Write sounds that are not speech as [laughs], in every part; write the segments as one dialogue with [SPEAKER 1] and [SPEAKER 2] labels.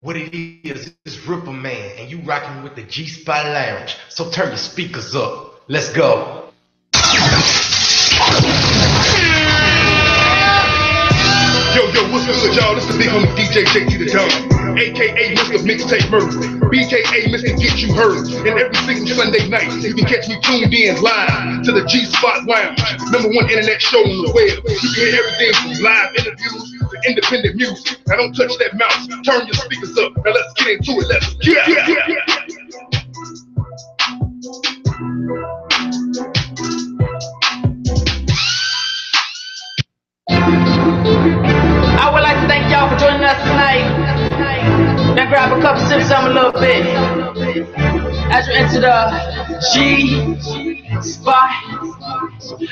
[SPEAKER 1] What it is, is Ripper Man, and you rocking with the G Spot Lounge. So turn your speakers up. Let's go.
[SPEAKER 2] Yo, yo, what's good, y'all? This is big homie DJ JT the Don, aka Mr. Mixtape Murder, BKA Mr. Get You Heard. And every single Sunday night, you can catch me tuned in live to the G Spot Lounge, number one internet show on the web. You can hear everything from live interviews to independent music. Now don't touch that mouse, turn your speakers up. Now let's get into it. Let's yeah, yeah, yeah.
[SPEAKER 3] I would like to thank y'all for joining us tonight. Now grab a cup, sip some a little bit. As you enter the G spot.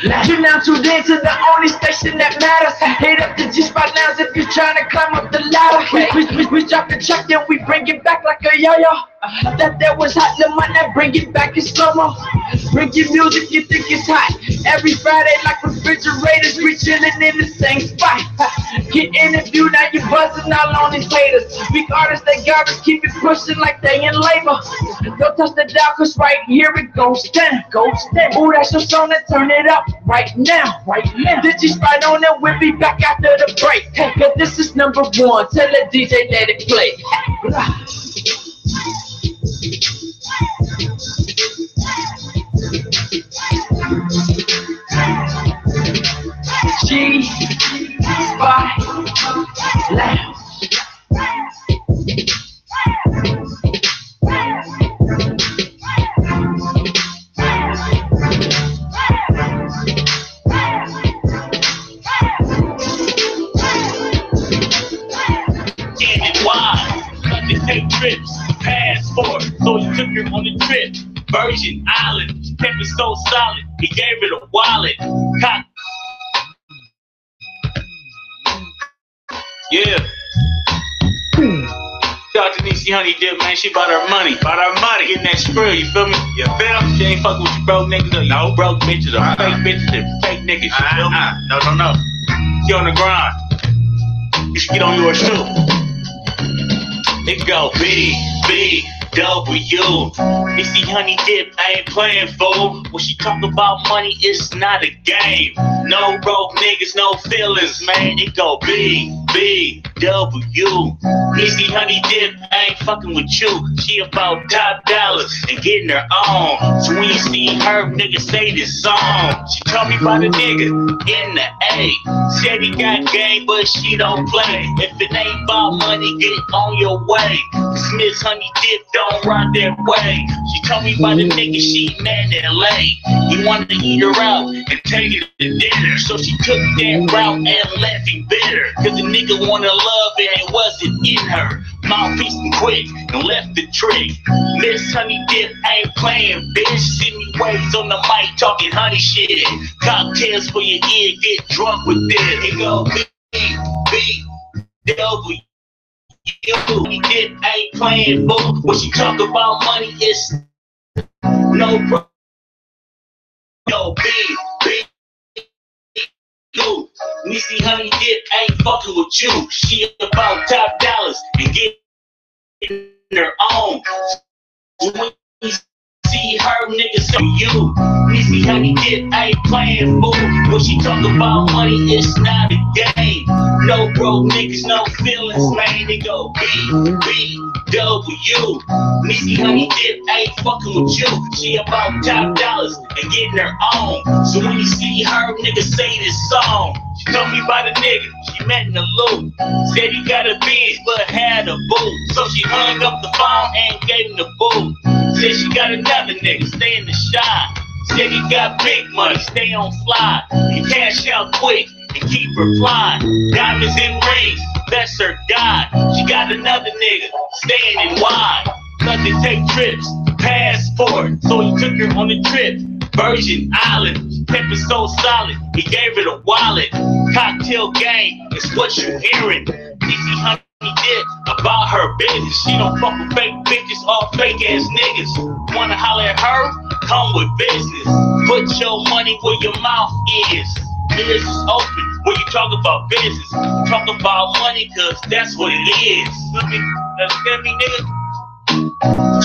[SPEAKER 3] You're now tuned in to the only station that matters. Hit up the G spot now if you're trying to climb up the ladder. We, we, we, we drop the check and we bring it back like a yo yo. That that was hot, the money now bring it back in summer. Bring your music, you think it's hot. Every Friday, like refrigerators, we chillin' in the same spot. [laughs] Get interviewed, now you buzzing all on these haters. Big artists, they garbage, keep it pushing like they in labor. Don't touch the dial, cause right here it goes down, goes down. Ooh, that's your song, now turn it up right now, right now. Did you spot on it? We'll be back after the break. Cause this is number one, tell the DJ let it play. G spot lounge.
[SPEAKER 4] Why? Cause they take trips, passport, so he took her on a trip. Virgin Island, she kept it so solid, he gave it a wallet. Cock- yeah. Shout out to Niecy Honey Dip, man. She bought her money. Bought her money. Getting that spread, you feel me? You feel me? She ain't fucking with you broke niggas or you broke bitches or fake bitches and fake niggas. You feel me? No, no, no. She on the grind. You should get on yours too. It go B, B, W. Missy Honey Dip, I ain't playing fool. When she talk about money, it's not a game. No broke niggas, no feelings, man. It go B, B, W. Missy Honey Dip, I ain't fucking with you. She about top dollars and getting her own. So when you see her, nigga, say this song. She told me about a nigga in the A. Said he got game, but she don't play. If it ain't about money, get on your way. Cause Miss Honey Dip don't ride that way. She told me about a nigga she met in LA. He wanted to eat her out and take her to dinner. So she took that route and left him bitter. Cause the nigga wanted love and it wasn't in her. Mouthpiece and quick and left the trick. Miss Honey Dip ain't playing, bitch. See me waves on the mic talking honey shit. Cocktails for your ear, get drunk with this. It go B, B, W. Honey Dip ain't playing, boo. When she talk about money, it's no problem. Yo, B, B, you. Missy Honey Dip ain't fucking with you. She about top dollars and getting her own. When you see her niggas on you, Missy Honey Dip ain't playing fool. When she talk about money, it's not a game. No broke niggas, no feelings, man. They go B, B, W. Missy Honey Dip ain't fucking with you. She about top dollars and getting her own. So when you see her niggas say this song, she told me about a nigga she met in the loop. Said he got a biz but had a boo. So she hung up the phone and gave him the boo. Said she got another nigga stay in the shot. Said he got big money, stay on fly. He cash out quick and keep her fly. Diamonds and rings, that's her god. She got another nigga standing wide. Cause they take trips, passport. So he took her on a trip. Virgin Island, she kept it so solid. He gave her the wallet. Cocktail gang, it's what you hearing. Easy honey did about her business. She don't fuck with fake bitches or fake ass niggas. Wanna holler at her? Come with business. Put your money where your mouth is. business is open. When you talk about business, talk about money, cause that's what it is. Feel me? Understand me, nigga?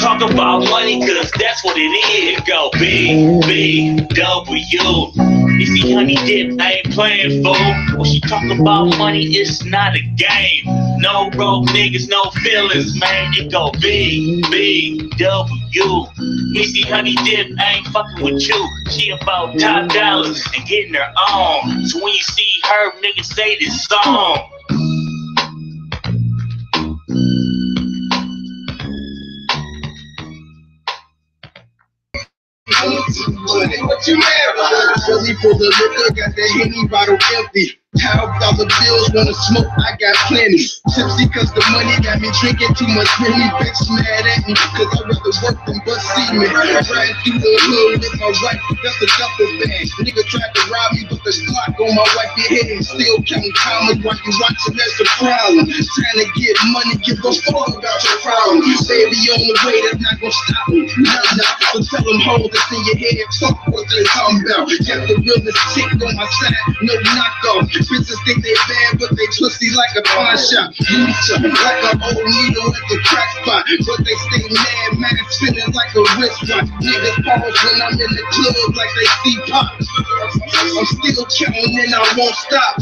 [SPEAKER 4] Talk about money, cause that's what it is. Go B, B, W. You see, honey dip, I ain't playing fool. When she talk about money, it's not a game. No broke niggas, no feelings, man. It go B, B, W. You see, honey dip, I ain't fucking with you. She about top dollars and getting her own. So when you see her, nigga, say this song.
[SPEAKER 5] What you mad about? Billy for the liquor, got that Henny bottle empty. How about the bills wanna smoke? I got plenty. Tipsy cause the money got me drinking too much. Really bitch mad at me cause I rather work than bust semen. Riding through the hood with my wife, that's a duffel bag. Nigga tried to rob me but the clock on my wife you hitting. Still counting commas while you watching, that's a problem. Trying to get money, give a fuck about your problem. Baby on the way, that's not gonna stop me. Nah, nah, so tell them hold this in your head. Fuck what they talking about. Got the realest chick on my side, no knockoff. Bitches think they bad, but they pussy like a pawn shop. Lucha, like an old needle at the crack spot. But they stay mad, man, spinning like a wristwatch. Niggas pause when I'm in the club like they see pop. I'm still counting and I won't stop.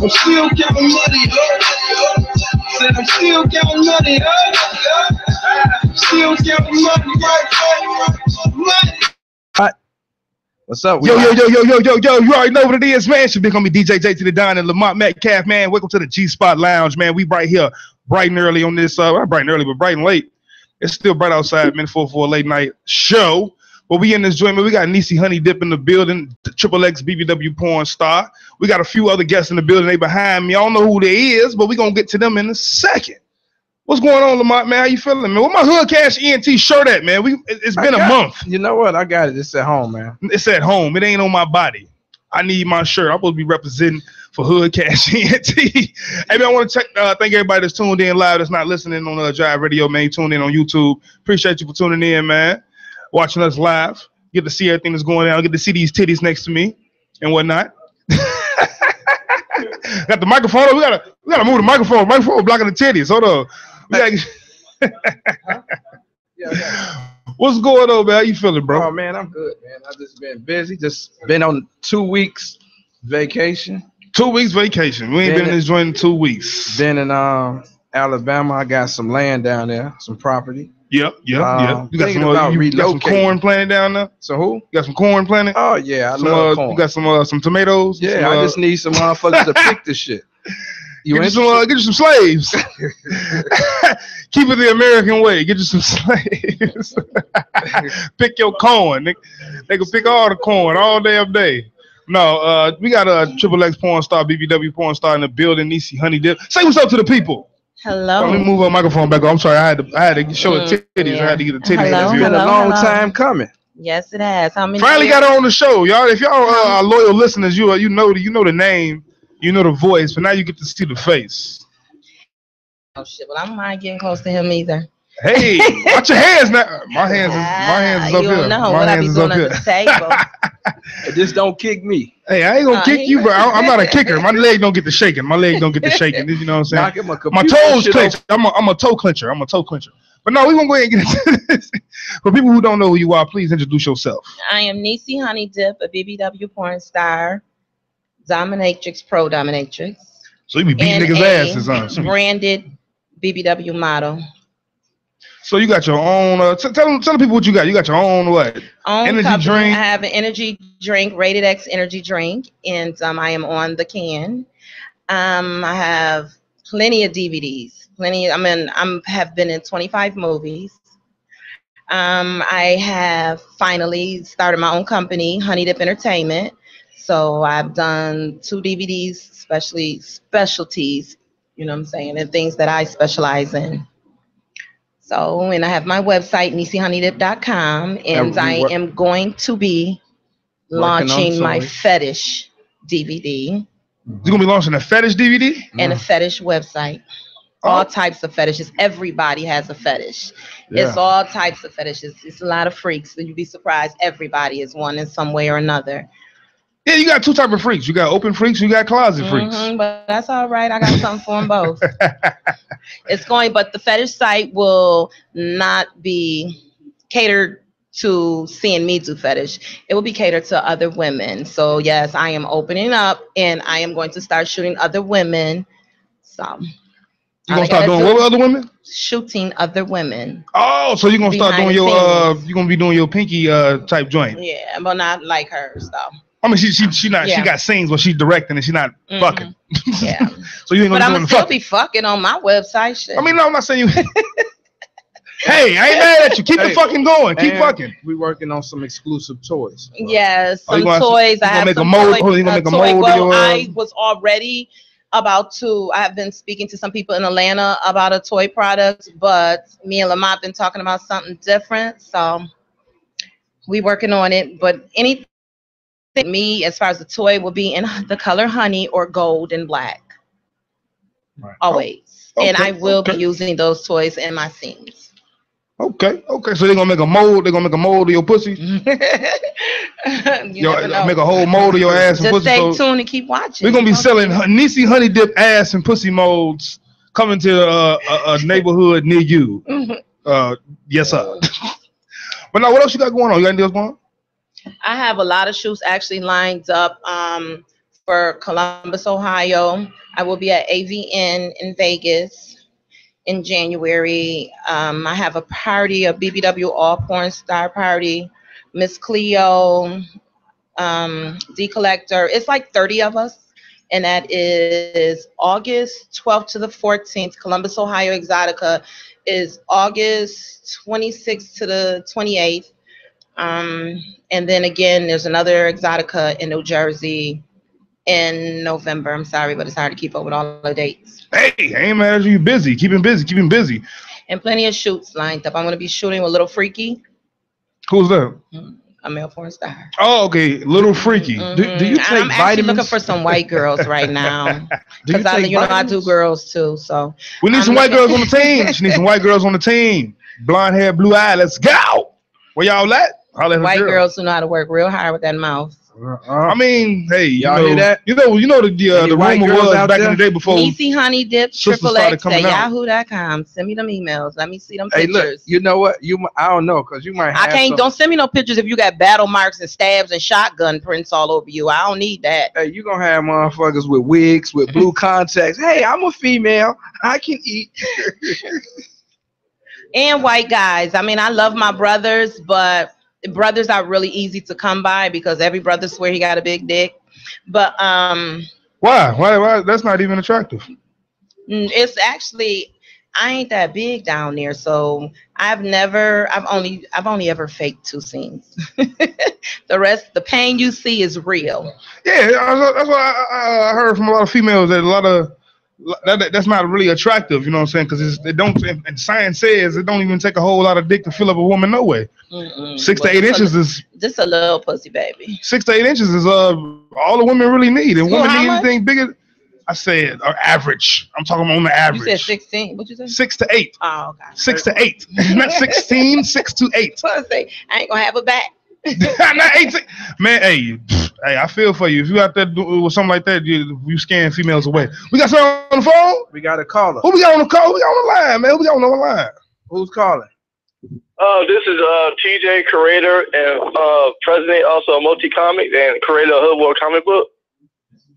[SPEAKER 5] I'm still counting money, huh? Said I'm still counting money, huh? Still counting money, right, right, right, money.
[SPEAKER 6] What's up?
[SPEAKER 5] Yo, yo, yo, yo, yo, yo, yo, you already know what it is, man. Should be coming DJ J to the Don and Lamont Metcalf, man. Welcome to the G Spot Lounge, man. We right here, bright and early on this, uh, not bright and early, but bright and late. It's still bright outside, man, for, for a late night show. But we in this joint, man. We got Nisi Honey Dip in the building, the Triple X BBW Porn Star. We got a few other guests in the building. They behind me. I don't know who they is, but we going to get to them in a second. What's going on, Lamont, man? How you feeling, man? Where my Hood Cash ENT shirt at, man? We it- It's been a month.
[SPEAKER 6] You know what? I got it. It's at home, man.
[SPEAKER 5] It's at home. It ain't on my body. I need my shirt. I'm supposed to be representing for Hood Cash [laughs] ENT. hey, man, I want to check, uh, thank everybody that's tuned in live, that's not listening on uh, Drive Radio, man. Tune in on YouTube. Appreciate you for tuning in, man. Watching us live. Get to see everything that's going on. Get to see these titties next to me and whatnot. [laughs] got the microphone. We gotta, we gotta move the microphone. Microphone blocking the titties. Hold on. We gotta- [laughs] What's going on, man? How you feeling, bro?
[SPEAKER 6] Oh man, I'm good, man. I've just been busy. Just been on two weeks vacation.
[SPEAKER 5] Two weeks vacation. We ain't
[SPEAKER 6] Been
[SPEAKER 5] been in
[SPEAKER 6] it.
[SPEAKER 5] this joint in two weeks.
[SPEAKER 6] Been in um Alabama. I got some land down there, some property.
[SPEAKER 5] Yep, yep,
[SPEAKER 6] Um,
[SPEAKER 5] yep. You got
[SPEAKER 6] thinking
[SPEAKER 5] some, uh,
[SPEAKER 6] about
[SPEAKER 5] you got some
[SPEAKER 6] relocating.
[SPEAKER 5] corn planted down there.
[SPEAKER 6] So who?
[SPEAKER 5] You got some corn planted.
[SPEAKER 6] Oh yeah, I
[SPEAKER 5] Some,
[SPEAKER 6] love
[SPEAKER 5] uh,
[SPEAKER 6] corn.
[SPEAKER 5] You got some uh, some tomatoes.
[SPEAKER 6] yeah,
[SPEAKER 5] some,
[SPEAKER 6] I
[SPEAKER 5] uh,
[SPEAKER 6] just need some motherfuckers to pick this
[SPEAKER 5] [laughs]
[SPEAKER 6] shit. You
[SPEAKER 5] get you, some, uh,
[SPEAKER 6] interested?
[SPEAKER 5] get you some
[SPEAKER 6] [laughs]
[SPEAKER 5] slaves. [laughs] Keep it the American way. Get you some [laughs] slaves. [laughs] pick your corn. They, they can pick all the corn all damn day. No, uh, we got a triple X porn star, BBW porn star in the building. Nisi Honey Dip. Say what's up to the people. Let me
[SPEAKER 7] Hello.
[SPEAKER 5] move our microphone back. up. I'm sorry, I had to I had to show the
[SPEAKER 7] Mm,
[SPEAKER 5] titties. I had to get the titties.
[SPEAKER 7] Hello,
[SPEAKER 6] It's
[SPEAKER 5] interview.
[SPEAKER 6] been a
[SPEAKER 7] hello,
[SPEAKER 6] long
[SPEAKER 7] hello.
[SPEAKER 6] time coming.
[SPEAKER 7] Yes, it has. How many?
[SPEAKER 5] Finally
[SPEAKER 7] years?
[SPEAKER 5] got her on the show, y'all. If y'all uh, are loyal listeners, you are, you know the you know the name, you know the voice, but now you get to see the face.
[SPEAKER 7] Oh shit! Well, I don't mind getting close to him either. [laughs]
[SPEAKER 5] Hey, watch your hands now. My hands is my hands is
[SPEAKER 7] Ah,
[SPEAKER 5] up
[SPEAKER 7] you don't
[SPEAKER 5] here.
[SPEAKER 7] know
[SPEAKER 5] my
[SPEAKER 7] what I
[SPEAKER 5] hands
[SPEAKER 7] be
[SPEAKER 5] is
[SPEAKER 7] doing
[SPEAKER 5] up
[SPEAKER 7] under
[SPEAKER 5] here.
[SPEAKER 7] the table.
[SPEAKER 6] [laughs]
[SPEAKER 5] [laughs]
[SPEAKER 6] Just don't kick me.
[SPEAKER 5] hey, I ain't gonna
[SPEAKER 7] Nah,
[SPEAKER 5] kick
[SPEAKER 7] he-
[SPEAKER 5] you, but I, I'm not a kicker. My leg don't get to shaking. My leg don't get to shaking. You know what I'm saying?
[SPEAKER 6] Knock him a
[SPEAKER 5] My
[SPEAKER 6] computer
[SPEAKER 5] toes
[SPEAKER 6] shit
[SPEAKER 5] clench. I'm a, I'm a toe clincher. I'm a toe clincher. But no, we gonna go ahead and get into this. [laughs] For people who don't know who you are, please introduce yourself.
[SPEAKER 7] I am Nisi Honey Dip, a BBW porn star, dominatrix, pro dominatrix,
[SPEAKER 5] So you be beating
[SPEAKER 7] And
[SPEAKER 5] niggas'
[SPEAKER 7] a-
[SPEAKER 5] asses, honestly.
[SPEAKER 7] branded BBW model.
[SPEAKER 5] So you got your own. Uh, t- tell them, tell the people what you got. You got your own what?
[SPEAKER 7] Own
[SPEAKER 5] Energy
[SPEAKER 7] company.
[SPEAKER 5] drink.
[SPEAKER 7] I have an energy drink, rated X energy drink, and um, I am on the can. Um, I have plenty of DVDs. Plenty. I mean, I'm have been in 25 movies. Um, I have finally started my own company, Honey Dip Entertainment. So I've done two DVDs, especially specialties. You know what I'm saying, and things that I specialize in. So, and I have my website, E nisihoneyDip.com, and
[SPEAKER 6] Now,
[SPEAKER 7] I
[SPEAKER 6] what-
[SPEAKER 7] am going to be
[SPEAKER 6] Working on
[SPEAKER 7] launching my
[SPEAKER 6] something.
[SPEAKER 7] fetish DVD
[SPEAKER 5] You gonna be launching a fetish DVD?
[SPEAKER 7] and
[SPEAKER 6] Mm.
[SPEAKER 7] a fetish website.
[SPEAKER 5] Oh.
[SPEAKER 7] All types of fetishes. Everybody has a fetish.
[SPEAKER 6] Yeah.
[SPEAKER 7] It's all types of fetishes. It's a lot of freaks. and You'd be surprised. Everybody is one in some way or another.
[SPEAKER 5] Yeah, you got two type of freaks. You got open freaks. You got closet freaks.
[SPEAKER 7] Mhm, but that's all right. I got something for them
[SPEAKER 5] [laughs]
[SPEAKER 7] both. it's going, but the fetish site will not be catered to seeing me do fetish. It will be catered to other women. So yes, I am opening up, and I am going to start shooting other women. So
[SPEAKER 5] You
[SPEAKER 7] all Mm-hmm. I
[SPEAKER 5] gonna start
[SPEAKER 7] gotta
[SPEAKER 5] doing
[SPEAKER 7] do
[SPEAKER 5] what with
[SPEAKER 7] is
[SPEAKER 5] other women?
[SPEAKER 7] shooting other women.
[SPEAKER 5] Oh, so you gonna start doing
[SPEAKER 7] Behind
[SPEAKER 5] your
[SPEAKER 7] the
[SPEAKER 5] uh, you gonna be doing your pinky uh type joint.
[SPEAKER 7] Yeah, but not like her. So
[SPEAKER 5] I mean, she she she not she
[SPEAKER 7] Yeah.
[SPEAKER 5] got scenes where she's directing and she not
[SPEAKER 7] mhm.
[SPEAKER 5] fucking.
[SPEAKER 7] Yeah,
[SPEAKER 5] [laughs] So you ain't
[SPEAKER 7] but I'm
[SPEAKER 5] gonna be doing
[SPEAKER 7] gonna
[SPEAKER 5] the
[SPEAKER 7] still
[SPEAKER 5] fucking.
[SPEAKER 7] be fucking on my website. Shit.
[SPEAKER 5] I mean, no, I'm not saying you. hey, I ain't mad at you. Keep
[SPEAKER 2] Hey,
[SPEAKER 5] it fucking going. Keep
[SPEAKER 2] man.
[SPEAKER 5] fucking.
[SPEAKER 2] We working on some exclusive toys.
[SPEAKER 7] [laughs]
[SPEAKER 2] bro.
[SPEAKER 7] Yes,
[SPEAKER 5] Oh, you
[SPEAKER 7] some
[SPEAKER 5] gonna-
[SPEAKER 7] toys.
[SPEAKER 5] you
[SPEAKER 7] I
[SPEAKER 5] gonna
[SPEAKER 7] have
[SPEAKER 5] make a
[SPEAKER 7] some
[SPEAKER 5] mold-
[SPEAKER 7] toy-
[SPEAKER 5] oh, you gonna make a
[SPEAKER 7] toy-
[SPEAKER 5] mold of
[SPEAKER 7] Well,
[SPEAKER 5] your, uh,
[SPEAKER 7] I was already about to. I have been speaking to some people in Atlanta about a toy product, but me and Lamont been talking about something different. So we working on it. But anything me as far as the toy will be in the color honey or gold and black.
[SPEAKER 5] Right.
[SPEAKER 7] Always. and
[SPEAKER 5] okay,
[SPEAKER 7] I will
[SPEAKER 5] okay.
[SPEAKER 7] be using those toys in my scenes.
[SPEAKER 5] Okay, okay. So they gonna make a mold. They gonna make a mold of your
[SPEAKER 7] [laughs]
[SPEAKER 5] pussy.
[SPEAKER 7] you
[SPEAKER 5] Your-
[SPEAKER 7] never know.
[SPEAKER 5] make a whole mold of your ass and
[SPEAKER 7] Just
[SPEAKER 5] pussy.
[SPEAKER 7] stay
[SPEAKER 5] So
[SPEAKER 7] tuned and keep watching.
[SPEAKER 5] we're gonna be
[SPEAKER 7] Okay.
[SPEAKER 5] selling Nisi honey dip ass and pussy molds coming to uh, a,
[SPEAKER 7] [laughs]
[SPEAKER 5] a neighborhood near you.
[SPEAKER 7] Mhm.
[SPEAKER 5] Uh, yes, sir.
[SPEAKER 7] Uh.
[SPEAKER 5] [laughs] but now, what else you got going on? You got anything else going on?
[SPEAKER 7] I have a lot of shoots actually lined up um, for Columbus, Ohio. I will be at AVN in Vegas in January. Um, I have a party, a BBW All Porn Star Party, Miss Cleo, um, D Collector. It's like 30 of us. And that is August 12th to the 14th. Columbus, Ohio Exotica is August 26th to the 28th. Um, and then again, there's another Exotica in New Jersey in November. I'm sorry, but it's hard to keep up with all the dates.
[SPEAKER 5] Hey, I ain't mad at you. You Busy, keeping busy, keeping busy.
[SPEAKER 7] And plenty of shoots lined up. I'm gonna be shooting with Little Freaky,
[SPEAKER 5] Who's that?
[SPEAKER 7] a male porn star.
[SPEAKER 5] Oh, okay, little freaky.
[SPEAKER 7] Mhm.
[SPEAKER 6] do you
[SPEAKER 7] And
[SPEAKER 6] take
[SPEAKER 7] I'm actually looking
[SPEAKER 6] vitamins?
[SPEAKER 7] for some white girls
[SPEAKER 5] [laughs]
[SPEAKER 7] right now.
[SPEAKER 6] Do you
[SPEAKER 7] Because I,
[SPEAKER 6] take
[SPEAKER 7] you know, I do
[SPEAKER 6] vitamins?
[SPEAKER 7] girls too. So
[SPEAKER 5] We need
[SPEAKER 7] I'm
[SPEAKER 5] some white
[SPEAKER 7] looking-
[SPEAKER 5] girls on the
[SPEAKER 7] [laughs]
[SPEAKER 5] team. She needs some white girls on the team. Blonde hair, blue eye. Let's go. Where y'all at? Holla at her
[SPEAKER 7] white
[SPEAKER 5] girl. Uh, Uh-huh.
[SPEAKER 7] girls who know how to work real hard with that mouth.
[SPEAKER 5] I mean, hey,
[SPEAKER 6] Y'all
[SPEAKER 5] y'all you know,
[SPEAKER 6] hear that?
[SPEAKER 5] You know, you know the the, uh,
[SPEAKER 6] Any
[SPEAKER 5] the
[SPEAKER 6] white
[SPEAKER 5] rumor
[SPEAKER 6] girls
[SPEAKER 5] was
[SPEAKER 6] out
[SPEAKER 5] back
[SPEAKER 6] there?
[SPEAKER 5] in the day before.
[SPEAKER 7] Easy Honey Dip
[SPEAKER 5] sisters
[SPEAKER 7] Triple
[SPEAKER 5] started
[SPEAKER 7] X
[SPEAKER 5] coming
[SPEAKER 7] at
[SPEAKER 5] out.
[SPEAKER 7] yahoo.com. Send me them emails. Let me see them
[SPEAKER 2] Hey,
[SPEAKER 7] pictures.
[SPEAKER 2] look, you know what? You mi- I don't know because you might.
[SPEAKER 7] I
[SPEAKER 2] Have
[SPEAKER 7] can't.
[SPEAKER 2] some-
[SPEAKER 7] Don't send me no pictures if you got battle marks and stabs and shotgun prints all over you. I don't need that.
[SPEAKER 2] Hey, you gonna have motherfuckers with wigs, with blue contacts. Hey, I'm a female. I can eat.
[SPEAKER 7] [laughs] And white guys. I mean, I love my brothers, but brothers are really easy to come by because every brother swear he got a big dick. But um,
[SPEAKER 5] Why? Why? Why? That's not even attractive.
[SPEAKER 7] mm, it's actually I ain't that big down there, so I've never. I've only. I've only ever faked two scenes. [laughs] the rest, the pain you see is real.
[SPEAKER 5] Yeah, I- that's what I, I- I heard from a lot of females that a lot of that, that- that's not really attractive. You know what I'm saying? Because it don't. And and science says it don't even take a whole lot of dick to fill up a woman. No way.
[SPEAKER 7] Mm-mm.
[SPEAKER 5] Six to
[SPEAKER 7] Mm, Well,
[SPEAKER 5] eight
[SPEAKER 7] just a-
[SPEAKER 5] inches is
[SPEAKER 7] Just a little pussy, baby.
[SPEAKER 5] six to eight inches is uh all the women really need, and
[SPEAKER 7] Well,
[SPEAKER 5] women
[SPEAKER 7] how
[SPEAKER 5] need
[SPEAKER 7] much?
[SPEAKER 5] anything bigger. I said uh, average. I'm talking on the
[SPEAKER 7] You said
[SPEAKER 5] average.
[SPEAKER 7] sixteen. What you say?
[SPEAKER 5] six to eight.
[SPEAKER 7] Oh, okay.
[SPEAKER 5] Six to eight.
[SPEAKER 7] [laughs]
[SPEAKER 5] Not sixteen. Six to eight.
[SPEAKER 7] pussy. I ain't gonna have a
[SPEAKER 5] [laughs]
[SPEAKER 7] back.
[SPEAKER 5] Not 18. Man, hey, pfft, hey, I feel for you. If you out there do- with something like that, you you scaring females away. We got someone on the phone.
[SPEAKER 2] We got a caller.
[SPEAKER 5] Who we got on the call? Who we got on the line, man? Who we got on the line?
[SPEAKER 2] Who's calling?
[SPEAKER 8] Oh, this is uh, TJ, creator and uh, president, also of Multi Comics and creator of Hood War comic book.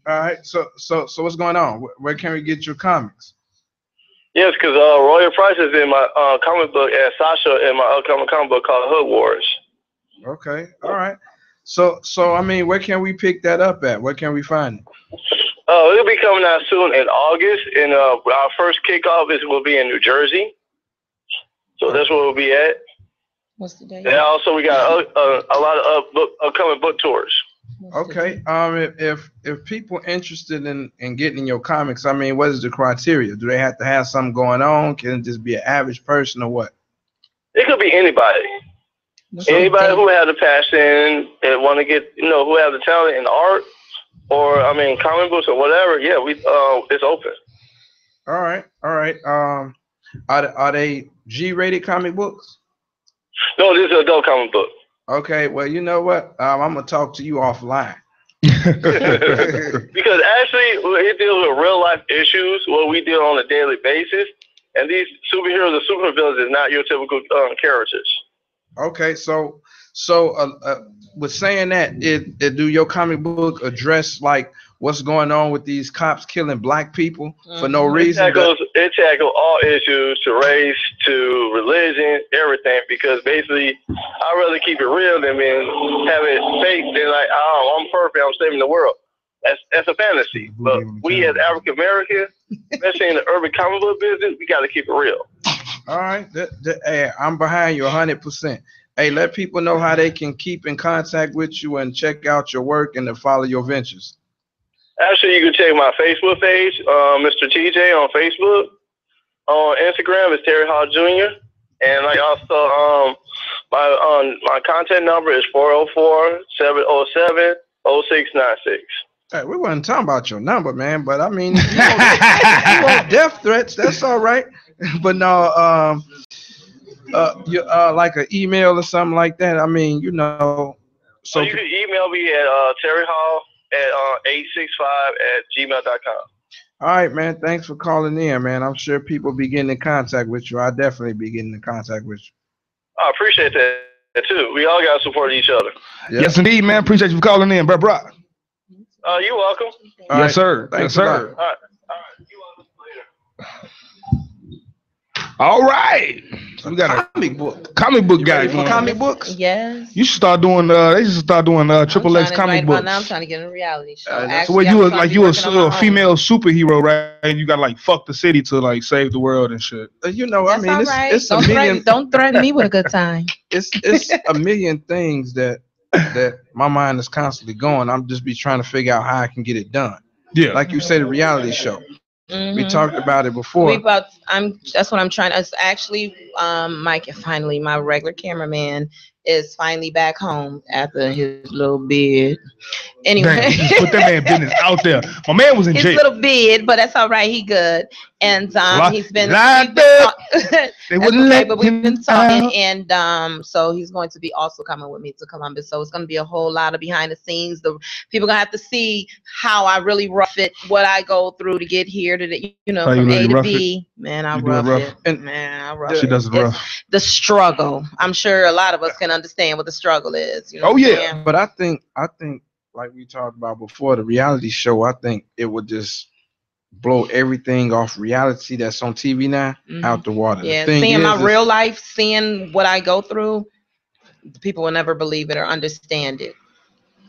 [SPEAKER 2] All right. So so so what's going on? Where, where can we get your comics?
[SPEAKER 8] Yes, because uh, Royal Price is in my uh, comic book and Sasha in my upcoming comic book called Hood Wars.
[SPEAKER 2] Okay. All right. So so I mean, where can we pick that up at? Where can we find it?
[SPEAKER 8] Uh, it'll be coming out soon in August, and uh, our first kickoff is will be in New Jersey. So that's where we'll be at.
[SPEAKER 7] What's the date?
[SPEAKER 8] And also, we got uh, uh, a lot of up, book, upcoming book tours.
[SPEAKER 2] Okay. Um, if if, if people interested in in getting your comics, I mean, what is the criteria? Do they have to have something going on? Can it just be an average person or what?
[SPEAKER 8] It could be anybody. Anybody who has a passion and want to get, you know, who has the talent in art or, I mean, comic books or whatever, yeah, we uh, it's open.
[SPEAKER 2] All right. All right. Um, are th- are they G-rated comic books?
[SPEAKER 8] No, this is an adult comic book. [laughs]
[SPEAKER 2] Okay. Well, you know what? Um, I'm gonna talk to you offline.
[SPEAKER 8] because actually, it deals with real life issues, what we deal on a daily basis, and these superheroes or supervillains is not your typical um, characters.
[SPEAKER 6] Okay, so so uh, uh, with saying that, it, it do your comic book address like what's going on with these cops killing black people for no
[SPEAKER 8] It
[SPEAKER 6] reason?
[SPEAKER 8] tackles it tackles all issues to race to religion, everything. Because basically, I would rather keep it real than being have it fake. Than like, oh, I'm perfect, I'm saving the world. That's that's a fantasy. But we as African Americans, especially in the urban comic book business, we got to keep it real.
[SPEAKER 6] All right, that, that, hey, I'm behind you 100%. Hey, let people know how they can keep in contact with you and check out your work and to follow your ventures.
[SPEAKER 8] Actually, you can check my Facebook page, uh, Mr. TJ on Facebook. On Instagram is Terry Hall Jr. And I also um my um my contact number is 404-707-0696.
[SPEAKER 6] Hey, we wasn't talking about your number, man, but I mean, if you want, if you want death threats, that's all right. But no, um, uh, you, uh, like an email or something like that. I mean, you know,
[SPEAKER 8] So
[SPEAKER 6] so
[SPEAKER 8] you can email me at uh, Terry Hall at uh, 865 at gmail.com.
[SPEAKER 6] all right, man. Thanks for calling in, man. I'm sure people be getting in contact with you. I definitely be getting in contact with you.
[SPEAKER 8] I appreciate that too. We all gotta support each other.
[SPEAKER 5] Yes, indeed, man. Appreciate you for calling in, bro. Brock.
[SPEAKER 8] Uh, you're welcome.
[SPEAKER 5] Yes, sir. Yes, sir.
[SPEAKER 8] All right.
[SPEAKER 5] All right. We got a comic book. Comic book guy.
[SPEAKER 6] ready for
[SPEAKER 5] going
[SPEAKER 6] comic
[SPEAKER 5] on.
[SPEAKER 6] books?
[SPEAKER 7] Yes.
[SPEAKER 5] You should start doing. Uh, they should start doing uh,
[SPEAKER 7] I'm
[SPEAKER 5] triple X
[SPEAKER 7] trying to-
[SPEAKER 5] comic
[SPEAKER 7] right about
[SPEAKER 5] books.
[SPEAKER 7] Now I'm trying to get in a reality show.
[SPEAKER 5] So
[SPEAKER 6] Uh,
[SPEAKER 7] Actually,
[SPEAKER 5] where
[SPEAKER 7] I
[SPEAKER 5] you
[SPEAKER 7] was supposed
[SPEAKER 5] a, like
[SPEAKER 7] to be
[SPEAKER 5] you a,
[SPEAKER 7] working on my
[SPEAKER 5] a
[SPEAKER 7] own.
[SPEAKER 5] female superhero, right? And you got like fuck the city to like save the world and shit.
[SPEAKER 6] Uh, You know,
[SPEAKER 7] That's
[SPEAKER 6] I mean,
[SPEAKER 7] all
[SPEAKER 6] it's,
[SPEAKER 7] right.
[SPEAKER 6] it's a
[SPEAKER 7] don't
[SPEAKER 6] million.
[SPEAKER 7] threaten, don't threaten me with a good time.
[SPEAKER 6] [laughs] It's it's a million things that that my mind is constantly going. I'm just be trying to figure out how I can get it done.
[SPEAKER 5] Yeah.
[SPEAKER 6] Like you say, the reality show. We
[SPEAKER 7] Mhm.
[SPEAKER 6] talked about it before.
[SPEAKER 7] We about I'm that's what I'm trying. It's actually um Mike finally my regular cameraman is finally back home after his little bid. Anyway,
[SPEAKER 5] Damn, you just put that
[SPEAKER 7] [laughs]
[SPEAKER 5] man business out there. My man was in
[SPEAKER 7] his
[SPEAKER 5] jail.
[SPEAKER 7] little bid, but that's all right. He good, and um
[SPEAKER 5] Lock-
[SPEAKER 7] he's been.
[SPEAKER 5] lock
[SPEAKER 7] we've been
[SPEAKER 5] up.
[SPEAKER 7] talk- [laughs]
[SPEAKER 5] they
[SPEAKER 7] That's
[SPEAKER 5] wouldn't
[SPEAKER 7] okay,
[SPEAKER 5] let
[SPEAKER 7] but we've been
[SPEAKER 5] him
[SPEAKER 7] talking,
[SPEAKER 5] out.
[SPEAKER 7] and um, so he's going to be also coming with me to Columbus. So it's going to be a whole lot of behind the scenes. The people gonna have to see how I really rough it, what I go through to get here to the, you know,
[SPEAKER 5] How you
[SPEAKER 7] from
[SPEAKER 5] really
[SPEAKER 7] A to
[SPEAKER 5] rough
[SPEAKER 7] B. Man, I
[SPEAKER 5] You do it
[SPEAKER 7] rough,
[SPEAKER 5] rough.
[SPEAKER 7] it. And man, I rough
[SPEAKER 5] She
[SPEAKER 7] it.
[SPEAKER 5] does it
[SPEAKER 7] It's
[SPEAKER 5] rough.
[SPEAKER 7] The struggle. I'm sure a lot of us can understand what the struggle is. You know
[SPEAKER 5] Oh,
[SPEAKER 7] what I'm
[SPEAKER 5] yeah.
[SPEAKER 7] saying?
[SPEAKER 6] But I think I think like we talked about before, the reality show, I think it would just blow everything off reality that's on TV now
[SPEAKER 7] Mhm.
[SPEAKER 6] out the water. The
[SPEAKER 7] Yeah,
[SPEAKER 6] thing
[SPEAKER 7] seeing
[SPEAKER 6] is,
[SPEAKER 7] my
[SPEAKER 6] is-
[SPEAKER 7] real life, seeing what I go through, people will never believe it or understand it.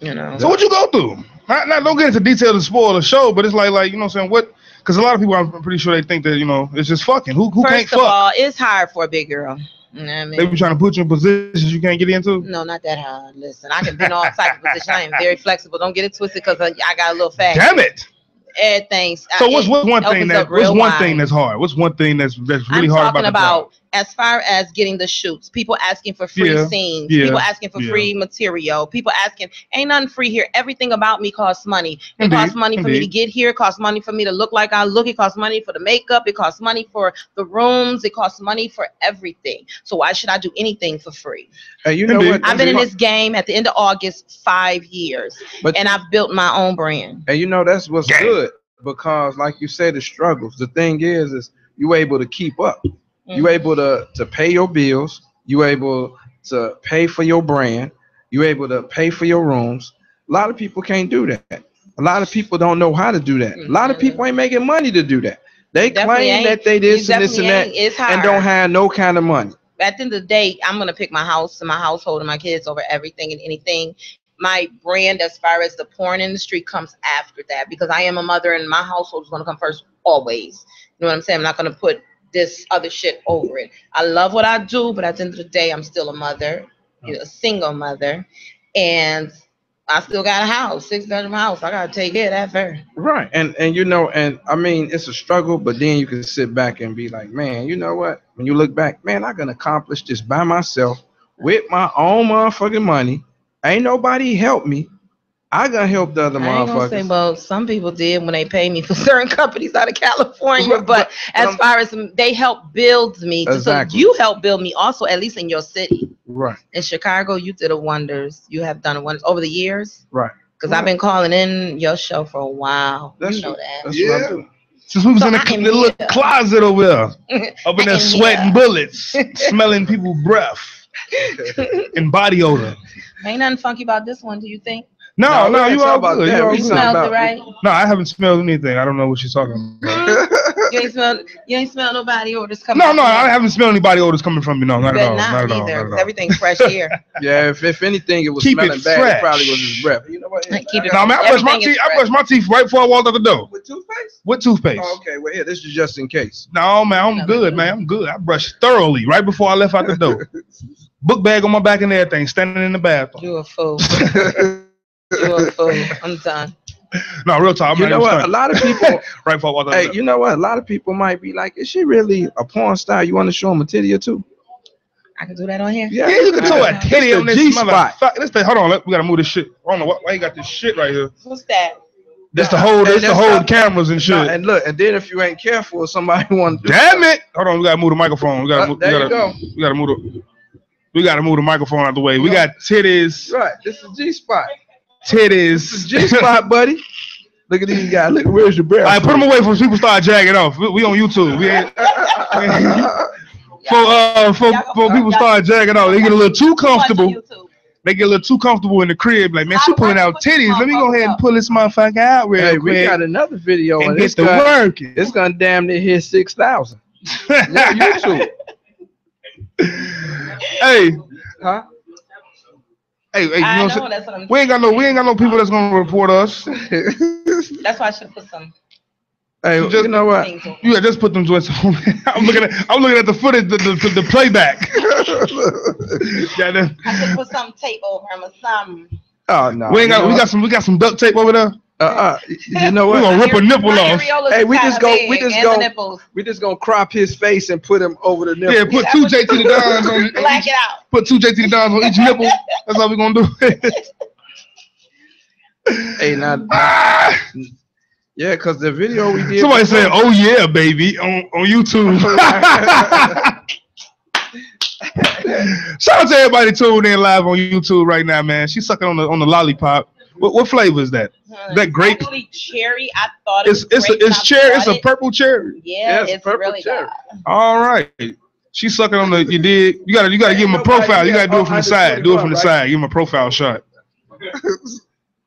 [SPEAKER 7] You know.
[SPEAKER 5] So what you go through? Not, not don't get into detail to spoil the show, but it's like like you know what I'm saying what? Because a lot of people, I'm pretty sure they think that you know it's just fucking. Who who can't
[SPEAKER 7] First of
[SPEAKER 5] fuck?
[SPEAKER 7] all, it's hard for a big girl. You know what I
[SPEAKER 5] they
[SPEAKER 7] mean?
[SPEAKER 5] be trying to put you in positions you can't get into.
[SPEAKER 7] No, not that hard. Listen, I can be in all types of positions. I am very flexible. Don't get it twisted because I, I got a little fat.
[SPEAKER 5] Damn it!
[SPEAKER 7] Everything.
[SPEAKER 5] So what's what's one
[SPEAKER 7] opens
[SPEAKER 5] thing
[SPEAKER 7] up
[SPEAKER 5] that what's
[SPEAKER 7] real
[SPEAKER 5] one
[SPEAKER 7] wide.
[SPEAKER 5] thing that's hard? What's one thing that's that's really
[SPEAKER 7] I'm
[SPEAKER 5] hard
[SPEAKER 7] talking
[SPEAKER 5] about,
[SPEAKER 7] about, as far as getting the shoots, people asking for free
[SPEAKER 5] Yeah,
[SPEAKER 7] scenes,
[SPEAKER 5] yeah,
[SPEAKER 7] people asking for
[SPEAKER 5] yeah.
[SPEAKER 7] free material, people asking, ain't nothing free here. Everything about me costs money. It
[SPEAKER 5] Indeed,
[SPEAKER 7] costs money for me to
[SPEAKER 5] indeed.
[SPEAKER 7] get here. It costs money for me to look like I look. It costs money for the makeup. It costs money for the rooms. It costs money for everything. So why should I do anything for free?
[SPEAKER 6] Hey, you know
[SPEAKER 5] Indeed.
[SPEAKER 6] what?
[SPEAKER 7] I've been in this game at the end of August five years,
[SPEAKER 6] But-
[SPEAKER 7] and I've built my own brand.
[SPEAKER 6] And you know that's what's
[SPEAKER 5] Gang.
[SPEAKER 6] good because, like you said, the struggles. The thing is, is you able to keep up.
[SPEAKER 7] Mm-hmm.
[SPEAKER 6] You able to to pay your bills. You able to pay for your brand. You able to pay for your rooms. A lot of people can't do that. A lot of people don't know how to do that. A lot of
[SPEAKER 7] Mhm.
[SPEAKER 6] people ain't making money to do that. They
[SPEAKER 7] Definitely
[SPEAKER 6] claim
[SPEAKER 7] ain't.
[SPEAKER 6] that they
[SPEAKER 7] You
[SPEAKER 6] this and this and
[SPEAKER 7] definitely ain't.
[SPEAKER 6] that,
[SPEAKER 7] It's hard.
[SPEAKER 6] and don't have no kind of money.
[SPEAKER 7] At the end of the day, I'm gonna pick my house and my household and my kids over everything and anything. My brand, as far as the porn industry, comes after that because I am a mother and my household is gonna come first always. You know what I'm saying? I'm not gonna put this other shit over it. I love what I do, but at the end of the day, I'm still a mother, you know, a single mother, and I still got a house, six bedroom house. I gotta take care of that first.
[SPEAKER 6] Right. And and you know, and I mean it's a struggle, but then you can sit back and be like, man, you know what? When you look back, man, I can accomplish this by myself with my own motherfucking money. Ain't nobody help me. I gonna help the other
[SPEAKER 7] I ain't gonna say,
[SPEAKER 6] motherfuckers.
[SPEAKER 7] well, some people did when they paid me for [laughs] certain companies out of California,
[SPEAKER 6] But-
[SPEAKER 7] but,
[SPEAKER 6] but-
[SPEAKER 7] as
[SPEAKER 6] I'm-
[SPEAKER 7] far as m- they help build me, so- so
[SPEAKER 6] Exactly.
[SPEAKER 7] you help build me also, at least in your city.
[SPEAKER 6] Right.
[SPEAKER 7] In Chicago, you did a wonders. You have done wonders over the years.
[SPEAKER 6] Right.
[SPEAKER 7] Because
[SPEAKER 6] [laughs]
[SPEAKER 7] I've been calling in your show for a while. you know that.
[SPEAKER 6] That's what I
[SPEAKER 5] Yeah.
[SPEAKER 6] do.
[SPEAKER 5] Since we was
[SPEAKER 7] So
[SPEAKER 5] in the,
[SPEAKER 7] I am
[SPEAKER 5] the little
[SPEAKER 7] here.
[SPEAKER 5] closet over
[SPEAKER 7] [laughs]
[SPEAKER 5] there, up
[SPEAKER 7] I
[SPEAKER 5] in there
[SPEAKER 7] am [laughs]
[SPEAKER 5] sweating bullets, smelling people breath [laughs] and body odor.
[SPEAKER 7] Ain't nothing funky about this one, do you
[SPEAKER 5] [laughs]
[SPEAKER 7] think?
[SPEAKER 5] No,
[SPEAKER 6] No, we
[SPEAKER 5] no,
[SPEAKER 6] ain't
[SPEAKER 5] you
[SPEAKER 6] talking
[SPEAKER 5] all
[SPEAKER 6] about
[SPEAKER 5] good.
[SPEAKER 6] that.
[SPEAKER 5] You all
[SPEAKER 6] We
[SPEAKER 5] good.
[SPEAKER 6] talking
[SPEAKER 7] Smelled
[SPEAKER 6] about-
[SPEAKER 7] it, right?
[SPEAKER 5] No, I haven't smelled anything. I don't know what she's talking about.
[SPEAKER 7] you ain't smelled. You ain't smelled nobody orders coming.
[SPEAKER 5] No,
[SPEAKER 7] out
[SPEAKER 5] no,
[SPEAKER 7] here.
[SPEAKER 5] I haven't smelled any body odors coming from you. No,
[SPEAKER 7] You
[SPEAKER 5] not at
[SPEAKER 7] better
[SPEAKER 5] all. Not at all.
[SPEAKER 7] either.
[SPEAKER 5] not at
[SPEAKER 7] 'cause
[SPEAKER 5] all.
[SPEAKER 7] Everything's fresh
[SPEAKER 5] [laughs]
[SPEAKER 7] here.
[SPEAKER 6] Yeah, if, if anything, it was
[SPEAKER 5] Keep it
[SPEAKER 6] smelling bad.
[SPEAKER 5] fresh.
[SPEAKER 6] It probably was his breath. You know what?
[SPEAKER 7] Like, keep it
[SPEAKER 5] No, man, I brushed my
[SPEAKER 7] Everything
[SPEAKER 5] teeth.
[SPEAKER 7] is
[SPEAKER 5] I brushed my teeth right before I walked out the door
[SPEAKER 6] With toothpaste?
[SPEAKER 5] with toothpaste.
[SPEAKER 6] Oh, okay, well, here, this is just in case.
[SPEAKER 5] No, man, I'm
[SPEAKER 7] No,
[SPEAKER 5] good,
[SPEAKER 7] man.
[SPEAKER 5] man. I'm good. I brushed thoroughly right before I left out
[SPEAKER 6] [laughs]
[SPEAKER 5] the door. Book bag on my back and everything, standing in the bathroom.
[SPEAKER 7] You a fool. You a fool. I'm done.
[SPEAKER 5] No, real talk. I'm
[SPEAKER 6] You
[SPEAKER 5] not
[SPEAKER 6] know what?
[SPEAKER 5] even
[SPEAKER 6] A
[SPEAKER 5] starting.
[SPEAKER 6] lot of people,
[SPEAKER 5] [laughs] Right before I walked out the
[SPEAKER 6] hey,
[SPEAKER 5] door.
[SPEAKER 6] you know what? A lot of people might be like, is she really a porn star? You want to show them a titty or two?
[SPEAKER 7] I can do that on here.
[SPEAKER 5] Yeah, you can throw a
[SPEAKER 7] It's
[SPEAKER 5] titty
[SPEAKER 6] the
[SPEAKER 5] on this
[SPEAKER 6] G-spot.
[SPEAKER 5] motherfucker. This the hold on, let- [laughs] we gotta move this shit. I don't know why, why you got this shit right here.
[SPEAKER 7] What's that?
[SPEAKER 5] That's the whole,
[SPEAKER 6] Hey,
[SPEAKER 5] that's the
[SPEAKER 6] that's
[SPEAKER 5] whole
[SPEAKER 6] not-
[SPEAKER 5] cameras and shit.
[SPEAKER 6] No, and look, and then if you ain't careful, somebody [laughs] want to do
[SPEAKER 5] Damn it! Hold on, we gotta move the microphone. We gotta,
[SPEAKER 6] Uh,
[SPEAKER 5] move, we
[SPEAKER 6] there you go.
[SPEAKER 5] gotta, we gotta move the, we gotta move the microphone out the way. We got titties,
[SPEAKER 6] Right, this is G spot. This
[SPEAKER 5] titties.
[SPEAKER 6] is G spot, buddy. Look at these guys. Look, where's your breath?
[SPEAKER 5] I put them away before people start jagging off. We, we on YouTube. We ain't, for uh for,
[SPEAKER 7] Y'all-
[SPEAKER 5] for people
[SPEAKER 7] y'all-
[SPEAKER 5] start jagging off. They get a little too comfortable.
[SPEAKER 7] Watch YouTube.
[SPEAKER 5] They get a little too comfortable in the crib. Like man, she
[SPEAKER 7] I-
[SPEAKER 5] pulling
[SPEAKER 7] I
[SPEAKER 5] out
[SPEAKER 7] put this
[SPEAKER 5] titties. Let me go ahead
[SPEAKER 7] motherfucker
[SPEAKER 5] and
[SPEAKER 7] up.
[SPEAKER 5] pull this motherfucker out real
[SPEAKER 6] Hey, we
[SPEAKER 5] quick
[SPEAKER 6] got another video,
[SPEAKER 5] and
[SPEAKER 6] and
[SPEAKER 5] get
[SPEAKER 6] it's
[SPEAKER 5] the
[SPEAKER 6] gonna,
[SPEAKER 5] work.
[SPEAKER 6] it's gonna damn near hit six thousand.
[SPEAKER 5] [laughs]
[SPEAKER 6] Yeah, YouTube,
[SPEAKER 5] hey,
[SPEAKER 6] huh?
[SPEAKER 5] hey, hey,
[SPEAKER 7] I
[SPEAKER 5] you know, what I'm
[SPEAKER 7] know.
[SPEAKER 5] saying?
[SPEAKER 7] That's what I'm.
[SPEAKER 5] we ain't got no we ain't got no people that's gonna
[SPEAKER 6] [laughs]
[SPEAKER 5] report us.
[SPEAKER 7] That's why I should put some
[SPEAKER 6] Hey,
[SPEAKER 5] You just-
[SPEAKER 6] you know what?
[SPEAKER 7] things on.
[SPEAKER 5] You had just put them joints on. [laughs] I'm looking at I'm looking at the footage, the the, the, the playback. yeah, that-
[SPEAKER 7] I should put some tape over him or something.
[SPEAKER 6] Oh no,
[SPEAKER 5] we ain't got
[SPEAKER 6] you
[SPEAKER 5] we
[SPEAKER 6] know
[SPEAKER 5] got some we got some duct tape over there.
[SPEAKER 6] what? uh, uh, you know what?
[SPEAKER 5] We gonna rip a nipple
[SPEAKER 7] My
[SPEAKER 5] off.
[SPEAKER 7] areolas
[SPEAKER 6] Hey, we
[SPEAKER 7] kinda
[SPEAKER 6] just go-
[SPEAKER 7] big
[SPEAKER 6] we just
[SPEAKER 7] and
[SPEAKER 6] go-
[SPEAKER 7] The nipples.
[SPEAKER 6] We just gonna crop his face and put him over the nipple.
[SPEAKER 5] Yeah, put two
[SPEAKER 6] [laughs]
[SPEAKER 5] JT
[SPEAKER 7] [laughs]
[SPEAKER 5] the Dons on it.
[SPEAKER 7] Black it out.
[SPEAKER 5] Put two JT the Dons on each nipple. That's all we gonna do.
[SPEAKER 6] Hey, now,
[SPEAKER 5] Ah!
[SPEAKER 6] yeah, cause the video we did.
[SPEAKER 5] Somebody said, "Oh yeah, baby," on on YouTube. [laughs] Shout out to everybody tuned in live on YouTube right now, man. She's sucking on the on the lollipop. What, what flavor is that?
[SPEAKER 7] Huh,
[SPEAKER 5] That grape-
[SPEAKER 7] Actually, cherry. I thought it
[SPEAKER 5] It's
[SPEAKER 7] was
[SPEAKER 5] it's a,
[SPEAKER 7] grape, and I
[SPEAKER 5] it's cherry. It's
[SPEAKER 7] bought
[SPEAKER 5] a
[SPEAKER 7] it.
[SPEAKER 5] purple cherry.
[SPEAKER 7] Yeah,
[SPEAKER 6] Yes,
[SPEAKER 7] it's
[SPEAKER 6] purple
[SPEAKER 7] really
[SPEAKER 6] cherry.
[SPEAKER 7] good.
[SPEAKER 5] All right. She's sucking on the. You did. You gotta. You gotta give him a profile. You gotta do it from the side. Do it from the side. Give him a profile shot.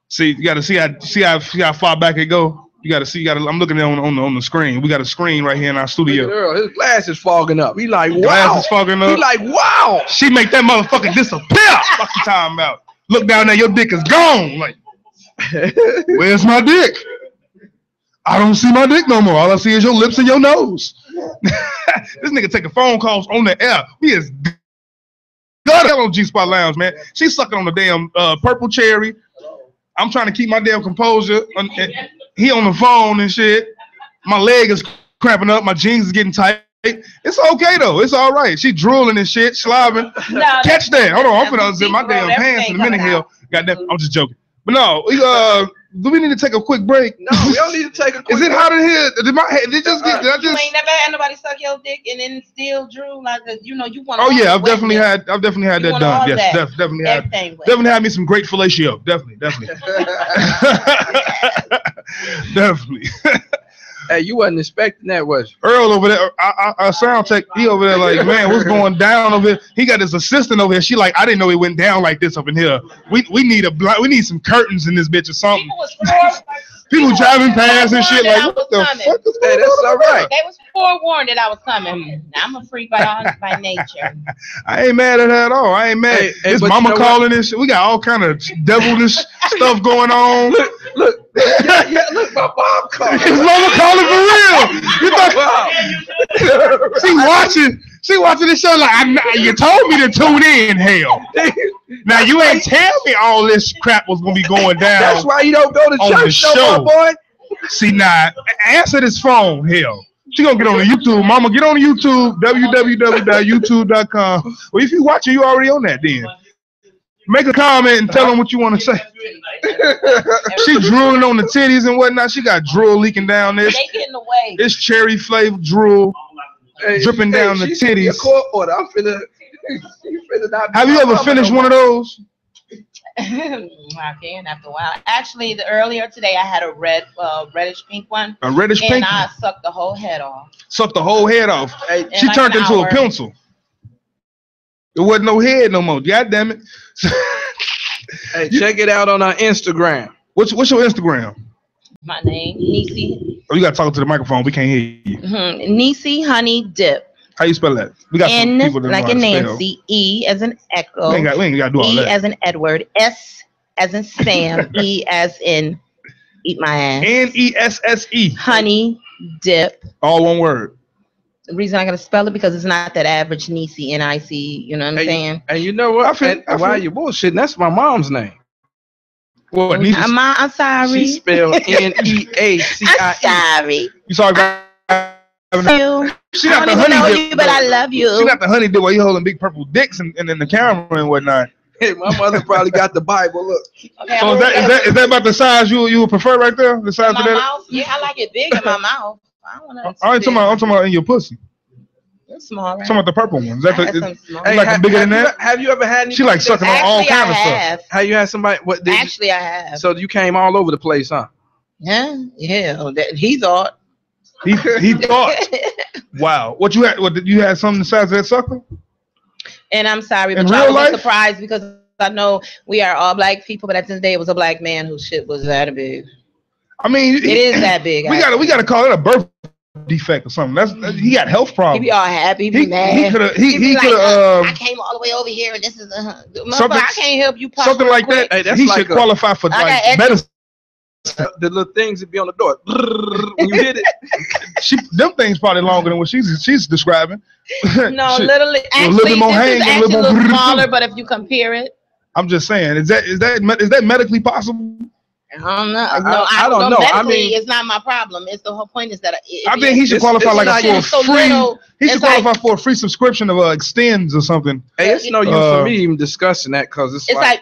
[SPEAKER 5] See. You gotta see how see how see how far back it go. You gotta see. You gotta. I'm looking on on the, on the screen. We got a screen right here in our
[SPEAKER 6] Look at
[SPEAKER 5] studio.
[SPEAKER 6] Earl, his glass is fogging up. He like,
[SPEAKER 5] Glass
[SPEAKER 6] wow.
[SPEAKER 5] is fogging
[SPEAKER 6] He
[SPEAKER 5] up.
[SPEAKER 6] like, wow.
[SPEAKER 5] She make that motherfucker disappear. Fuck you talking about? Look down there, your dick is gone.
[SPEAKER 6] [laughs]
[SPEAKER 5] Like, where's my dick? I don't see my dick no more. All I see is your lips and your nose. this nigga taking phone calls on the air. He is good on G Spot Lounge, man. She's sucking on the damn uh, purple cherry. I'm trying to keep my damn composure. Un- and He on the phone and shit. My leg is cramping up. My jeans is getting tight. It's okay though. It's all right. She drooling and shit, slobbing.
[SPEAKER 7] [laughs] No, that's-
[SPEAKER 5] Catch that. Hold on, I'm
[SPEAKER 7] that's
[SPEAKER 5] finna unzip my
[SPEAKER 7] deep
[SPEAKER 5] damn
[SPEAKER 7] throat,
[SPEAKER 5] pants in a minute
[SPEAKER 7] everything
[SPEAKER 5] here. God damn, I'm just joking. But no, we, uh, do we need to take a quick break?
[SPEAKER 6] No, we don't need to take a quick
[SPEAKER 5] [laughs] Is it hot in here? Did my head, did it just get, did I
[SPEAKER 7] You
[SPEAKER 5] just?
[SPEAKER 7] ain't never had nobody suck your dick and then still drew like that. You know you want.
[SPEAKER 5] Oh yeah, I've definitely had, I've definitely had
[SPEAKER 7] You
[SPEAKER 5] that
[SPEAKER 7] want all
[SPEAKER 5] done. Yes,
[SPEAKER 7] that.
[SPEAKER 5] def- definitely had,
[SPEAKER 7] everything. wet.
[SPEAKER 5] definitely had me some great fellatio.
[SPEAKER 7] [laughs]
[SPEAKER 5] Definitely, definitely, definitely. [laughs]
[SPEAKER 6] hey, you wasn't expecting that, was you?
[SPEAKER 5] Earl over there, I, I, I sound tech. He over there like, man, what's going down over here? He got his assistant over here. She like, I didn't know it went down like this up in here. We we need a blind, we need some curtains in this bitch or something.
[SPEAKER 7] People was
[SPEAKER 5] [laughs]
[SPEAKER 7] forewarned.
[SPEAKER 5] People
[SPEAKER 7] people
[SPEAKER 5] driving
[SPEAKER 7] was
[SPEAKER 5] past and shit
[SPEAKER 7] forewarned that
[SPEAKER 5] like,
[SPEAKER 7] I
[SPEAKER 5] what
[SPEAKER 7] was
[SPEAKER 5] the
[SPEAKER 7] coming.
[SPEAKER 5] fuck is
[SPEAKER 6] Hey, that's
[SPEAKER 5] going on
[SPEAKER 6] all
[SPEAKER 5] over here?
[SPEAKER 6] right.
[SPEAKER 7] They was forewarned that I was coming. I'm a freak by by nature.
[SPEAKER 5] I ain't mad at her at all. I ain't mad.
[SPEAKER 6] Hey, hey,
[SPEAKER 5] His
[SPEAKER 6] but you
[SPEAKER 5] mama
[SPEAKER 6] know what?
[SPEAKER 5] calling and shit. We got all kind of
[SPEAKER 6] [laughs]
[SPEAKER 5] devilish stuff going on.
[SPEAKER 6] Look, look,
[SPEAKER 5] [laughs]
[SPEAKER 6] yeah, yeah, look, my mom called.
[SPEAKER 5] His mama calling for real. You thought
[SPEAKER 6] Wow.
[SPEAKER 5] she watching? She watching the show like I, kn- you told me to tune in. Hell, now you ain't tell me all this crap was gonna be going down.
[SPEAKER 6] That's why you don't go to
[SPEAKER 5] On the
[SPEAKER 6] church no
[SPEAKER 5] show.
[SPEAKER 6] more, boy.
[SPEAKER 5] See now, a- answer this phone. Hell, she gonna get on the YouTube. Mama, get on the YouTube. www.youtube.com. Well, if you watching, you already on that. Then make a comment and tell them what you want to say. [laughs] She drooling on the titties and whatnot. She got drool leaking down there.
[SPEAKER 7] They getting away.
[SPEAKER 5] It's cherry flavored drool.
[SPEAKER 6] Hey,
[SPEAKER 5] Dripping down the
[SPEAKER 6] she should be a
[SPEAKER 5] titties.
[SPEAKER 6] court order. I'm finna, she finna not be
[SPEAKER 5] [laughs] Have you
[SPEAKER 6] my
[SPEAKER 5] ever
[SPEAKER 6] mama
[SPEAKER 5] finished
[SPEAKER 6] no
[SPEAKER 5] one of those?
[SPEAKER 7] [laughs] I can after a while. Actually, the earlier today I had a red, uh, reddish pink one.
[SPEAKER 5] A reddish
[SPEAKER 7] and
[SPEAKER 5] pink
[SPEAKER 7] I sucked the whole head off.
[SPEAKER 5] sucked the whole head off.
[SPEAKER 7] In
[SPEAKER 5] she
[SPEAKER 7] like
[SPEAKER 5] turned
[SPEAKER 7] an
[SPEAKER 5] into
[SPEAKER 7] hour.
[SPEAKER 5] a pencil. It wasn't no head no more. God damn it. [laughs]
[SPEAKER 6] Hey, check it out on our Instagram.
[SPEAKER 5] What's what's your Instagram?
[SPEAKER 7] My name Nisi
[SPEAKER 5] Oh, you gotta talk to the microphone. We can't hear you.
[SPEAKER 7] mhm, Nisi Honey Dip.
[SPEAKER 5] How you spell that? We got some
[SPEAKER 7] N
[SPEAKER 5] people that
[SPEAKER 7] like
[SPEAKER 5] know
[SPEAKER 7] in
[SPEAKER 5] how to spell.
[SPEAKER 7] Nancy, E as in Echo,
[SPEAKER 5] We ain't got we ain't gotta do all
[SPEAKER 7] E
[SPEAKER 5] that.
[SPEAKER 7] as in Edward, S as in
[SPEAKER 5] [laughs]
[SPEAKER 7] Sam, E as in eat my ass.
[SPEAKER 5] N E S S E.
[SPEAKER 7] Honey dip.
[SPEAKER 5] All one word.
[SPEAKER 7] The reason I'm gonna spell it because it's not that average Nisi N I C. You know what I'm
[SPEAKER 6] Hey,
[SPEAKER 7] saying?
[SPEAKER 6] And you know what?
[SPEAKER 5] I feel-
[SPEAKER 6] And
[SPEAKER 5] I feel-
[SPEAKER 6] why you bullshitting? That's my mom's name.
[SPEAKER 5] What? Nisha,
[SPEAKER 7] I'm, I'm sorry. [laughs]
[SPEAKER 6] She spelled N E A [laughs] C
[SPEAKER 7] I'm
[SPEAKER 6] I
[SPEAKER 7] sorry.
[SPEAKER 5] you sorry about
[SPEAKER 7] You.
[SPEAKER 5] she
[SPEAKER 7] I
[SPEAKER 5] not the
[SPEAKER 7] don't even know
[SPEAKER 5] honey
[SPEAKER 7] you,
[SPEAKER 5] dip.
[SPEAKER 7] but I
[SPEAKER 5] though.
[SPEAKER 7] love
[SPEAKER 5] She
[SPEAKER 7] you.
[SPEAKER 5] not the honey dip while you holding big purple dicks and, and in the camera and whatnot.
[SPEAKER 6] E. My mother probably got the Bible. Look,
[SPEAKER 7] Okay,
[SPEAKER 5] So
[SPEAKER 7] I'm
[SPEAKER 5] is that is that is that about the size you you would prefer right there? The size
[SPEAKER 7] in
[SPEAKER 5] of
[SPEAKER 7] my
[SPEAKER 5] that?
[SPEAKER 7] mouth? Yeah, I like it big in my mouth. I don't want
[SPEAKER 5] I ain't talking about, I'm talking about in your pussy.
[SPEAKER 7] It's small.
[SPEAKER 5] I'm
[SPEAKER 7] Right?
[SPEAKER 5] talking about the purple one. [laughs] Is that
[SPEAKER 7] I got
[SPEAKER 5] the,
[SPEAKER 7] some small.
[SPEAKER 5] Hey, like
[SPEAKER 6] ha-
[SPEAKER 5] bigger
[SPEAKER 6] have
[SPEAKER 5] than
[SPEAKER 6] you-
[SPEAKER 5] that?
[SPEAKER 6] Have you ever had any?
[SPEAKER 5] she like sucking on all
[SPEAKER 7] Actually, I
[SPEAKER 5] kind of stuff.
[SPEAKER 7] have.
[SPEAKER 6] Have you had somebody? What? Did you-
[SPEAKER 7] Actually, I have.
[SPEAKER 6] so you came all over the place, huh?
[SPEAKER 7] Yeah, yeah, that, he's thought.
[SPEAKER 5] He
[SPEAKER 7] [laughs]
[SPEAKER 5] he thought, wow. What you had? What did you had? Something the size of that sucker?
[SPEAKER 7] and I'm sorry,
[SPEAKER 5] In
[SPEAKER 7] but
[SPEAKER 5] real
[SPEAKER 7] y'all
[SPEAKER 5] life?
[SPEAKER 7] was surprised because I know we are all black people, but at the end of the day, it was a black man whose shit was that big.
[SPEAKER 5] I mean,
[SPEAKER 7] It is that big.
[SPEAKER 5] We gotta we gotta call it a birth defect or something. That's he got health
[SPEAKER 7] He
[SPEAKER 5] problems.
[SPEAKER 7] be all happy, he
[SPEAKER 5] He
[SPEAKER 7] be
[SPEAKER 5] he could
[SPEAKER 7] mad.
[SPEAKER 5] have he
[SPEAKER 7] He be
[SPEAKER 5] he
[SPEAKER 7] like, "Uh,
[SPEAKER 5] could have
[SPEAKER 7] I
[SPEAKER 5] um,
[SPEAKER 7] came all the way over here, and this is uh,
[SPEAKER 5] Something-
[SPEAKER 7] something. I can't help you. pop
[SPEAKER 5] something
[SPEAKER 7] real
[SPEAKER 5] like
[SPEAKER 7] quick.
[SPEAKER 5] that.
[SPEAKER 6] Hey, that's
[SPEAKER 5] he
[SPEAKER 6] like
[SPEAKER 5] should
[SPEAKER 6] a-
[SPEAKER 5] qualify for
[SPEAKER 7] I got
[SPEAKER 5] like
[SPEAKER 7] extra-
[SPEAKER 5] medicine.
[SPEAKER 6] The little things that be on the door. When you hit it,
[SPEAKER 5] [laughs] She them things probably longer than what she's she's describing. [laughs]
[SPEAKER 7] No,
[SPEAKER 5] Shit.
[SPEAKER 7] literally,
[SPEAKER 5] A
[SPEAKER 7] actually,
[SPEAKER 5] little bit more
[SPEAKER 7] this is
[SPEAKER 5] hang and a
[SPEAKER 7] actually
[SPEAKER 5] little
[SPEAKER 7] a little
[SPEAKER 5] [laughs] more-
[SPEAKER 7] smaller. But if you compare it,
[SPEAKER 5] I'm just saying, is that is that me- is that medically possible?
[SPEAKER 7] I don't know.
[SPEAKER 6] I-
[SPEAKER 7] no,
[SPEAKER 6] I
[SPEAKER 7] I,
[SPEAKER 6] don't
[SPEAKER 7] don't
[SPEAKER 6] know. I
[SPEAKER 7] know. Medically,
[SPEAKER 6] mean-
[SPEAKER 7] it's not my problem. It's the whole point is that it,
[SPEAKER 5] I think he should
[SPEAKER 6] It's-
[SPEAKER 5] qualify
[SPEAKER 6] it's
[SPEAKER 5] like
[SPEAKER 6] not-
[SPEAKER 5] a,
[SPEAKER 7] it's
[SPEAKER 5] for
[SPEAKER 7] so
[SPEAKER 5] a free.
[SPEAKER 7] little,
[SPEAKER 5] he should
[SPEAKER 7] it's like-
[SPEAKER 5] qualify for a free subscription of uh, extends or something.
[SPEAKER 6] hey, it's no use
[SPEAKER 5] Uh,
[SPEAKER 6] for me even discussing that because it's,
[SPEAKER 7] it's like
[SPEAKER 6] like,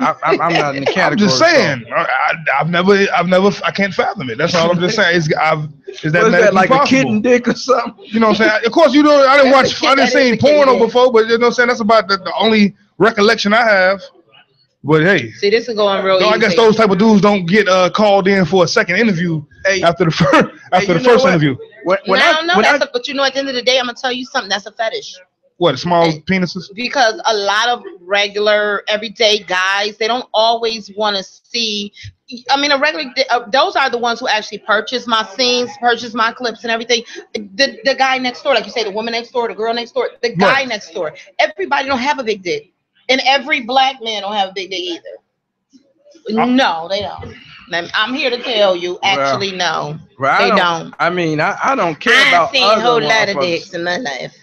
[SPEAKER 6] I, I'm, I'm not in the category.
[SPEAKER 5] [laughs] I'm just
[SPEAKER 6] so-
[SPEAKER 5] saying. I, I, I've never, I've never, I can't fathom it. That's all I'm just saying. It's, I've, is that,
[SPEAKER 6] What is
[SPEAKER 5] medically
[SPEAKER 6] that like
[SPEAKER 5] possible?
[SPEAKER 6] a kitten dick or something?
[SPEAKER 5] You know what I'm saying? Of course, you know, I didn't
[SPEAKER 7] That's a
[SPEAKER 5] watch,
[SPEAKER 7] kid-
[SPEAKER 5] I didn't
[SPEAKER 7] that is
[SPEAKER 5] seen
[SPEAKER 7] a kid,
[SPEAKER 5] porno
[SPEAKER 7] yeah.
[SPEAKER 5] before, but you know what I'm saying? That's about the, the only recollection I have. But hey,
[SPEAKER 7] See, this is going
[SPEAKER 6] Oh,
[SPEAKER 7] real.
[SPEAKER 5] no, I
[SPEAKER 7] easy.
[SPEAKER 5] guess those type of dudes don't get uh, called in for a second interview
[SPEAKER 6] Hey,
[SPEAKER 5] after the [laughs] first after
[SPEAKER 6] you
[SPEAKER 5] the
[SPEAKER 6] know
[SPEAKER 5] first
[SPEAKER 6] what?
[SPEAKER 5] interview.
[SPEAKER 6] when, when
[SPEAKER 7] no,
[SPEAKER 6] I,
[SPEAKER 7] I, don't know.
[SPEAKER 6] when I
[SPEAKER 7] That's a, but you know, at the end of the day, I'm gonna tell you something. That's a fetish
[SPEAKER 5] What small
[SPEAKER 7] Hey.
[SPEAKER 5] penises?
[SPEAKER 7] because a lot of regular, everyday guys they don't always want to see. I mean, a regular. Uh, those are the ones who actually purchase my scenes, purchase my clips, and everything. The the guy next door, like you say, the woman next door, the girl next door, the guy
[SPEAKER 5] Right.
[SPEAKER 7] next door. Everybody don't have a big dick, and every black man don't have a big dick either.
[SPEAKER 6] Uh-huh.
[SPEAKER 7] No, they don't. And I'm here to tell you, actually, no.
[SPEAKER 6] Well, I
[SPEAKER 7] They
[SPEAKER 6] don't,
[SPEAKER 7] don't.
[SPEAKER 6] I mean, I, I don't care
[SPEAKER 7] I
[SPEAKER 6] about
[SPEAKER 7] have seen a
[SPEAKER 6] uh, other
[SPEAKER 7] whole lot of
[SPEAKER 6] motherfuckers.
[SPEAKER 7] dicks in my life,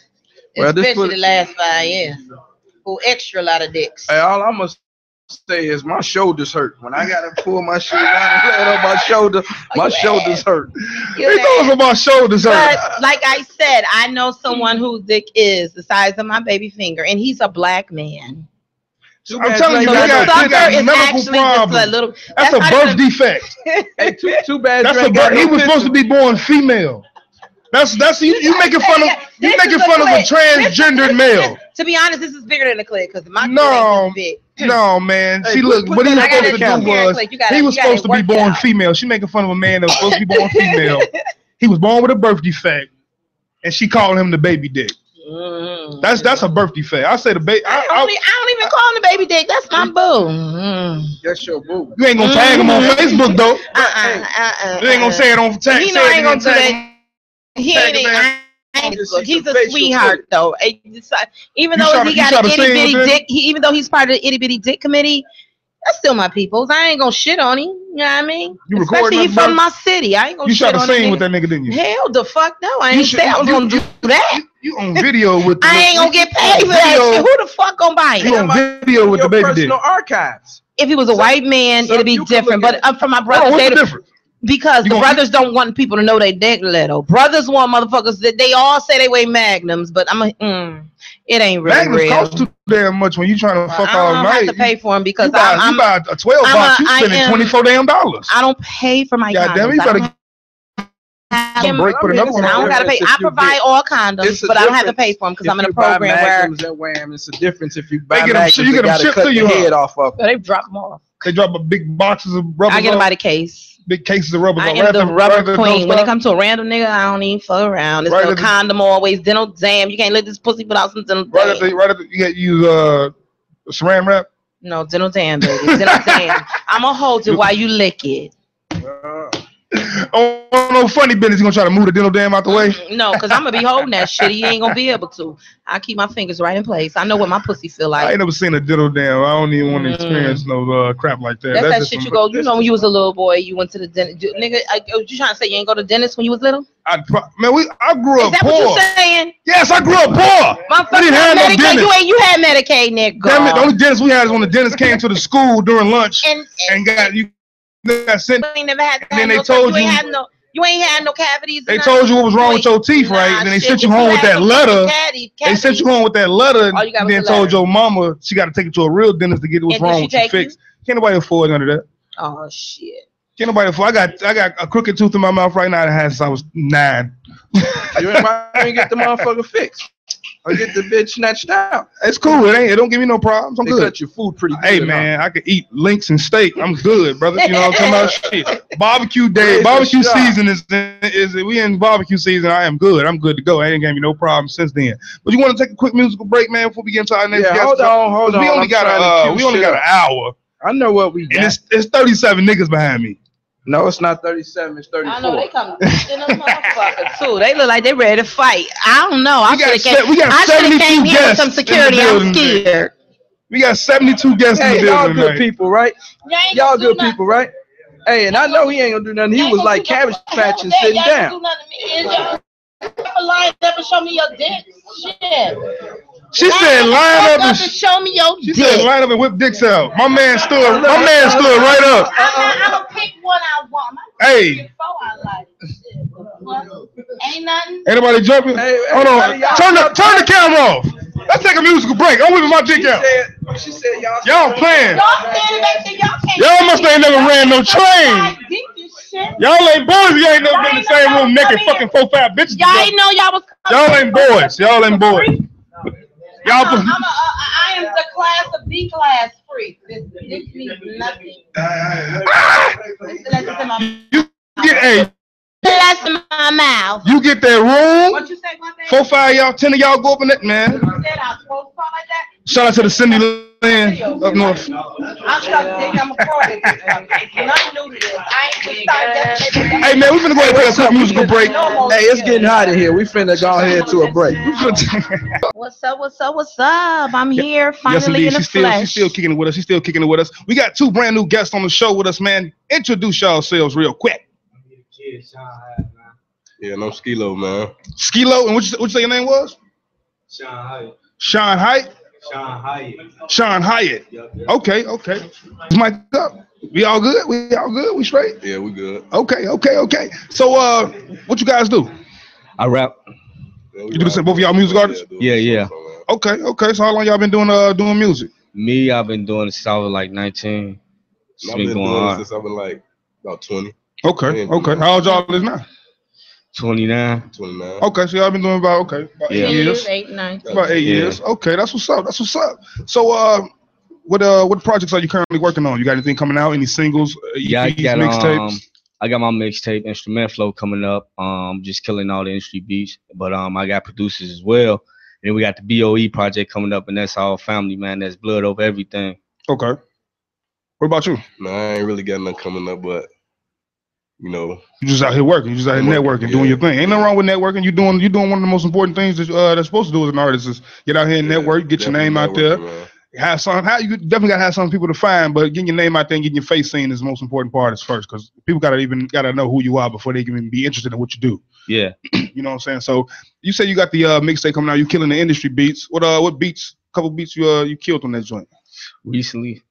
[SPEAKER 6] Well, this
[SPEAKER 7] especially
[SPEAKER 6] would-
[SPEAKER 7] the last five years. Who extra lot of dicks?
[SPEAKER 6] Hey, all I'm gonna say is my shoulders hurt when I gotta pull my shit out and lay it on my
[SPEAKER 7] [laughs]
[SPEAKER 6] shoulder. My
[SPEAKER 7] Oh, you
[SPEAKER 6] shoulders
[SPEAKER 7] ass.
[SPEAKER 6] hurt.
[SPEAKER 7] You
[SPEAKER 5] They
[SPEAKER 7] know?
[SPEAKER 5] throw over my shoulders.
[SPEAKER 7] But
[SPEAKER 5] huh?
[SPEAKER 7] like I said, I know
[SPEAKER 5] Mm-hmm.
[SPEAKER 7] someone whose dick is the size of my baby finger, and he's a black man.
[SPEAKER 6] Too
[SPEAKER 5] I'm
[SPEAKER 6] bad
[SPEAKER 5] telling
[SPEAKER 6] Drake
[SPEAKER 5] you,
[SPEAKER 7] So
[SPEAKER 5] we
[SPEAKER 6] ain't
[SPEAKER 7] the
[SPEAKER 5] got-
[SPEAKER 6] got,
[SPEAKER 5] we
[SPEAKER 7] sucker
[SPEAKER 5] got
[SPEAKER 7] is
[SPEAKER 5] medical
[SPEAKER 7] actually just
[SPEAKER 5] problem.
[SPEAKER 7] a little.
[SPEAKER 5] That's a
[SPEAKER 7] not
[SPEAKER 5] birth
[SPEAKER 7] even-
[SPEAKER 5] defect.
[SPEAKER 6] [laughs] hey, too, too bad.
[SPEAKER 5] That's
[SPEAKER 6] Drake
[SPEAKER 5] a
[SPEAKER 6] got
[SPEAKER 5] bird.
[SPEAKER 6] no
[SPEAKER 5] He was
[SPEAKER 6] picture.
[SPEAKER 5] supposed to be born female. That's that's you. You making fun of you
[SPEAKER 7] This
[SPEAKER 5] making
[SPEAKER 7] is a
[SPEAKER 5] fun of a
[SPEAKER 7] clip.
[SPEAKER 5] transgendered male.
[SPEAKER 7] To be honest, this is bigger than a click because my clip
[SPEAKER 5] No.
[SPEAKER 7] ain't this big.
[SPEAKER 5] [clears throat] No man.
[SPEAKER 6] Hey,
[SPEAKER 5] See,
[SPEAKER 6] put-
[SPEAKER 5] look,
[SPEAKER 6] put
[SPEAKER 5] what he
[SPEAKER 6] that
[SPEAKER 5] was
[SPEAKER 7] I
[SPEAKER 5] supposed
[SPEAKER 7] gotta
[SPEAKER 5] to
[SPEAKER 7] do
[SPEAKER 5] do
[SPEAKER 7] mirror
[SPEAKER 5] was
[SPEAKER 7] click. You gotta,
[SPEAKER 5] he was
[SPEAKER 7] you gotta
[SPEAKER 5] supposed to be
[SPEAKER 7] work
[SPEAKER 5] born
[SPEAKER 7] out.
[SPEAKER 5] female. She making fun of a man that was supposed to be born female. He was born with a birth defect, and she called him the baby dick.
[SPEAKER 6] Mm-hmm.
[SPEAKER 7] Mm.
[SPEAKER 5] That's that's a birth defect. I say the baby.
[SPEAKER 7] I don't, e- I don't even call him the baby dick. That's my boo. Mm.
[SPEAKER 6] That's your boo. Mm-hmm.
[SPEAKER 5] You ain't gonna tag him on
[SPEAKER 7] Mm.
[SPEAKER 5] Facebook though.
[SPEAKER 7] Uh-uh, uh-uh.
[SPEAKER 5] You ain't gonna say it on tag.
[SPEAKER 7] He
[SPEAKER 5] say
[SPEAKER 7] know I
[SPEAKER 5] it
[SPEAKER 7] ain't
[SPEAKER 5] in
[SPEAKER 7] gonna do
[SPEAKER 5] tag.
[SPEAKER 7] that. He
[SPEAKER 5] Tag
[SPEAKER 7] ain't.
[SPEAKER 5] him
[SPEAKER 7] I ain't
[SPEAKER 6] Just
[SPEAKER 7] look,
[SPEAKER 6] see
[SPEAKER 7] He's
[SPEAKER 6] some
[SPEAKER 7] a
[SPEAKER 6] facial
[SPEAKER 7] sweetheart though. And it's like- Even
[SPEAKER 5] You
[SPEAKER 7] though
[SPEAKER 5] shot-
[SPEAKER 7] he
[SPEAKER 5] you
[SPEAKER 7] got an
[SPEAKER 5] shot a
[SPEAKER 7] itty
[SPEAKER 5] single
[SPEAKER 7] bitty
[SPEAKER 5] dick?
[SPEAKER 7] dick, he, even though he's part of the itty bitty dick committee, that's still my people's. I ain't gonna shit on him. You know what I mean?
[SPEAKER 5] You
[SPEAKER 7] Especially
[SPEAKER 5] recording
[SPEAKER 7] he
[SPEAKER 5] that,
[SPEAKER 7] from
[SPEAKER 5] bro?
[SPEAKER 7] my city. I ain't gonna
[SPEAKER 5] You
[SPEAKER 7] shit
[SPEAKER 5] shot a
[SPEAKER 7] on him.
[SPEAKER 5] scene with that nigga, didn't you?
[SPEAKER 7] Hell the fuck no. I
[SPEAKER 5] You
[SPEAKER 7] ain't
[SPEAKER 5] should-
[SPEAKER 7] say I was
[SPEAKER 5] you-
[SPEAKER 7] gonna do that.
[SPEAKER 5] You on video with the
[SPEAKER 7] I ain't gonna get paid for that
[SPEAKER 5] Video-
[SPEAKER 7] shit. Who the fuck gonna buy
[SPEAKER 5] You
[SPEAKER 7] it?
[SPEAKER 5] on video with
[SPEAKER 6] your
[SPEAKER 5] the baby dick.
[SPEAKER 6] personal archives.
[SPEAKER 7] If he was a
[SPEAKER 6] So-
[SPEAKER 7] white man,
[SPEAKER 6] so
[SPEAKER 7] it'd be
[SPEAKER 6] you can look
[SPEAKER 7] different.
[SPEAKER 6] at-
[SPEAKER 7] But uh, from my
[SPEAKER 5] Hold on,
[SPEAKER 7] brother's
[SPEAKER 5] Oh, what's
[SPEAKER 7] state
[SPEAKER 5] the
[SPEAKER 7] of
[SPEAKER 5] difference?
[SPEAKER 7] Because the
[SPEAKER 5] You gonna-
[SPEAKER 7] brothers don't want people to know they dick little. Brothers want motherfuckers that they all say they weigh magnums, but I'm a, mm, it ain't really
[SPEAKER 5] Magnums
[SPEAKER 7] real.
[SPEAKER 5] cost too damn much when you trying to fuck all
[SPEAKER 7] I don't
[SPEAKER 5] night.
[SPEAKER 7] have to pay for them
[SPEAKER 5] Oh, you,
[SPEAKER 7] because
[SPEAKER 5] buy,
[SPEAKER 7] I'm, I'm,
[SPEAKER 5] you buy a 12
[SPEAKER 7] I'm
[SPEAKER 5] box,
[SPEAKER 7] a-
[SPEAKER 5] you
[SPEAKER 7] I
[SPEAKER 5] spending
[SPEAKER 7] am-
[SPEAKER 5] 24 damn dollars.
[SPEAKER 7] I don't pay for my
[SPEAKER 5] God damn it,
[SPEAKER 7] condoms.
[SPEAKER 5] you
[SPEAKER 7] I
[SPEAKER 5] better
[SPEAKER 7] don't have
[SPEAKER 6] break, put another
[SPEAKER 7] listen,
[SPEAKER 6] one
[SPEAKER 7] I
[SPEAKER 6] on
[SPEAKER 7] don't
[SPEAKER 6] there.
[SPEAKER 7] gotta pay.
[SPEAKER 6] If
[SPEAKER 7] I
[SPEAKER 6] you
[SPEAKER 7] provide
[SPEAKER 6] get-
[SPEAKER 7] all
[SPEAKER 6] It's
[SPEAKER 7] condoms,
[SPEAKER 6] a
[SPEAKER 7] but I don't have to
[SPEAKER 6] different-
[SPEAKER 7] pay for them because
[SPEAKER 6] if
[SPEAKER 7] I'm in a
[SPEAKER 6] you buy
[SPEAKER 7] program where
[SPEAKER 6] Magnums at Wham, it's a difference if you buy
[SPEAKER 5] They get 'em
[SPEAKER 6] Magnums,
[SPEAKER 5] shi- you
[SPEAKER 6] they
[SPEAKER 5] get 'em
[SPEAKER 6] gotta
[SPEAKER 5] shipped
[SPEAKER 6] cut
[SPEAKER 5] to
[SPEAKER 6] the
[SPEAKER 5] you, huh?
[SPEAKER 6] head off of. 'em.
[SPEAKER 7] they drop them off.
[SPEAKER 5] They drop a big boxes of rubber.
[SPEAKER 7] I get them
[SPEAKER 5] gloves,
[SPEAKER 7] by the case.
[SPEAKER 5] big cases of rubber.
[SPEAKER 7] I
[SPEAKER 5] gloves,
[SPEAKER 7] am the
[SPEAKER 5] rather than- rather
[SPEAKER 7] rubber
[SPEAKER 5] than no
[SPEAKER 7] queen. When it
[SPEAKER 5] stuff.
[SPEAKER 7] comes to a random nigga, I don't even fuck around. There's
[SPEAKER 5] Right
[SPEAKER 7] no
[SPEAKER 5] at the-
[SPEAKER 7] condom always. Dental damn. You can't let this pussy put out some dental
[SPEAKER 5] Right at
[SPEAKER 7] dam.
[SPEAKER 5] the right at the you got use uh saran wrap.
[SPEAKER 7] No dental dam, baby.
[SPEAKER 5] [laughs]
[SPEAKER 7] Dental dam. I'ma hold it while you lick it.
[SPEAKER 5] Oh, no funny business. You gonna try to move the dental dam out the way?
[SPEAKER 7] Mm, No, because I'm gonna be holding that shit. He ain't gonna be able to. I keep my fingers right in place. I know what my pussy feel
[SPEAKER 5] I
[SPEAKER 7] like.
[SPEAKER 5] ain't never seen a dental dam. I don't even want to
[SPEAKER 7] Mm.
[SPEAKER 5] experience no uh, crap like that.
[SPEAKER 7] That's, that
[SPEAKER 5] just
[SPEAKER 7] shit
[SPEAKER 5] some-
[SPEAKER 7] you go. You know when you was a little boy, you went to the dentist. Nigga, I, you trying to say you ain't go to dentist when you was little?
[SPEAKER 5] I pro- man, we I grew
[SPEAKER 7] Is
[SPEAKER 5] up
[SPEAKER 7] that
[SPEAKER 5] poor.
[SPEAKER 7] what you saying?
[SPEAKER 5] Yes, I grew up poor. We
[SPEAKER 7] Motherfucker,
[SPEAKER 5] didn't have no
[SPEAKER 7] Medicaid. you
[SPEAKER 5] dentist.
[SPEAKER 7] ain't you had Medicaid, nigga.
[SPEAKER 5] Damn it, the only dentist we had is when the dentist came to the school during lunch
[SPEAKER 7] and, and,
[SPEAKER 5] and got you got sent.
[SPEAKER 7] you ain't never had. to
[SPEAKER 5] and then
[SPEAKER 7] have
[SPEAKER 5] they
[SPEAKER 7] no-
[SPEAKER 5] told
[SPEAKER 7] ain't
[SPEAKER 5] you-
[SPEAKER 7] had no. You ain't had no cavities.
[SPEAKER 5] They told you what was wrong with your teeth, right? then they sent you home with that letter.
[SPEAKER 7] Caddy,
[SPEAKER 5] They sent you home with that letter,
[SPEAKER 7] All you got
[SPEAKER 5] and
[SPEAKER 7] was
[SPEAKER 5] then
[SPEAKER 7] the
[SPEAKER 5] told your mama she got to take it to a real dentist to get what's
[SPEAKER 7] And did
[SPEAKER 5] wrong
[SPEAKER 7] she
[SPEAKER 5] with you
[SPEAKER 7] take you?
[SPEAKER 5] fixed. Can't nobody afford none of that.
[SPEAKER 7] Oh shit.
[SPEAKER 5] Can't nobody afford. I got I got a crooked tooth in my mouth right now. that I had since I was nine.
[SPEAKER 6] You ain't buy- you ain't get the motherfucker fixed or get the bitch snatched out.
[SPEAKER 5] It's cool. It ain't. It don't give me no problems. I'm
[SPEAKER 6] They
[SPEAKER 5] good.
[SPEAKER 6] cut your food pretty good.
[SPEAKER 5] Hey
[SPEAKER 6] huh?
[SPEAKER 5] man, I could eat links and steak. I'm good, brother. You know what I'm talking about?
[SPEAKER 6] [laughs]
[SPEAKER 5] Shit. Barbecue day,
[SPEAKER 6] Raise
[SPEAKER 5] barbecue
[SPEAKER 6] a shot.
[SPEAKER 5] season is is we in barbecue season. I am good. I'm good to go. I ain't gave me no problem since then. But you want to take a quick musical break, man, before we get into our next
[SPEAKER 6] Yeah,
[SPEAKER 5] guest?
[SPEAKER 6] hold on, hold on.
[SPEAKER 5] We only
[SPEAKER 6] I'm
[SPEAKER 5] got
[SPEAKER 6] trying to
[SPEAKER 5] a uh,
[SPEAKER 6] cue
[SPEAKER 5] we only
[SPEAKER 6] shit
[SPEAKER 5] got
[SPEAKER 6] up.
[SPEAKER 5] an hour,
[SPEAKER 6] I know what we
[SPEAKER 5] and
[SPEAKER 6] got.
[SPEAKER 5] it's it's 37 niggas behind me.
[SPEAKER 6] No, it's not 37, it's 34.
[SPEAKER 7] I know they come in them motherfuckers too. They look like they ready to fight. I don't know. Oh, I
[SPEAKER 5] We got
[SPEAKER 7] should have
[SPEAKER 5] se-
[SPEAKER 7] came.
[SPEAKER 5] we got
[SPEAKER 7] I should have
[SPEAKER 5] 72
[SPEAKER 7] came here with
[SPEAKER 5] guests
[SPEAKER 7] some
[SPEAKER 5] in the
[SPEAKER 7] security. I'm
[SPEAKER 5] building.
[SPEAKER 7] scared.
[SPEAKER 5] We got 72 guests in
[SPEAKER 6] Hey,
[SPEAKER 5] the
[SPEAKER 6] y'all
[SPEAKER 5] building
[SPEAKER 6] good
[SPEAKER 5] tonight.
[SPEAKER 6] people, right?
[SPEAKER 7] You ain't
[SPEAKER 6] Y'all
[SPEAKER 7] gonna do
[SPEAKER 6] good
[SPEAKER 7] nothing.
[SPEAKER 6] people, right? Hey, and I know he ain't gonna do nothing. He
[SPEAKER 7] Y'all
[SPEAKER 6] was
[SPEAKER 7] ain't
[SPEAKER 6] like
[SPEAKER 7] gonna do
[SPEAKER 6] cabbage
[SPEAKER 7] nothing.
[SPEAKER 6] patch and
[SPEAKER 7] Y'all
[SPEAKER 6] sitting
[SPEAKER 7] ain't gonna
[SPEAKER 6] down.
[SPEAKER 7] do nothing to me. Is y'all- y'all Line up and show me your dick. Shit.
[SPEAKER 5] She said, "Line up and."
[SPEAKER 7] and show me your uh,
[SPEAKER 5] She
[SPEAKER 7] dick.
[SPEAKER 5] said, "Line up and whip dicks out." My man stood. My man stood right up.
[SPEAKER 7] I'm gonna pick one I want. I'm
[SPEAKER 5] Hey.
[SPEAKER 7] picking four I like. Shit. What? Ain't nothing.
[SPEAKER 5] Anybody jumping?
[SPEAKER 6] Hey, hey,
[SPEAKER 5] Hold on.
[SPEAKER 6] hey, y'all-
[SPEAKER 5] turn the turn the camera off. Let's take a musical break. I'm whipping my dick out.
[SPEAKER 6] said, she said y'all.
[SPEAKER 5] Y'all playing.
[SPEAKER 7] Y'all standing back there, y'all can't.
[SPEAKER 5] Y'all must ain't never ran no train.
[SPEAKER 7] Y'all deep as shit.
[SPEAKER 5] Y'all ain't boys. Y'all ain't never been in the same room naked fucking four five bitches.
[SPEAKER 7] Y'all
[SPEAKER 5] together.
[SPEAKER 7] ain't know y'all was coming.
[SPEAKER 5] Y'all ain't boys. Y'all ain't boys. Y'all.
[SPEAKER 7] I'm a, I'm a,
[SPEAKER 5] bu-
[SPEAKER 7] uh, I am the class of B class freak. This, this means nothing.
[SPEAKER 5] Ah!
[SPEAKER 7] This is less in my,
[SPEAKER 5] You get hey.
[SPEAKER 7] less in my mouth.
[SPEAKER 5] You get that room.
[SPEAKER 7] What you say, my thing?
[SPEAKER 5] Four five y'all. Ten of y'all go up in that man.
[SPEAKER 7] You said I was supposed to talk like that?
[SPEAKER 5] Shout out to the Cindy Lynn up north.
[SPEAKER 7] I'm stuck dick, I'm a part of this. Nothing new to this. I ain't just started yesterday.
[SPEAKER 5] Hey man, we finna go ahead and take a quick musical break.
[SPEAKER 6] Hey, it's getting hot in here. We finna go ahead to a break.
[SPEAKER 5] We finna take- [laughs]
[SPEAKER 7] What's up? What's up? What's up? I'm
[SPEAKER 5] Ye-
[SPEAKER 7] here
[SPEAKER 5] yes,
[SPEAKER 7] finally
[SPEAKER 5] indeed.
[SPEAKER 7] in the
[SPEAKER 5] she's still
[SPEAKER 7] flesh.
[SPEAKER 5] she's still kicking it with us. She's still kicking it with us. We got two brand new guests on the show with us, man. Introduce yourselves real quick.
[SPEAKER 9] Yeah, no skilo, man.
[SPEAKER 5] Skilo, and what you, what you say your name was? Sean Hyatt. Sean Hyatt. Okay, okay. Is Mike up? We all good? We all good? We straight?
[SPEAKER 9] Yeah, we good.
[SPEAKER 5] Okay, okay, okay. So, uh, what you guys do?
[SPEAKER 10] I rap.
[SPEAKER 9] Yeah, we
[SPEAKER 5] You do the
[SPEAKER 9] ride.
[SPEAKER 5] same. Both of y'all music artists?
[SPEAKER 9] do it.
[SPEAKER 10] Yeah, yeah.
[SPEAKER 9] So, man,
[SPEAKER 5] Okay, okay. So, how long y'all been doing uh doing music?
[SPEAKER 10] Me, I've been doing this since I was like 19. It's
[SPEAKER 9] I've
[SPEAKER 10] been
[SPEAKER 9] been
[SPEAKER 10] going
[SPEAKER 9] doing it
[SPEAKER 10] on.
[SPEAKER 9] since I've been like about 20,
[SPEAKER 5] Okay, okay. How old y'all is now?
[SPEAKER 10] 29.
[SPEAKER 9] 29.
[SPEAKER 5] Okay, so y'all been doing about okay about
[SPEAKER 10] Yeah.
[SPEAKER 5] eight years.
[SPEAKER 7] Eight, nine.
[SPEAKER 5] About eight
[SPEAKER 10] Yeah.
[SPEAKER 5] years. Okay, that's what's up. That's what's up. So, uh, what uh, what projects are you currently working on? You got anything coming out? Any singles? uh,
[SPEAKER 10] Yeah, I
[SPEAKER 5] EPs,
[SPEAKER 10] got
[SPEAKER 5] mixtapes?
[SPEAKER 10] um, I got my mixtape Instrument Flow coming up. Um, just killing all the industry beats, but um, I got producers as well. And we got the BOE project coming up, and that's all family, man. That's blood over everything.
[SPEAKER 5] Okay. What about you?
[SPEAKER 9] Nah, I ain't really got nothing coming up, but you know,
[SPEAKER 5] You just out here working. You just out here
[SPEAKER 9] I'm
[SPEAKER 5] networking,
[SPEAKER 9] working,
[SPEAKER 5] doing
[SPEAKER 9] yeah.
[SPEAKER 5] your thing. Ain't nothing wrong with networking. You doing you doing one of the most important things that uh, that's supposed to do as an artist is get out here and
[SPEAKER 9] yeah,
[SPEAKER 5] network, get your
[SPEAKER 9] definitely
[SPEAKER 5] name out there,
[SPEAKER 9] networking, man.
[SPEAKER 5] have some. How you definitely gotta have some people to find, but getting your name out there and getting your face seen is the most important part is first, because people gotta even gotta know who you are before they can even be interested in what you do. [clears throat]
[SPEAKER 10] Yeah.
[SPEAKER 5] You know what I'm saying? So you say you got the uh, mixtape coming out. You killing the industry beats. What uh, what beats? Couple beats you uh, you killed on that joint.
[SPEAKER 10] Recently,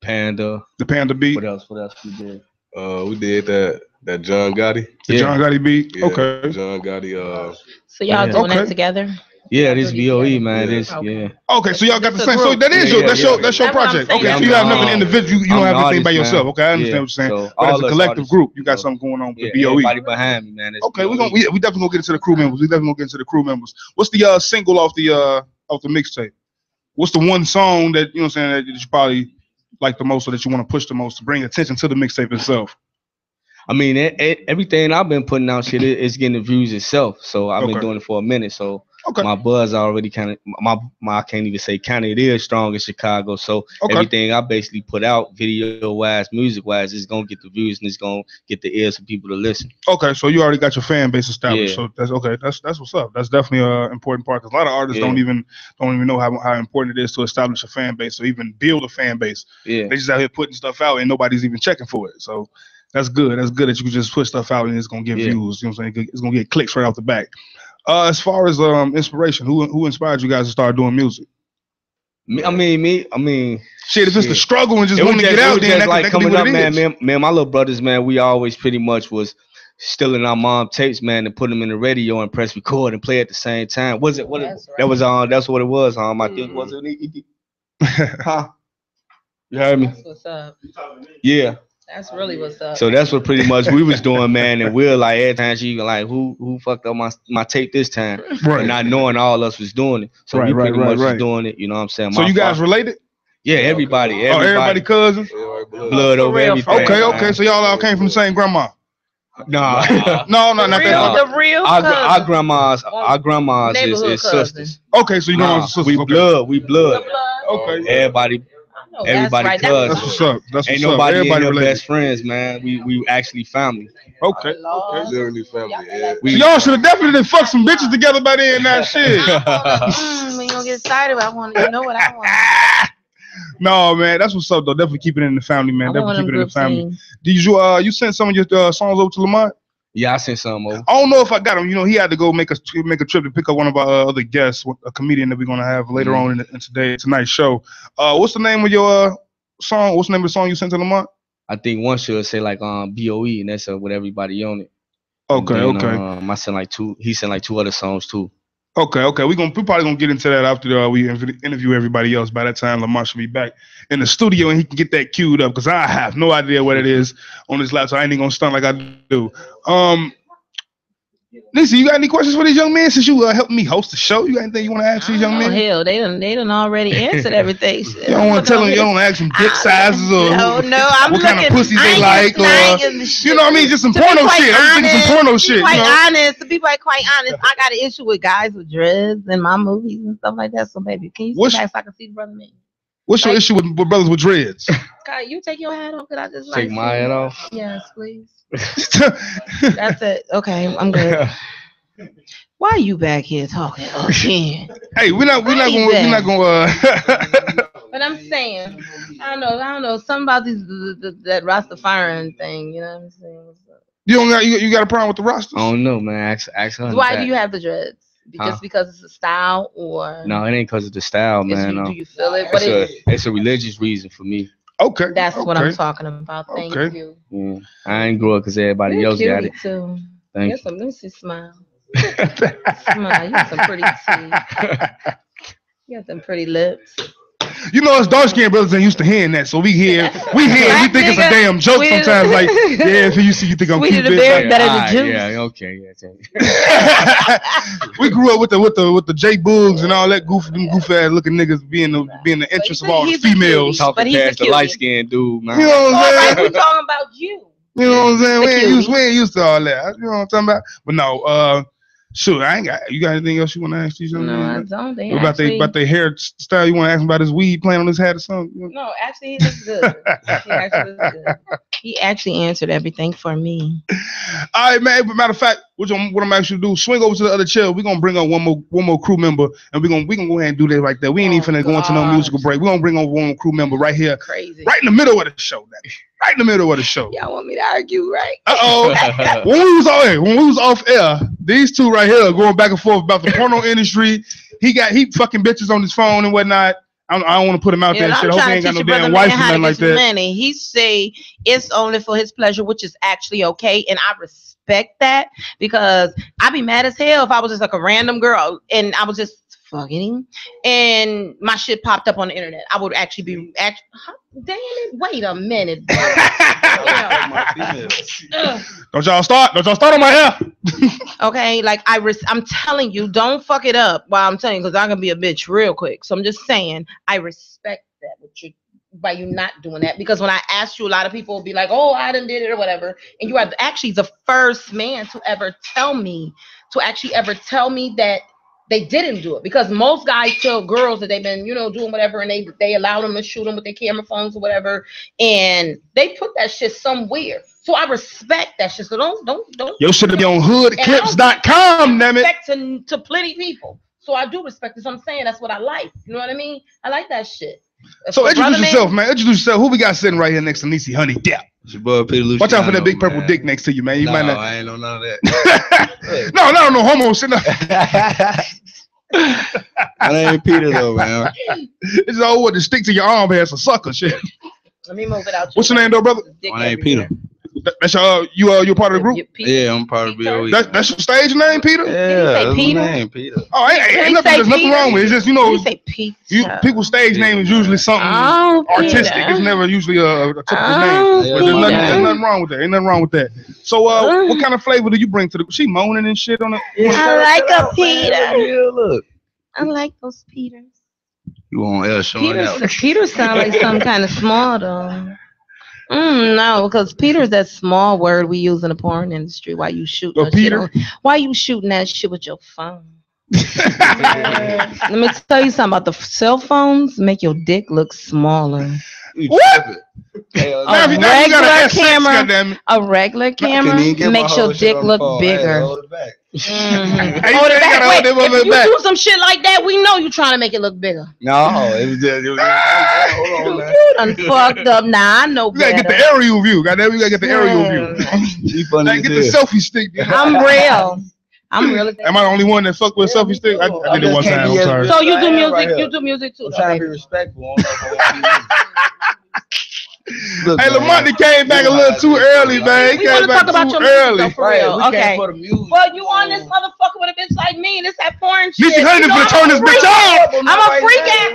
[SPEAKER 10] Panda.
[SPEAKER 5] The Panda beat,
[SPEAKER 10] What else? What else we did?
[SPEAKER 9] Uh, we did that that John Gotti.
[SPEAKER 5] the
[SPEAKER 10] Yeah.
[SPEAKER 5] John Gotti beat.
[SPEAKER 9] Yeah,
[SPEAKER 5] okay,
[SPEAKER 9] John Gotti. Uh,
[SPEAKER 7] So y'all
[SPEAKER 10] Yeah.
[SPEAKER 7] doing
[SPEAKER 5] Okay. [laughs]
[SPEAKER 7] that together?
[SPEAKER 10] Yeah, this BOE man. This yeah.
[SPEAKER 5] Okay, so y'all got the
[SPEAKER 10] It's a
[SPEAKER 5] same. So
[SPEAKER 10] group.
[SPEAKER 5] that is your
[SPEAKER 10] Yeah,
[SPEAKER 5] that's
[SPEAKER 10] yeah,
[SPEAKER 5] your
[SPEAKER 10] yeah.
[SPEAKER 5] that's
[SPEAKER 10] That's
[SPEAKER 5] your
[SPEAKER 10] what I'm
[SPEAKER 5] project.
[SPEAKER 10] saying.
[SPEAKER 5] Okay,
[SPEAKER 10] Yeah,
[SPEAKER 5] so you
[SPEAKER 10] I'm
[SPEAKER 5] have nothing
[SPEAKER 10] an
[SPEAKER 5] individual. You
[SPEAKER 10] artist.
[SPEAKER 5] don't have
[SPEAKER 10] I'm an
[SPEAKER 5] anything by
[SPEAKER 10] artist,
[SPEAKER 5] yourself.
[SPEAKER 10] man.
[SPEAKER 5] Okay, I understand
[SPEAKER 10] Yeah,
[SPEAKER 5] what you're saying.
[SPEAKER 10] so
[SPEAKER 5] But
[SPEAKER 10] all
[SPEAKER 5] as a
[SPEAKER 10] us
[SPEAKER 5] collective
[SPEAKER 10] artists,
[SPEAKER 5] group, you got something going on with the
[SPEAKER 10] Yeah,
[SPEAKER 5] BOE.
[SPEAKER 10] everybody behind me, man. It's
[SPEAKER 5] Okay, we gonna we, we definitely gonna get into the crew members. We definitely gonna get into the crew members. What's the uh single off the uh off the mixtape? What's the one song that you know what I'm saying that you probably like the most or that you want to push the most to bring attention to the mixtape itself?
[SPEAKER 10] I mean, it, it, everything I've been putting out shit it, it's getting the views itself. So I've been
[SPEAKER 5] Okay.
[SPEAKER 10] doing it for a minute. So
[SPEAKER 5] Okay.
[SPEAKER 10] my buzz already kind of my, my I can't even say kind of it is strong in Chicago. So
[SPEAKER 5] Okay.
[SPEAKER 10] everything I basically put out, video wise, music wise, is gonna get the views and it's gonna get the ears for people to listen.
[SPEAKER 5] Okay, so you already got your fan base established.
[SPEAKER 10] Yeah.
[SPEAKER 5] So that's okay. That's that's what's up. That's definitely an important part because a lot of artists don't
[SPEAKER 10] Yeah.
[SPEAKER 5] even don't even know how, how important it is to establish a fan base or even build a fan base.
[SPEAKER 10] Yeah.
[SPEAKER 5] They just out here putting stuff out and nobody's even checking for it. So that's good. That's good that you can just put stuff out and it's gonna get views. You know what I'm saying? It's gonna get clicks right off the back. Uh, as far as um inspiration, who who inspired you guys to start doing music?
[SPEAKER 10] Me, I mean, me, I mean,
[SPEAKER 5] shit. If it's the struggle and just
[SPEAKER 10] It was
[SPEAKER 5] wanting to get
[SPEAKER 10] it was
[SPEAKER 5] out, then
[SPEAKER 10] just
[SPEAKER 5] that could-
[SPEAKER 10] like
[SPEAKER 5] that could be
[SPEAKER 10] coming
[SPEAKER 5] what
[SPEAKER 10] up,
[SPEAKER 5] it
[SPEAKER 10] man,
[SPEAKER 5] is.
[SPEAKER 10] man, man, my little brothers, man, we always pretty much was stealing our mom tapes, man, and put them in the radio and press record and play at the same time. Was it? What it- that was on? that's what it was. Um, I think
[SPEAKER 5] [laughs]
[SPEAKER 10] was it? huh? You heard me?
[SPEAKER 7] That's what's up.
[SPEAKER 10] Yeah.
[SPEAKER 7] That's really what's
[SPEAKER 9] Uh,
[SPEAKER 7] up.
[SPEAKER 10] So that's what pretty much we was doing, man. And we're like every time she was like, who who fucked up my my tape this time?
[SPEAKER 5] Right.
[SPEAKER 10] And not knowing all us was doing it, so
[SPEAKER 5] Right,
[SPEAKER 10] we
[SPEAKER 5] right,
[SPEAKER 10] pretty
[SPEAKER 5] right,
[SPEAKER 10] much
[SPEAKER 5] right.
[SPEAKER 10] was doing it. You know what I'm saying?
[SPEAKER 5] So
[SPEAKER 10] My
[SPEAKER 5] you guys
[SPEAKER 10] fault.
[SPEAKER 5] related?
[SPEAKER 10] yeah, everybody,
[SPEAKER 5] Oh,
[SPEAKER 10] everybody,
[SPEAKER 5] everybody cousins?
[SPEAKER 10] blood over everything.
[SPEAKER 5] Okay, okay.
[SPEAKER 10] man.
[SPEAKER 5] So y'all all came from the same grandma.
[SPEAKER 10] Nah.
[SPEAKER 5] [laughs] No, no, not that.
[SPEAKER 10] Nah. Our, gr- our grandmas, our grandmas is,
[SPEAKER 5] Neighborhood
[SPEAKER 10] is sisters.
[SPEAKER 5] Okay, so you know
[SPEAKER 10] Oh. nah, we blood, we blood. Oh.
[SPEAKER 5] Okay.
[SPEAKER 10] Everybody, everybody
[SPEAKER 5] right, that's
[SPEAKER 10] cousins.
[SPEAKER 5] what's up, that's
[SPEAKER 10] Ain't
[SPEAKER 5] what's up,
[SPEAKER 10] nobody
[SPEAKER 5] everybody
[SPEAKER 10] in your
[SPEAKER 5] related.
[SPEAKER 10] best friends, man. We we actually family.
[SPEAKER 5] Okay.
[SPEAKER 9] Okay. Literally family. Yeah.
[SPEAKER 10] We,
[SPEAKER 5] So y'all should have definitely done fucked some bitches together by then. That shit.
[SPEAKER 7] Mm, when you don't get started, I want to know what I
[SPEAKER 5] [laughs]
[SPEAKER 7] want.
[SPEAKER 5] no, man, that's what's up though. Definitely keep it in the family, man.
[SPEAKER 7] I want
[SPEAKER 5] definitely keep
[SPEAKER 7] them
[SPEAKER 5] it in the
[SPEAKER 7] group
[SPEAKER 5] family. Did you uh you sent some of your uh, songs over to Lamont?
[SPEAKER 10] Yeah, I sent some over.
[SPEAKER 5] I don't know if I got him. You know, he had to go make a make a trip to pick up one of our uh, other guests, a comedian that we're gonna have later on in, the, in today tonight's show. Uh, what's the name of your uh, song? What's the name of the song you sent to Lamont?
[SPEAKER 10] I think one should say like um BOE, and that's uh, with everybody on it.
[SPEAKER 5] Okay,
[SPEAKER 10] And then,
[SPEAKER 5] okay.
[SPEAKER 10] Um, I sent like two. He sent like two other songs too.
[SPEAKER 5] Okay, okay. We're gonna we probably gonna get into that after uh, we inv- interview everybody else. By that time, Lamont should be back in the studio and he can get that queued up because I have no idea what it is on this laptop. I ain't even gonna stunt like I do. Um, Lisa, you got any questions for these young men since you uh, helped me host the show? You got anything you want to ask these young
[SPEAKER 7] Oh,
[SPEAKER 5] men?
[SPEAKER 7] hell, they done, they done already answered [laughs] everything.
[SPEAKER 5] You don't want to tell them. You don't wanna ask them dick sizes or
[SPEAKER 7] No,
[SPEAKER 5] who-
[SPEAKER 7] no, I'm
[SPEAKER 5] what kind of
[SPEAKER 7] looking-
[SPEAKER 5] pussies
[SPEAKER 7] I
[SPEAKER 5] they
[SPEAKER 7] ain't
[SPEAKER 5] like
[SPEAKER 7] getting- I ain't
[SPEAKER 5] or
[SPEAKER 7] getting
[SPEAKER 5] you know what I mean? Just some
[SPEAKER 7] To be
[SPEAKER 5] porno
[SPEAKER 7] quite
[SPEAKER 5] shit. I'm thinking some porno
[SPEAKER 7] To be
[SPEAKER 5] shit.
[SPEAKER 7] quite
[SPEAKER 5] You know?
[SPEAKER 7] honest, to be quite, quite honest, I got an issue with guys with dreads in my movies and stuff like that. So, baby, can you
[SPEAKER 5] What's-
[SPEAKER 7] sit back so I can see the brother man?
[SPEAKER 5] What's your issue with, with brothers with dreads?
[SPEAKER 7] God, you take your hat off. Could I just like
[SPEAKER 10] Take my
[SPEAKER 7] see?
[SPEAKER 10] head off.
[SPEAKER 7] Yes, please.
[SPEAKER 5] [laughs]
[SPEAKER 7] That's it. Okay, I'm good. Why are you back here talking again?
[SPEAKER 5] hey, we're not we're not gonna we're not gonna. Uh,
[SPEAKER 7] But I'm saying, I don't know, I don't know, something about these th- th- that Rastafarian thing. You know what I'm saying?
[SPEAKER 5] you don't got you, you got a problem with the roster?
[SPEAKER 10] I don't know, man. Ask ask her.
[SPEAKER 7] Why do you have the dreads? Because
[SPEAKER 10] Huh?
[SPEAKER 7] because it's a style or
[SPEAKER 10] No, it ain't because of the style, man. Um,
[SPEAKER 7] do you feel it? What
[SPEAKER 10] It's a,
[SPEAKER 7] is
[SPEAKER 10] it's a religious reason for me.
[SPEAKER 5] Okay.
[SPEAKER 7] That's what I'm
[SPEAKER 10] okay.
[SPEAKER 7] talking about. Thank
[SPEAKER 10] Okay.
[SPEAKER 7] you.
[SPEAKER 10] Yeah. Mm, I ain't grow up because everybody
[SPEAKER 7] You're
[SPEAKER 10] else got it.
[SPEAKER 7] cutie, too.
[SPEAKER 10] Thank
[SPEAKER 7] Yes, let me see
[SPEAKER 5] [laughs]
[SPEAKER 7] smile. smile. You got some pretty teeth.
[SPEAKER 5] [laughs]
[SPEAKER 7] You got some pretty lips.
[SPEAKER 5] You know, us dark skinned brothers ain't used to hearing that, so we hear, we hear, we
[SPEAKER 7] Black
[SPEAKER 5] think it's a
[SPEAKER 7] nigga,
[SPEAKER 5] damn joke
[SPEAKER 7] we-
[SPEAKER 5] sometimes.
[SPEAKER 7] [laughs]
[SPEAKER 5] Like, yeah, if you see, you think I'm
[SPEAKER 7] We
[SPEAKER 5] cute.
[SPEAKER 7] did a
[SPEAKER 5] bitch.
[SPEAKER 7] bear
[SPEAKER 5] Like,
[SPEAKER 7] better than
[SPEAKER 5] alright,
[SPEAKER 7] Jews.
[SPEAKER 5] yeah.
[SPEAKER 10] Yeah, okay, yeah, thank you.
[SPEAKER 5] We grew up with the with the with the J Bugs and all that goof, them goof ass looking niggas being the being the interest of all the females.
[SPEAKER 10] Talking past the light skinned dude, man.
[SPEAKER 5] You know what I'm saying?
[SPEAKER 7] talking about you.
[SPEAKER 5] You know what I'm saying?
[SPEAKER 7] The
[SPEAKER 5] We ain't,
[SPEAKER 7] cutie.
[SPEAKER 5] used, we ain't used to all that. You know what I'm talking about? But no, uh, shoot, I ain't got. You got anything else you want to ask these young
[SPEAKER 7] No, I
[SPEAKER 5] men?
[SPEAKER 7] don't. They
[SPEAKER 5] What about they
[SPEAKER 7] actually,
[SPEAKER 5] about their hair style? You want to ask them about his weed playing on his hat or something?
[SPEAKER 7] no, actually, he looks
[SPEAKER 5] [laughs]
[SPEAKER 7] good. he actually looks good. He actually answered everything for me.
[SPEAKER 5] All right, man. But matter of fact, what I'm, what I'm actually do? Swing over to the other chair. We're gonna bring on one more one more crew member, and we're gonna we gonna go ahead and do that right there. We ain't
[SPEAKER 7] Oh,
[SPEAKER 5] even finna go into no musical break. We're gonna bring on one more crew member right here,
[SPEAKER 7] Crazy.
[SPEAKER 5] right in the middle of the show. man. Right in the middle of the show.
[SPEAKER 7] Y'all want me to argue, right?
[SPEAKER 5] Uh
[SPEAKER 7] [laughs]
[SPEAKER 5] oh. when we was off air, when we was off air, these
[SPEAKER 7] [laughs]
[SPEAKER 5] two right here are going back and forth about the porno industry. He got he fucking bitches on his phone and whatnot. I don't, I don't want to put him out there.
[SPEAKER 7] Yeah,
[SPEAKER 5] and shit.
[SPEAKER 7] I'm
[SPEAKER 5] I hope he
[SPEAKER 7] trying
[SPEAKER 5] ain't
[SPEAKER 7] to teach
[SPEAKER 5] got no
[SPEAKER 7] your brother
[SPEAKER 5] damn
[SPEAKER 7] man
[SPEAKER 5] wife or
[SPEAKER 7] how to
[SPEAKER 5] nothing like
[SPEAKER 7] get his
[SPEAKER 5] that.
[SPEAKER 7] money. He say it's only for his pleasure, which is actually okay, and I respect that because I'd be mad as hell if I was just like a random girl and I was just fucking him, and my shit popped up on the internet. I would actually be act. huh? Damn it! Wait a minute. Ugh.
[SPEAKER 5] Don't y'all start. Don't y'all start on my hair.
[SPEAKER 7] Okay, like I res- I'm telling you, don't fuck it up. While I'm telling you, because I can be a bitch real quick. So I'm just saying, I respect that with you by you not doing that. Because when I asked you, a lot of people will be like, "Oh, I done did it or whatever," and you are actually the first man to ever tell me to actually ever tell me that they didn't do it. Because most guys tell girls that they've been, you know, doing whatever, and they they allow them to shoot them with their camera phones or whatever, and they put that shit somewhere. So I respect that shit. So don't don't don't
[SPEAKER 5] Yo, should be on
[SPEAKER 7] and
[SPEAKER 5] hoodclips.com,
[SPEAKER 7] I
[SPEAKER 5] damn it.
[SPEAKER 7] respect to, to plenty people. So I do respect it. So I'm saying that's what I like. You know what I mean? I like that shit. If
[SPEAKER 5] So
[SPEAKER 7] a brother
[SPEAKER 5] introduce
[SPEAKER 7] man-
[SPEAKER 5] yourself, man. Introduce yourself. Who we got sitting right here next to Niecy Honey? Yeah.
[SPEAKER 9] It's your boy Peter Luciano.
[SPEAKER 5] Watch out for that big purple
[SPEAKER 9] man.
[SPEAKER 5] dick next to you, man. You
[SPEAKER 9] no,
[SPEAKER 5] might not.
[SPEAKER 9] I ain't on none of that.
[SPEAKER 5] No, no, no, homo shit.
[SPEAKER 9] [laughs]
[SPEAKER 5] No.
[SPEAKER 9] I ain't Peter though, man.
[SPEAKER 5] [laughs] it's all what to stick to your arm has a sucker shit.
[SPEAKER 7] Let me move it out.
[SPEAKER 5] What's your name though, brother?
[SPEAKER 7] Dick
[SPEAKER 9] My name Peter.
[SPEAKER 7] everywhere.
[SPEAKER 5] That- That's your uh, you uh, you're part of the group.
[SPEAKER 7] You- Peter.
[SPEAKER 9] Yeah, I'm part of BOE.
[SPEAKER 5] That, that's your stage name, Peter.
[SPEAKER 9] yeah,
[SPEAKER 7] say
[SPEAKER 9] that's my
[SPEAKER 7] Peter?
[SPEAKER 9] name, Peter.
[SPEAKER 5] Oh, ain't, ain't,
[SPEAKER 7] Did he
[SPEAKER 5] ain't nothing,
[SPEAKER 7] say
[SPEAKER 5] there's nothing
[SPEAKER 7] Peter?
[SPEAKER 5] wrong with it. It's just you
[SPEAKER 7] Let
[SPEAKER 5] know,
[SPEAKER 7] me say Peter.
[SPEAKER 5] you, people's stage name is usually something
[SPEAKER 7] oh,
[SPEAKER 5] artistic.
[SPEAKER 7] Peter.
[SPEAKER 5] It's never usually a, a typical
[SPEAKER 7] Oh,
[SPEAKER 5] name. But there's nothing,
[SPEAKER 7] Peter.
[SPEAKER 5] there's nothing wrong with that. Ain't nothing wrong with that. So, uh, what kind of flavor do you bring to the? She moaning and shit on it.
[SPEAKER 7] I like a Peter.
[SPEAKER 9] Yeah, look.
[SPEAKER 7] I like those Peters.
[SPEAKER 9] You on L showing out.
[SPEAKER 7] Peter, [laughs] Peter
[SPEAKER 9] [laughs]
[SPEAKER 7] sound like
[SPEAKER 5] [laughs]
[SPEAKER 7] some kind of small though. Mm, no, because Peter's that small word we use in the porn industry. Why you shooting?
[SPEAKER 5] But
[SPEAKER 7] that shit
[SPEAKER 5] Peter-
[SPEAKER 7] on- Why you shooting that shit with your phone? Let me tell you something about the f- cell phones. Make your dick look smaller.
[SPEAKER 5] What?
[SPEAKER 9] Hell,
[SPEAKER 5] Now, if you, now you got an
[SPEAKER 7] regular
[SPEAKER 5] S six,
[SPEAKER 7] camera.
[SPEAKER 5] goddamn.
[SPEAKER 7] A regular
[SPEAKER 9] Couldn't
[SPEAKER 7] camera
[SPEAKER 9] even get my
[SPEAKER 7] makes
[SPEAKER 9] whole
[SPEAKER 7] your
[SPEAKER 9] shit
[SPEAKER 7] dick
[SPEAKER 9] on the
[SPEAKER 7] look
[SPEAKER 9] phone. I had to
[SPEAKER 7] bigger.
[SPEAKER 9] hold it
[SPEAKER 7] [laughs]
[SPEAKER 9] back.
[SPEAKER 7] Mhm.
[SPEAKER 5] Hey, you
[SPEAKER 7] Hold
[SPEAKER 5] said
[SPEAKER 7] it
[SPEAKER 5] you
[SPEAKER 7] back.
[SPEAKER 5] gotta hold
[SPEAKER 7] Wait,
[SPEAKER 5] that motherfucker
[SPEAKER 7] if you
[SPEAKER 5] back.
[SPEAKER 7] do some shit like that, we know you trying to make it look bigger.
[SPEAKER 9] No, it was just. It was, hold on, man.
[SPEAKER 7] You done fucked up. Nah, I know
[SPEAKER 5] You gotta get
[SPEAKER 7] better.
[SPEAKER 5] the aerial view. Goddamn, you gotta get the aerial view. [laughs]
[SPEAKER 9] She funny
[SPEAKER 5] Now
[SPEAKER 9] as
[SPEAKER 5] get the
[SPEAKER 9] hell.
[SPEAKER 5] selfie stick. dude.
[SPEAKER 7] I'm real.
[SPEAKER 5] [laughs]
[SPEAKER 7] I'm real. as-
[SPEAKER 5] Am I the only one that fuck with a selfie stick? I, I did it one time. I'm sorry.
[SPEAKER 7] So you do
[SPEAKER 9] Right
[SPEAKER 7] music.
[SPEAKER 9] here.
[SPEAKER 7] You do music too.
[SPEAKER 9] I'm
[SPEAKER 7] though,
[SPEAKER 9] trying to be
[SPEAKER 7] baby.
[SPEAKER 9] respectful. I don't know if I wanna be- Look,
[SPEAKER 5] Hey,
[SPEAKER 9] man,
[SPEAKER 5] Lamonte came back a little too early, man. He
[SPEAKER 7] We want to talk
[SPEAKER 5] came back
[SPEAKER 7] about
[SPEAKER 5] too
[SPEAKER 7] your music though,
[SPEAKER 5] early.
[SPEAKER 7] for
[SPEAKER 9] Right,
[SPEAKER 7] real.
[SPEAKER 9] we can't
[SPEAKER 7] Okay.
[SPEAKER 9] put the music
[SPEAKER 7] Well, you on
[SPEAKER 9] Mm.
[SPEAKER 7] this motherfucker with a bitch like me, and it's that porn shit.
[SPEAKER 5] Niecy Honey's
[SPEAKER 7] You know,
[SPEAKER 5] gonna
[SPEAKER 7] I'm
[SPEAKER 5] turn
[SPEAKER 7] a
[SPEAKER 5] this
[SPEAKER 7] freak
[SPEAKER 5] bitch
[SPEAKER 7] ass-
[SPEAKER 5] off.
[SPEAKER 7] I'm a freak ass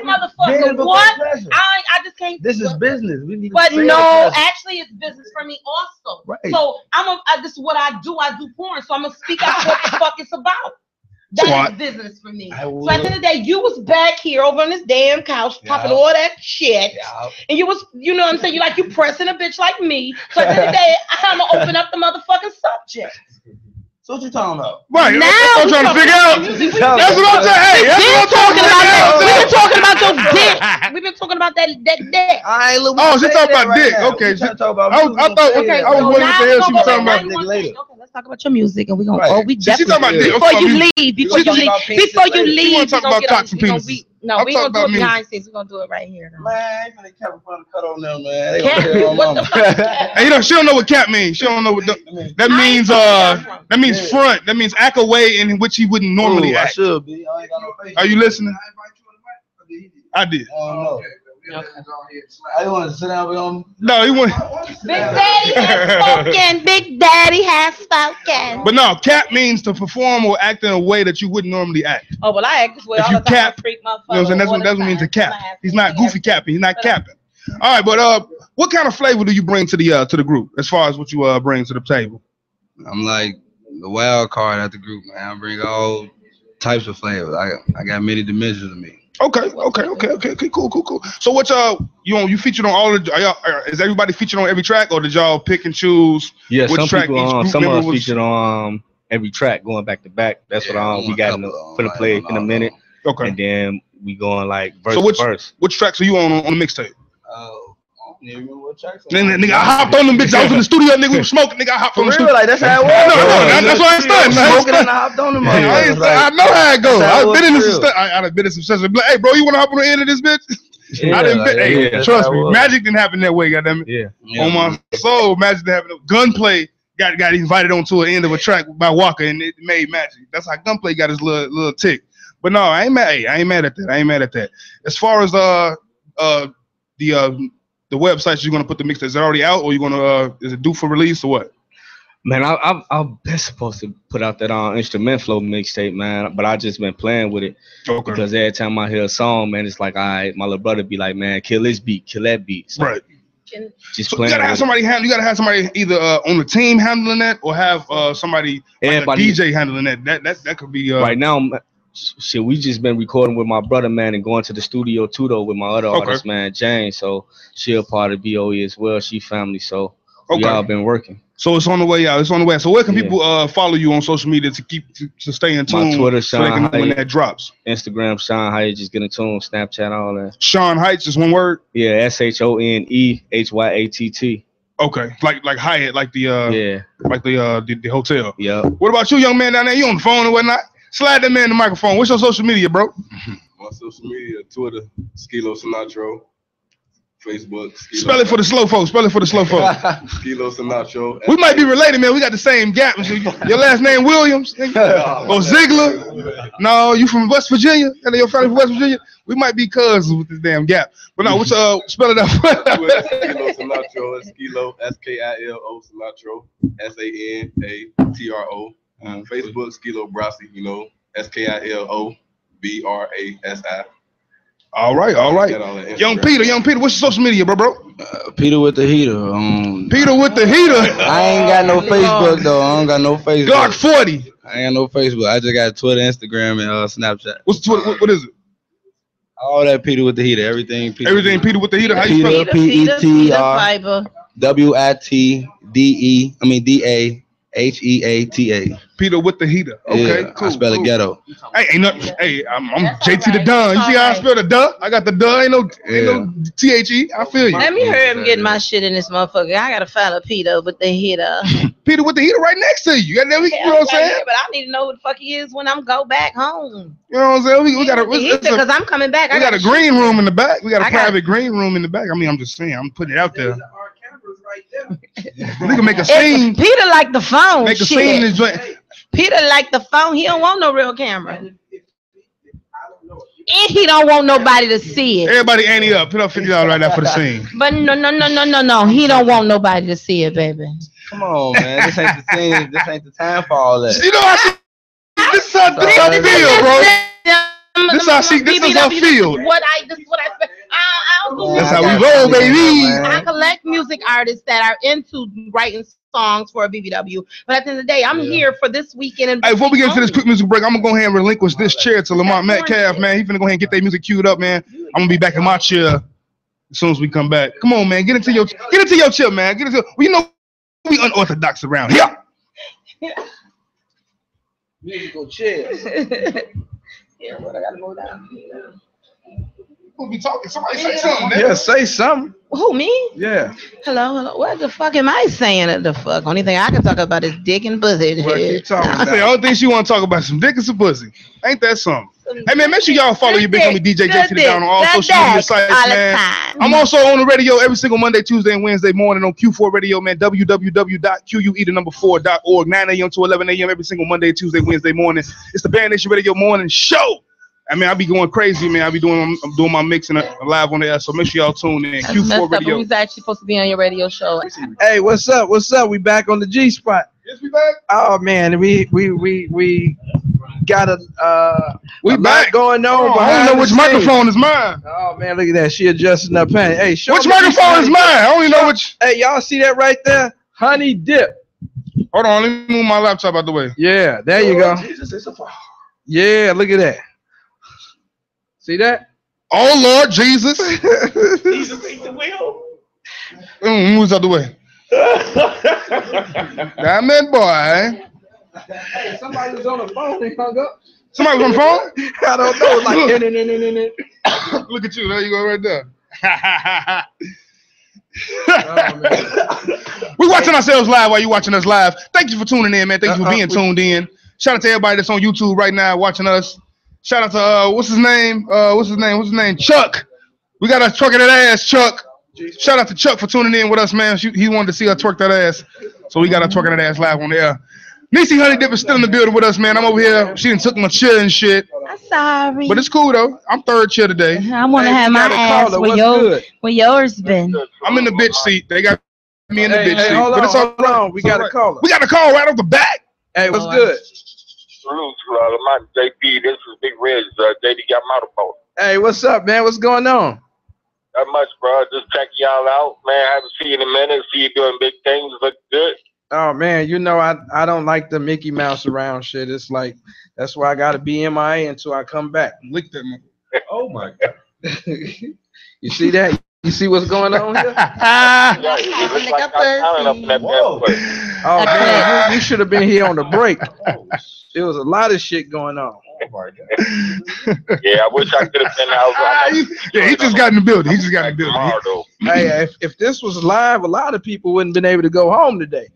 [SPEAKER 7] motherfucker. What? I I just can't.
[SPEAKER 9] This is business. We need to
[SPEAKER 7] But
[SPEAKER 9] sell
[SPEAKER 7] no,
[SPEAKER 9] this.
[SPEAKER 7] actually, it's business for me also.
[SPEAKER 9] Right.
[SPEAKER 7] So I'm a, I, this is what I do. I do porn, so I'm gonna speak out what
[SPEAKER 5] [laughs]
[SPEAKER 7] the fuck it's about. That is
[SPEAKER 5] Squat.
[SPEAKER 7] business for me.
[SPEAKER 9] I
[SPEAKER 7] So at the end of the day, you was back here over on this damn couch, popping
[SPEAKER 9] Yeah.
[SPEAKER 7] all that shit,
[SPEAKER 9] Yeah.
[SPEAKER 7] and you was, you know what I'm saying? You like you pressing a bitch like me. So at the end of the day, I'm gonna open up the motherfucking [laughs] subject.
[SPEAKER 9] So what you talking about?
[SPEAKER 5] Right.
[SPEAKER 7] Now
[SPEAKER 5] That's what I'm
[SPEAKER 7] we
[SPEAKER 5] trying to
[SPEAKER 7] talking
[SPEAKER 5] figure
[SPEAKER 7] about
[SPEAKER 5] out.
[SPEAKER 7] music. We
[SPEAKER 5] That's what I'm saying. Hey, that's what I'm talking about.
[SPEAKER 7] We've been
[SPEAKER 5] That's
[SPEAKER 7] talking about your dick. [laughs] We've been talking about that that dick.
[SPEAKER 9] I ain't look.
[SPEAKER 5] Oh, she talking about dick. Okay, she-
[SPEAKER 9] about
[SPEAKER 5] I was- I thought- okay, I was
[SPEAKER 7] so
[SPEAKER 5] wondering
[SPEAKER 7] now
[SPEAKER 5] what the hell
[SPEAKER 7] we gonna
[SPEAKER 5] she was
[SPEAKER 7] go
[SPEAKER 5] talking
[SPEAKER 7] back. Now
[SPEAKER 5] about.
[SPEAKER 7] you wanna
[SPEAKER 9] Later.
[SPEAKER 7] say, Okay, let's talk about your music and we gonna
[SPEAKER 9] Right.
[SPEAKER 7] oh we
[SPEAKER 5] She- she talking about
[SPEAKER 7] definitely
[SPEAKER 5] dick. I'm
[SPEAKER 7] before
[SPEAKER 5] talking
[SPEAKER 7] you
[SPEAKER 5] about
[SPEAKER 7] leave, before
[SPEAKER 9] talking
[SPEAKER 7] you leave,
[SPEAKER 9] about penises
[SPEAKER 7] before
[SPEAKER 9] later.
[SPEAKER 7] you
[SPEAKER 5] We wanna
[SPEAKER 7] leave, we
[SPEAKER 5] talk
[SPEAKER 7] gonna
[SPEAKER 5] about
[SPEAKER 7] get on we
[SPEAKER 5] cocks and
[SPEAKER 7] gonna be
[SPEAKER 5] penises.
[SPEAKER 7] no,
[SPEAKER 5] I'm
[SPEAKER 7] we gonna
[SPEAKER 5] talking
[SPEAKER 7] do it
[SPEAKER 5] about
[SPEAKER 7] behind scenes, we gonna do it right here.
[SPEAKER 9] Man, I ain't finna cap a cut on them, man. They gonna tell
[SPEAKER 7] Cat,
[SPEAKER 9] my
[SPEAKER 7] what the
[SPEAKER 9] mama.
[SPEAKER 7] fuck? is cat?
[SPEAKER 5] Hey, you know, she don't know what cat means. She don't know what the-
[SPEAKER 9] I mean,
[SPEAKER 5] that
[SPEAKER 7] I ain't
[SPEAKER 5] means.
[SPEAKER 7] fucking
[SPEAKER 5] Uh,
[SPEAKER 7] cat.
[SPEAKER 5] that means front. That means act away in which he wouldn't normally
[SPEAKER 9] ooh, I
[SPEAKER 5] act.
[SPEAKER 9] should be. I ain't got no face.
[SPEAKER 5] Are you listening? I did.
[SPEAKER 9] I don't know. I just wanted to sit down with them.
[SPEAKER 5] No, he went.
[SPEAKER 7] Big Daddy has spoken. Big Daddy has spoken.
[SPEAKER 5] But no, cat means to perform or act in a way that you wouldn't normally act.
[SPEAKER 7] Oh well, I act this way
[SPEAKER 5] If
[SPEAKER 7] all
[SPEAKER 5] you
[SPEAKER 7] the time. I
[SPEAKER 5] cap,
[SPEAKER 7] freak motherfucker.
[SPEAKER 5] You know what I'm saying? That's
[SPEAKER 7] all
[SPEAKER 5] what
[SPEAKER 7] the
[SPEAKER 5] that's what means to
[SPEAKER 7] time.
[SPEAKER 5] cap.
[SPEAKER 7] My ass
[SPEAKER 5] He's not
[SPEAKER 7] freak
[SPEAKER 5] goofy capping. He's not
[SPEAKER 7] uh,
[SPEAKER 5] capping. All right, but uh, what kind of flavor do you bring to the uh to the group as far as what you uh bring to the table?
[SPEAKER 9] I'm like the wild card at the group, man. I bring all types of flavors. I I got many dimensions of me.
[SPEAKER 5] Okay, okay, okay, okay, okay, cool, cool, cool. So what y'all you on? You featured on all of are y'all? Are, is everybody featured on every track, or did y'all pick and choose?
[SPEAKER 10] Yeah,
[SPEAKER 5] Which
[SPEAKER 10] some
[SPEAKER 5] track
[SPEAKER 10] people
[SPEAKER 5] each
[SPEAKER 10] um,
[SPEAKER 5] group
[SPEAKER 10] some
[SPEAKER 5] member
[SPEAKER 10] of us
[SPEAKER 5] was-
[SPEAKER 10] featured on um, every track going back to back. That's
[SPEAKER 9] Yeah,
[SPEAKER 10] what um, we
[SPEAKER 9] want a
[SPEAKER 10] got in
[SPEAKER 9] couple
[SPEAKER 10] the,
[SPEAKER 9] of
[SPEAKER 10] for the
[SPEAKER 9] 'em,
[SPEAKER 10] play
[SPEAKER 9] like,
[SPEAKER 10] in a
[SPEAKER 9] um,
[SPEAKER 10] minute,
[SPEAKER 5] Okay,
[SPEAKER 10] and then we going like verse
[SPEAKER 5] So
[SPEAKER 10] to
[SPEAKER 5] which-
[SPEAKER 10] verse.
[SPEAKER 5] which tracks are you on on the mixtape?
[SPEAKER 9] Uh, I don't even remember what tracks. I'm
[SPEAKER 5] Nigga,
[SPEAKER 9] on.
[SPEAKER 5] nigga, I hopped on them bitches. I was in the studio, nigga. We was smoking, nigga. I hopped
[SPEAKER 9] For
[SPEAKER 5] on the
[SPEAKER 9] real,
[SPEAKER 5] studio.
[SPEAKER 9] like that's how it was.
[SPEAKER 5] No, no, that- that's why I started, man.
[SPEAKER 9] Smoking and I hopped on them.
[SPEAKER 5] I,
[SPEAKER 9] motherfuckers,
[SPEAKER 5] ain't-
[SPEAKER 9] like-
[SPEAKER 5] I know how it goes.
[SPEAKER 9] that's how it
[SPEAKER 5] I've been in
[SPEAKER 9] was
[SPEAKER 5] this.
[SPEAKER 9] for real.
[SPEAKER 5] Stu- I, I've been in some sessions. Be Like, hey, bro, you want to hop on the end of this bitch? I didn't.
[SPEAKER 9] like,
[SPEAKER 5] hey,
[SPEAKER 9] that's
[SPEAKER 5] trust
[SPEAKER 9] how it
[SPEAKER 5] me,
[SPEAKER 9] was.
[SPEAKER 5] magic didn't happen that way. Goddamn it.
[SPEAKER 10] Yeah,
[SPEAKER 9] Yeah.
[SPEAKER 5] On my soul, magic didn't happen. Gunplay got got invited onto an end of a track by Walker, and it made magic. That's how Gunplay got his little little tick. But no, I ain't mad. hey, I ain't mad at that. I ain't mad at that. As far as uh uh the uh the websites you're gonna put the mixtape is it already out or you gonna uh is it due for release or what?
[SPEAKER 10] Man, I, I've I've been supposed to put out that uh, instrument flow mixtape, man, but I just been playing with it
[SPEAKER 5] okay.
[SPEAKER 10] because every time I hear a song, man, it's like, all right, my little brother be like, man, kill this beat, kill that beat. So
[SPEAKER 5] Right.
[SPEAKER 10] Just
[SPEAKER 5] So you
[SPEAKER 10] playing.
[SPEAKER 5] gotta
[SPEAKER 10] with
[SPEAKER 5] have
[SPEAKER 10] it.
[SPEAKER 5] somebody handle. You gotta have somebody either uh, on the team handling that, or have uh, somebody like a
[SPEAKER 10] Everybody-
[SPEAKER 5] DJ handling that. That that that could be uh,
[SPEAKER 10] right now, ma- sh- shit, we just been recording with my brother, man, and going to the studio too, though, with my other
[SPEAKER 5] Okay.
[SPEAKER 10] artist, man, Jane. So she a part of BOE as well. She family. So
[SPEAKER 5] Okay.
[SPEAKER 10] we all been working.
[SPEAKER 5] So it's on the way out. It's on the way. out. So where can people uh, follow you on social media to keep to, to stay in tune?
[SPEAKER 10] My Twitter,
[SPEAKER 5] so they
[SPEAKER 10] Sean
[SPEAKER 5] can know when
[SPEAKER 10] Hyatt.
[SPEAKER 5] that drops.
[SPEAKER 10] Instagram, Sean Hyde, just get in tune, Snapchat, all that.
[SPEAKER 5] Sean Heights is one word.
[SPEAKER 10] Yeah, S H O N E H Y A T T.
[SPEAKER 5] Okay, like like Hyatt, like the uh,
[SPEAKER 10] Yeah.
[SPEAKER 5] like the uh, the, the hotel.
[SPEAKER 10] Yeah.
[SPEAKER 5] What about you, young man down there? You on the phone and whatnot? Slide that man the microphone. What's your social media, bro?
[SPEAKER 11] My social media, Twitter, Skilo Sinatra, Facebook. Skilo
[SPEAKER 5] Spell it for the slow folks. Spell it for the slow folks.
[SPEAKER 11] [laughs]
[SPEAKER 10] [laughs]
[SPEAKER 11] Skilo Sinatra.
[SPEAKER 5] We might be related, man. We got the same
[SPEAKER 10] [laughs]
[SPEAKER 5] gap. Your last name Williams
[SPEAKER 10] Oh,
[SPEAKER 5] nigga? or Ziegler? No, you from West Virginia? And your family from West Virginia? We might be cousins with this damn gap. But no, what's uh spell it out? [laughs]
[SPEAKER 11] Skilo Sinatra. It's Skilo S K I L O Sinatra. S A N A T R O.
[SPEAKER 5] Mm-hmm.
[SPEAKER 11] Facebook Skilo Brasi. You know S K I L O B R A S I.
[SPEAKER 5] all right, all right. Young Peter, young Peter, what's your social media, bro, bro?
[SPEAKER 9] Uh, Peter with the heater. Um,
[SPEAKER 5] Peter with the heater.
[SPEAKER 9] [laughs] I ain't got no Facebook though. I don't got no Facebook.
[SPEAKER 5] Glock 40.
[SPEAKER 9] I ain't got no Facebook. I just got Twitter, Instagram, and uh, Snapchat.
[SPEAKER 5] What's Twitter? What, what is it?
[SPEAKER 9] All that Peter with the heater. Everything. Peter
[SPEAKER 5] Everything Peter with the heater. How you spell
[SPEAKER 9] Peter P
[SPEAKER 5] it?
[SPEAKER 9] E T R
[SPEAKER 7] Fiber.
[SPEAKER 9] W I T D E. I mean D A H E A T A.
[SPEAKER 5] Peter with the heater. Okay,
[SPEAKER 9] yeah,
[SPEAKER 5] cool.
[SPEAKER 9] I spell
[SPEAKER 5] cool.
[SPEAKER 9] it ghetto.
[SPEAKER 5] Hey, ain't nothing. Hey, I'm, I'm JT the Don. You see how I spell the duh? I got the duh. Ain't no, ain't no T H E. I feel you.
[SPEAKER 7] Let me hear him get my shit in this motherfucker. I gotta find a Peter with the
[SPEAKER 5] [laughs]
[SPEAKER 7] heater.
[SPEAKER 5] Peter with the heater right next to you. You know, you know what I'm saying?
[SPEAKER 7] But I need to know who the fuck he is when I'm go back home.
[SPEAKER 5] You know what I'm saying? We, we got a, it's- it's a-
[SPEAKER 7] Because I'm coming back.
[SPEAKER 5] we
[SPEAKER 7] I
[SPEAKER 5] got a
[SPEAKER 7] gotta
[SPEAKER 5] green
[SPEAKER 7] shoot.
[SPEAKER 5] room in the back. We got a
[SPEAKER 7] I got-
[SPEAKER 5] private green room in the back. I mean, I'm just saying. I'm putting it out there. we can make a
[SPEAKER 7] If
[SPEAKER 5] scene.
[SPEAKER 7] Peter like the phone.
[SPEAKER 5] Make a
[SPEAKER 7] shit.
[SPEAKER 5] scene. in this joint.
[SPEAKER 7] Peter like the phone. He don't want no real camera. And he don't want nobody to see it.
[SPEAKER 5] Everybody ante up. Put up fifty dollars right now for the
[SPEAKER 7] [laughs]
[SPEAKER 5] scene.
[SPEAKER 7] But no, no, no, no, no, no. He don't want nobody to see it, baby.
[SPEAKER 9] Come on, man. This ain't the thing. This ain't the time for all that.
[SPEAKER 5] You know, I, this is how this how I feel, bro. This how she. This is how I feel.
[SPEAKER 7] What I, this is what I, I, I don't do
[SPEAKER 5] That's
[SPEAKER 7] music
[SPEAKER 5] how we
[SPEAKER 7] artists.
[SPEAKER 5] roll, baby.
[SPEAKER 7] I collect music artists that are into writing songs for BBW, but at the end of the day, I'm here for this weekend. And
[SPEAKER 5] Hey, before we get into this
[SPEAKER 7] only.
[SPEAKER 5] quick music break, I'm gonna go ahead and relinquish this chair to Lamont Metcalf, man. He finna go ahead and get that music queued up, man. I'm gonna be back in my chair as soon as we come back. Come on, man, get into your get into your chair, man. Get into. We know we unorthodox around here.
[SPEAKER 9] Musical
[SPEAKER 7] [laughs]
[SPEAKER 9] chairs.
[SPEAKER 7] yeah, what I gotta move down.
[SPEAKER 5] We'll be talking. Somebody
[SPEAKER 7] say something, man.
[SPEAKER 6] Yeah, say something.
[SPEAKER 7] Who me?
[SPEAKER 6] Yeah.
[SPEAKER 7] Hello, hello. What the fuck am I saying? What The fuck. Only thing I can talk about is dick and pussy.
[SPEAKER 6] Well, keep talking.
[SPEAKER 5] I say, I don't think she want to talk about some dick and some pussy. Ain't that something? Hey man, make sure y'all follow your big homie DJ JT the Down on all social media sites,
[SPEAKER 7] all
[SPEAKER 5] man.
[SPEAKER 7] The time.
[SPEAKER 5] I'm also on the radio every single Monday, Tuesday, and Wednesday morning on Q4 Radio, man. www.que the E number 4.org, 9 a.m. to 11 a.m. every single Monday, Tuesday, Wednesday morning. It's the Band Nation Radio Morning Show. I mean, I'll be going crazy, man. I'll be doing I'm doing my mixing uh, live on the air, so make sure y'all tune in.
[SPEAKER 7] That's messed
[SPEAKER 5] Q4
[SPEAKER 7] up. We
[SPEAKER 5] Radio.
[SPEAKER 7] was actually supposed to be on your radio show.
[SPEAKER 6] Hey, what's up? What's up? We back on the G spot.
[SPEAKER 5] Yes, we back.
[SPEAKER 6] Oh man, we we we we got a uh
[SPEAKER 5] We
[SPEAKER 6] a lot
[SPEAKER 5] back.
[SPEAKER 6] going on.
[SPEAKER 5] Oh, I
[SPEAKER 6] behind
[SPEAKER 5] don't know
[SPEAKER 6] the
[SPEAKER 5] which
[SPEAKER 6] scenes.
[SPEAKER 5] microphone is mine.
[SPEAKER 6] Oh man, look at that. She adjusting her pants. Hey, show
[SPEAKER 5] Which
[SPEAKER 6] me these
[SPEAKER 5] microphone is
[SPEAKER 6] honey-
[SPEAKER 5] mine? I don't even know which.
[SPEAKER 6] Hey, y'all see that right there? Honey dip.
[SPEAKER 5] Hold on, let me move my laptop out the way.
[SPEAKER 6] Yeah, there you go. Yeah, look at that. See that?
[SPEAKER 5] Oh Lord Jesus. [laughs]
[SPEAKER 6] [laughs]
[SPEAKER 5] Mm, moves out the way. Damn it, boy.
[SPEAKER 6] Hey, somebody was on the phone and hung up. [laughs]
[SPEAKER 5] Somebody was on the phone?
[SPEAKER 6] I don't know. Like,
[SPEAKER 5] Look.
[SPEAKER 6] in, in, in, in, in, in.
[SPEAKER 5] Look at you. There [laughs] you go, right there. We're watching ourselves live while you're watching us live. Thank you for tuning in, man. Thank you for
[SPEAKER 6] Uh-uh,
[SPEAKER 5] being
[SPEAKER 6] we-
[SPEAKER 5] tuned in. Shout out to everybody that's on YouTube right now watching us. Shout out to uh, what's his name? Uh, what's his name? What's his name? Chuck. We got us twerking that ass, Chuck. Shout out to Chuck for tuning in with us, man. She- He wanted to see us twerk that ass, so we got her twerking that ass live on the air. Niecy Honey Dip is still in the building with us, man. I'm over here. She didn't took my chair and shit.
[SPEAKER 2] I'm sorry.
[SPEAKER 5] But it's cool though. I'm third chair today.
[SPEAKER 7] I want to have my ass where, your, where yours been.
[SPEAKER 5] I'm in the bitch seat. They got me in the
[SPEAKER 6] Hey,
[SPEAKER 5] bitch
[SPEAKER 6] hey,
[SPEAKER 5] seat.
[SPEAKER 6] hold
[SPEAKER 5] but it's
[SPEAKER 6] on,
[SPEAKER 5] all right.
[SPEAKER 6] We got a caller.
[SPEAKER 5] We got
[SPEAKER 6] [laughs]
[SPEAKER 5] a call Oh, right off the bat.
[SPEAKER 6] Hey, what's good?
[SPEAKER 12] Salute to all of my JP. This is Big Red. Uh, JD got my report.
[SPEAKER 6] Hey, what's up, man? What's going on?
[SPEAKER 12] Not much, bro. Just check y'all out, man. I haven't seen you in a minute. See you doing big things. Look good.
[SPEAKER 6] Oh man, you know I, I don't like the Mickey Mouse around shit. It's like that's why I gotta be MIA until I come back.
[SPEAKER 5] Lick that man.
[SPEAKER 6] Oh my god. [laughs] you see that? You see what's
[SPEAKER 9] [laughs]
[SPEAKER 6] going on here?
[SPEAKER 12] Yeah, it looks like I'm up in that damn place.
[SPEAKER 6] Oh man, you, you should have been here on
[SPEAKER 12] [laughs]
[SPEAKER 6] the break.
[SPEAKER 12] Oh,
[SPEAKER 6] There was a lot of shit going on.
[SPEAKER 12] Yeah, I wish I could have been out.
[SPEAKER 6] [laughs]
[SPEAKER 5] Yeah, he just got in the building. He just got in the building.
[SPEAKER 6] Hey, if, if this was live, a lot of people wouldn't been able to go home today.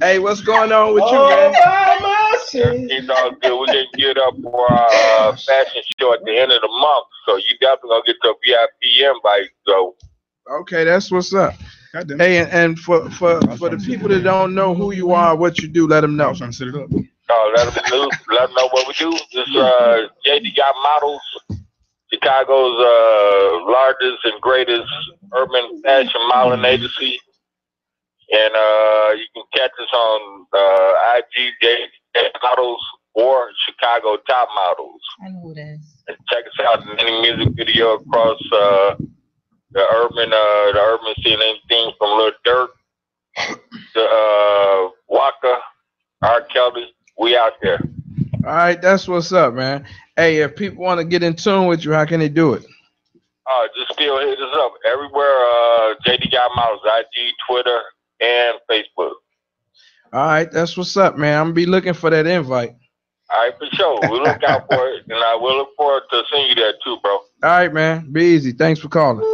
[SPEAKER 6] hey, what's going on with
[SPEAKER 12] Oh,
[SPEAKER 6] you, man?
[SPEAKER 12] It's all good. We didn't get up for our uh, fashion show at the end of the month, so you definitely gonna get your VIP invite. So
[SPEAKER 6] Okay, that's what's up. Hey, and, and for for for the people that don't know who you are, what you do, let them know.
[SPEAKER 12] uh, let them know, let 'em know what we do. This uh, JD got models, Chicago's uh, largest and greatest urban fashion modeling agency, and uh, you can catch us on uh, IG JD models or Chicago top models.
[SPEAKER 2] I know that.
[SPEAKER 12] and check us out in any music video across uh, the urban uh, the urban scene. Anything from Lil Durk to uh, Waka, R. Kelly. We out there.
[SPEAKER 6] All right, that's what's up, man. Hey, if people want to get in tune with you, how can they do it?
[SPEAKER 12] Uh, just still hit us up everywhere. Uh, JD Guy Models, IG, Twitter, and Facebook.
[SPEAKER 6] All right, that's what's up, man. I'm gonna be looking for that invite.
[SPEAKER 12] All right, for sure. We look out for it, and I will look forward to seeing you there too, bro.
[SPEAKER 6] All right, man. Be easy. Thanks for calling.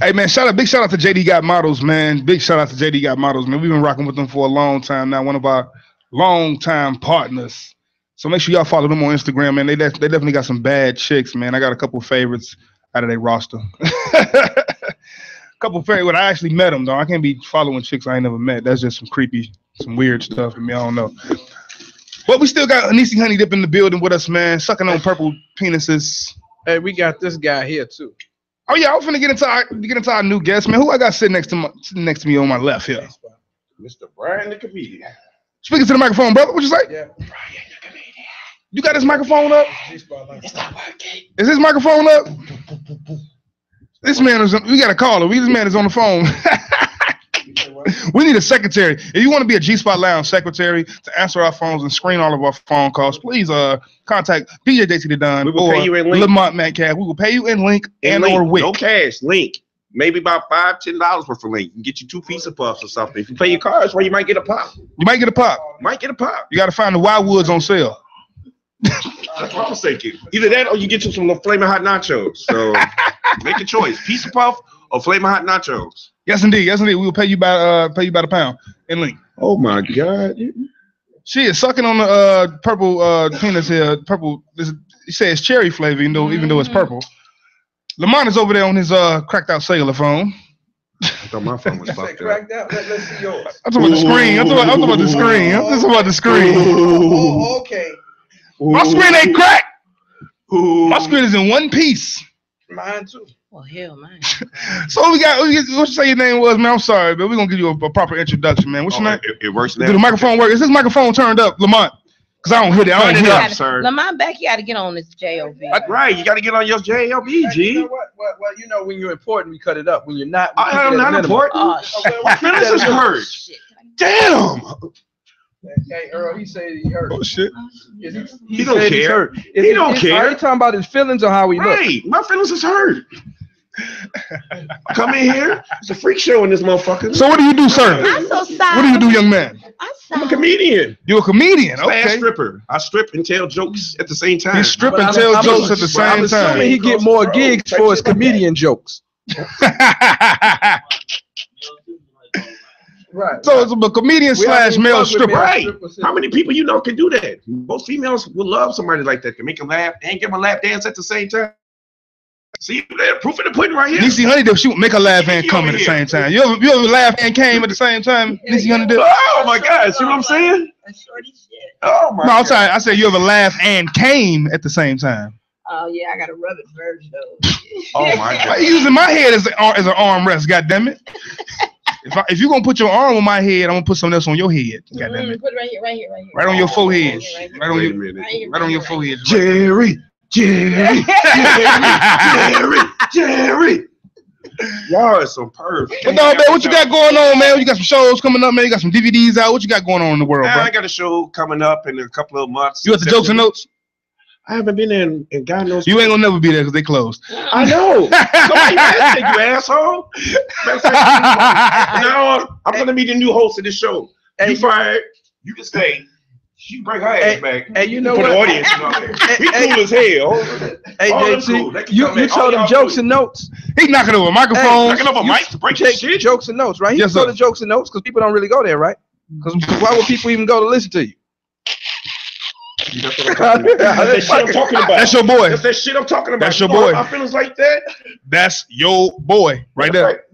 [SPEAKER 5] Hey man, shout out, big shout out to JD Got Models, man. Big shout out to JD Got Models, man. We've been rocking with them for a long time now. One of our long time partners. So make sure y'all follow them on Instagram, man. They def- they definitely got some bad chicks, man. I got a couple favorites out of their roster. [laughs] couple favorites. When I actually met them though, I can't be following chicks I ain't never met. That's just some creepy, some weird stuff to me. I don't know. But we still got Anisi Honey Dip in the building with us, man. Sucking on purple penises.
[SPEAKER 6] Hey, we got this guy here too.
[SPEAKER 5] Oh yeah, I was finna get into our get into our new guest, man. Who I got sitting next to my sitting next to me on my left here?
[SPEAKER 13] Mr. Brian the comedian.
[SPEAKER 5] Speaking to the microphone, brother. What you say?
[SPEAKER 6] Yeah.
[SPEAKER 5] You got his microphone up? Is his microphone up? This man is. We got a caller. We this man is on the phone. [laughs] we need a secretary. If you want to be a G Spot Lounge secretary to answer our phones and screen all of our phone calls, please uh contact PJ JC the Don
[SPEAKER 14] will
[SPEAKER 5] or
[SPEAKER 14] pay you in link.
[SPEAKER 5] Lamont Metcalf. We will pay you in link and,
[SPEAKER 14] link.
[SPEAKER 5] or wick.
[SPEAKER 14] No cash, link. Maybe about five, ten dollars worth of link. You can get you two pizza puffs or something. If you play your cards, well, you might get a pop.
[SPEAKER 5] You might get a pop.
[SPEAKER 14] Might get a pop.
[SPEAKER 5] You got to find the Wild Woods on sale.
[SPEAKER 14] That's what I was thinking. Either that or you get you some flaming hot nachos.
[SPEAKER 5] [laughs]
[SPEAKER 14] So make a choice. Pizza puff or flaming hot nachos.
[SPEAKER 5] Yes, indeed. Yes, indeed. We will pay you by uh pay you by the pound in link.
[SPEAKER 14] Oh my God.
[SPEAKER 5] She is sucking on the uh purple uh penis here. Purple. This, he says cherry flavor, even though even though
[SPEAKER 14] Mm-hmm.
[SPEAKER 5] it's purple. Lamont is over there on his uh cracked out cellular phone.
[SPEAKER 14] I thought my phone was fucked up.
[SPEAKER 6] Let's see yours.
[SPEAKER 5] I'm talking about the screen. I'm talking about, I'm talking about the screen. I'm just about the screen.
[SPEAKER 6] Oh, okay.
[SPEAKER 5] My screen ain't cracked. My screen is in one piece.
[SPEAKER 6] Mine too.
[SPEAKER 2] Well, hell, man.
[SPEAKER 5] So we got. What you say your name was, man? I'm sorry, but we're gonna give you a, a proper introduction, man. What's your name?
[SPEAKER 14] Oh, It, it works now.
[SPEAKER 5] Do the microphone work? Is this microphone turned up, Lamont? Cause I don't hear it. I don't
[SPEAKER 14] Turn it
[SPEAKER 5] hear
[SPEAKER 14] up,
[SPEAKER 5] it.
[SPEAKER 14] sir.
[SPEAKER 2] Lamont back, you got to get on this JOB.
[SPEAKER 14] That's right. You got to get on your JLB,
[SPEAKER 6] Hey, you know
[SPEAKER 14] G.
[SPEAKER 6] what? Well, well, you know when you're important, we cut it up. When you're not, we keep
[SPEAKER 14] I
[SPEAKER 6] it at
[SPEAKER 14] am
[SPEAKER 6] a
[SPEAKER 14] not
[SPEAKER 6] minimum.
[SPEAKER 14] important.
[SPEAKER 2] Oh, shit.
[SPEAKER 6] Okay, well,
[SPEAKER 14] Man, this is hurt. Damn.
[SPEAKER 6] Oh, Hey, Earl, he said he hurt.
[SPEAKER 5] Oh shit.
[SPEAKER 6] Is He,
[SPEAKER 14] He don't
[SPEAKER 6] said he's
[SPEAKER 14] care.
[SPEAKER 6] hurt. Is
[SPEAKER 14] He don't
[SPEAKER 6] is-
[SPEAKER 14] care.
[SPEAKER 6] Are you talking about his feelings or how he look?
[SPEAKER 14] Right. My feelings is hurt. Come in here. It's a freak show in this motherfucker.
[SPEAKER 5] So what do you do, sir?
[SPEAKER 7] I'm so sorry.
[SPEAKER 5] What do you do, young man?
[SPEAKER 7] I'm
[SPEAKER 14] I'm a
[SPEAKER 7] sorry.
[SPEAKER 14] comedian.
[SPEAKER 5] You're a comedian.
[SPEAKER 14] Slash
[SPEAKER 5] Okay.
[SPEAKER 14] stripper. I strip and tell jokes at the same time.
[SPEAKER 5] You strip
[SPEAKER 6] But
[SPEAKER 5] and
[SPEAKER 6] I'm-
[SPEAKER 5] tell
[SPEAKER 6] I'm
[SPEAKER 5] jokes at
[SPEAKER 6] assuming-
[SPEAKER 5] the
[SPEAKER 14] but
[SPEAKER 5] same
[SPEAKER 14] I'm
[SPEAKER 6] I mean,
[SPEAKER 5] time.
[SPEAKER 6] he get more gigs for his comedian
[SPEAKER 14] [laughs]
[SPEAKER 6] jokes. Right.
[SPEAKER 5] so it's a comedian slash male stripper.
[SPEAKER 14] Right. How many people you know can do that? Most females will love somebody like that, can make them laugh and give them a lap dance at the same time. See, that proof in the pudding right here.
[SPEAKER 5] Niecy Honeydip, she would make her laugh and come at the same time. You ever, you ever laugh and came at the same time, Niecy Honeydip?
[SPEAKER 14] Oh my God, see what I'm saying? Oh my
[SPEAKER 5] No, I'm sorry. I said you ever laugh and came at the same time.
[SPEAKER 15] Oh yeah, I got a rubbing version though.
[SPEAKER 5] Oh my God! you using my head as, a, ar- as an armrest? God damn
[SPEAKER 14] [laughs]
[SPEAKER 5] it! If, I, if you're gonna put your arm on my head, I'm gonna put something else on your head. God damn it!
[SPEAKER 15] Put it right here, right here, right here.
[SPEAKER 5] Right on your
[SPEAKER 14] Oh,
[SPEAKER 5] forehead. Right on your right on your forehead. Jerry, Jerry,
[SPEAKER 14] [laughs]
[SPEAKER 5] [laughs]
[SPEAKER 14] Jerry, Jerry. Y'all are some pervs.
[SPEAKER 5] But no, man, what you got going on, man? You got some shows coming up, man. You got some DVDs out. What you got going on in the world,
[SPEAKER 14] Man,
[SPEAKER 5] bro?
[SPEAKER 14] I got a show coming up in a couple of months.
[SPEAKER 5] You at the Jokes and Notes?
[SPEAKER 14] I haven't been there, in, and God knows.
[SPEAKER 5] You ain't gonna never be there because they closed. [laughs]
[SPEAKER 14] I know. [laughs] Somebody asked you asshole. Matter
[SPEAKER 5] [laughs]
[SPEAKER 14] of fact, now on, I'm gonna be the new host of this show. you fired. You can stay. She bring her ass back.
[SPEAKER 6] And you know
[SPEAKER 14] For the
[SPEAKER 6] what?
[SPEAKER 5] [laughs]
[SPEAKER 14] audience, you know what I mean? we cool as hell.
[SPEAKER 6] Hey,
[SPEAKER 14] All them
[SPEAKER 6] JT,
[SPEAKER 14] cool. They can
[SPEAKER 6] you,
[SPEAKER 14] come
[SPEAKER 6] you
[SPEAKER 14] back. All
[SPEAKER 6] told him
[SPEAKER 14] y'all
[SPEAKER 6] jokes and notes.
[SPEAKER 5] He knocking over
[SPEAKER 14] microphones. Knocking over mics to break
[SPEAKER 6] take jokes and notes, right? He
[SPEAKER 14] Yes,
[SPEAKER 6] told
[SPEAKER 14] sir.
[SPEAKER 6] the jokes and notes because people don't really go there, right? Because why would people even go to listen to you?
[SPEAKER 14] That's what I'm talking about. That's that shit I'm talking about.
[SPEAKER 5] That's your boy.
[SPEAKER 14] That's that shit I'm talking about.
[SPEAKER 5] That's your
[SPEAKER 14] You know
[SPEAKER 5] boy.
[SPEAKER 14] how My feelings like that.
[SPEAKER 5] That's your boy right there.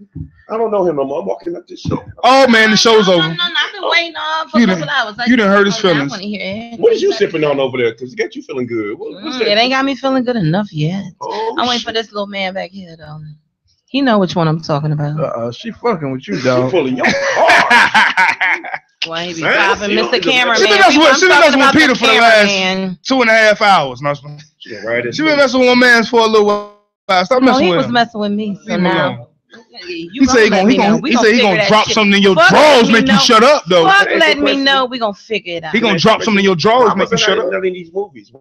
[SPEAKER 14] I don't know him no more. I'm walking up this show.
[SPEAKER 5] Oh man, the show's over.
[SPEAKER 7] No, no, I've been waiting on for
[SPEAKER 5] You
[SPEAKER 7] a
[SPEAKER 5] done-
[SPEAKER 7] couple hours.
[SPEAKER 5] you done hurt his
[SPEAKER 7] oh, now I
[SPEAKER 5] feelings.
[SPEAKER 7] wanna hear it.
[SPEAKER 14] What is you sipping on over there? Cause it got you feeling good. What, what's
[SPEAKER 7] Mm,
[SPEAKER 14] that?
[SPEAKER 7] it ain't got me feeling good enough yet.
[SPEAKER 14] Oh,
[SPEAKER 7] I'm waiting for this little man back here, though. He know which one I'm talking about.
[SPEAKER 6] Uh-uh, she fucking with you, dog.
[SPEAKER 14] pulling your
[SPEAKER 7] Why he be
[SPEAKER 5] Man,
[SPEAKER 7] popping, Mr.
[SPEAKER 5] that's-
[SPEAKER 7] Cameraman?
[SPEAKER 5] She been messing
[SPEAKER 7] People,
[SPEAKER 5] with,
[SPEAKER 7] I'm
[SPEAKER 5] she
[SPEAKER 7] talking
[SPEAKER 5] been messing with
[SPEAKER 7] about the
[SPEAKER 5] Peter for the
[SPEAKER 7] cameraman.
[SPEAKER 5] last two and a half hours. No, she been messing with one man for a little while. Stop
[SPEAKER 7] No,
[SPEAKER 5] messing
[SPEAKER 7] Oh, he
[SPEAKER 5] with
[SPEAKER 7] was
[SPEAKER 5] him.
[SPEAKER 7] messing with me. So
[SPEAKER 5] Leave him
[SPEAKER 7] now.
[SPEAKER 5] He said he gonna, he gonna, he said he gonna drop something in your drawers, make you shut up though.
[SPEAKER 7] Fuck, let me know. We gonna figure it out.
[SPEAKER 5] He gonna drop something in your drawers,
[SPEAKER 14] I
[SPEAKER 5] make you
[SPEAKER 14] wasn't
[SPEAKER 5] shut
[SPEAKER 14] at
[SPEAKER 5] up.
[SPEAKER 14] none of these movies.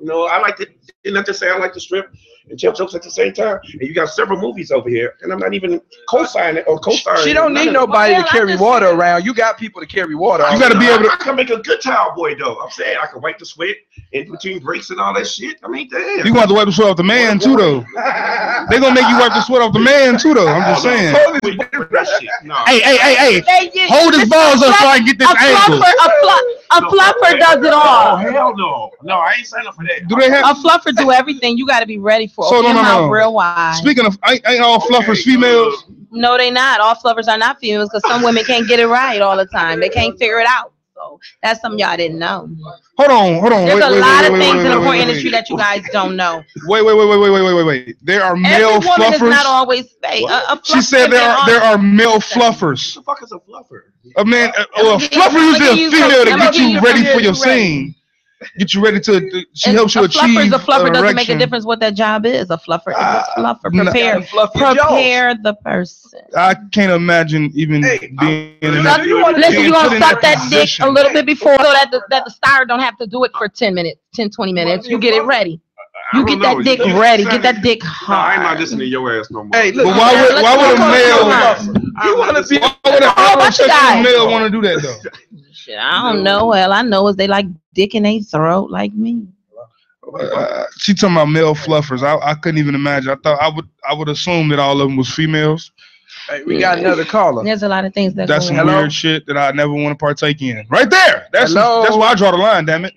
[SPEAKER 14] You know, I like to didn't have to say I like to strip and tell jokes at the same time. And you got several movies over here, and I'm not even co-signing or co-starring.
[SPEAKER 6] [laughs] She don't
[SPEAKER 14] none
[SPEAKER 6] need
[SPEAKER 14] of them.
[SPEAKER 6] nobody to carry water around. You got people to carry water.
[SPEAKER 14] I-
[SPEAKER 6] already.
[SPEAKER 14] I can make a good towel boy though. I'm saying I can wipe the sweat in between breaks and all that shit. I mean, damn.
[SPEAKER 5] You gonna have to wipe the sweat off the man too though. They gonna make you wipe the sweat off the man too though. I'm just saying. Hey, hey, hey, hey!
[SPEAKER 7] you-
[SPEAKER 5] Hold his
[SPEAKER 7] Mr.
[SPEAKER 5] balls up so I can get this
[SPEAKER 7] a
[SPEAKER 5] angle.
[SPEAKER 7] Fluffer, a, flu- a fluffer does it all.
[SPEAKER 14] Oh, hell no. No, I ain't signing up for that.
[SPEAKER 5] Do they have
[SPEAKER 7] a fluffer do everything? You got to be ready for.
[SPEAKER 5] So,
[SPEAKER 7] Open
[SPEAKER 5] no,
[SPEAKER 7] your
[SPEAKER 5] no,
[SPEAKER 7] mouth
[SPEAKER 5] no.
[SPEAKER 7] real wide.
[SPEAKER 5] Speaking of, ain't, ain't all fluffers females?
[SPEAKER 7] No, they not. All fluffers are not females because some women can't get it right all the time. They can't figure it out. So that's something y'all didn't know.
[SPEAKER 5] Hold on, hold on.
[SPEAKER 7] There's
[SPEAKER 5] wait,
[SPEAKER 7] a
[SPEAKER 5] wait,
[SPEAKER 7] lot
[SPEAKER 5] wait,
[SPEAKER 7] of
[SPEAKER 5] wait,
[SPEAKER 7] things
[SPEAKER 5] wait,
[SPEAKER 7] in the
[SPEAKER 5] wait,
[SPEAKER 7] porn
[SPEAKER 5] wait,
[SPEAKER 7] industry that you guys don't know.
[SPEAKER 5] Wait, wait, wait, wait, wait, wait, wait, wait, wait. There are
[SPEAKER 7] Every
[SPEAKER 5] [laughs] male
[SPEAKER 7] woman is not
[SPEAKER 5] fluffers.
[SPEAKER 7] always fake. A, a
[SPEAKER 5] She
[SPEAKER 7] fluffer
[SPEAKER 5] said there
[SPEAKER 7] can
[SPEAKER 5] are
[SPEAKER 7] al-
[SPEAKER 5] there are male fluffers.
[SPEAKER 14] What the fuck is a fluffer?
[SPEAKER 5] A man, a, well, a fluffer is a female to get you ready for your scene. Get you ready to. to- She
[SPEAKER 7] And
[SPEAKER 5] helps you
[SPEAKER 7] a fluffer is
[SPEAKER 5] achieve
[SPEAKER 7] a fluffer. Doesn't make a
[SPEAKER 5] erection. Ah,
[SPEAKER 7] difference what that job is. A fluffer is a fluffer.
[SPEAKER 5] no.
[SPEAKER 7] Prepare, prepare the person.
[SPEAKER 5] I can't imagine even being in
[SPEAKER 7] Suck-
[SPEAKER 5] that.
[SPEAKER 7] Listen,
[SPEAKER 5] being
[SPEAKER 7] you
[SPEAKER 5] put
[SPEAKER 7] gonna
[SPEAKER 5] in
[SPEAKER 7] suck that dick
[SPEAKER 5] position.
[SPEAKER 7] a little bit before so that the, that the star don't have to do it for 10 minutes, 10, 20 minutes. You get it ready. You get that dick ready. Get that
[SPEAKER 5] [laughs]
[SPEAKER 7] dick
[SPEAKER 14] I'm
[SPEAKER 7] hard.
[SPEAKER 14] not listening to your ass no more.
[SPEAKER 6] Hey, look. Oh,
[SPEAKER 5] But why would- why would a
[SPEAKER 6] He want to be.
[SPEAKER 5] Why would a heterosexual
[SPEAKER 7] guys.
[SPEAKER 5] male want to do that though?
[SPEAKER 7] I don't know. Well, I know is they like dick in their throat like me.
[SPEAKER 5] Uh, she talking about male fluffers. I, I couldn't even imagine. I thought I would I would assume that all of them was females.
[SPEAKER 6] Hey, we got another caller.
[SPEAKER 7] There's a lot of things that
[SPEAKER 5] That's
[SPEAKER 7] go
[SPEAKER 5] some
[SPEAKER 7] on.
[SPEAKER 5] weird shit that I never want to partake in. Right there. That's
[SPEAKER 6] Hello?
[SPEAKER 5] that's where I draw the line. Damn it.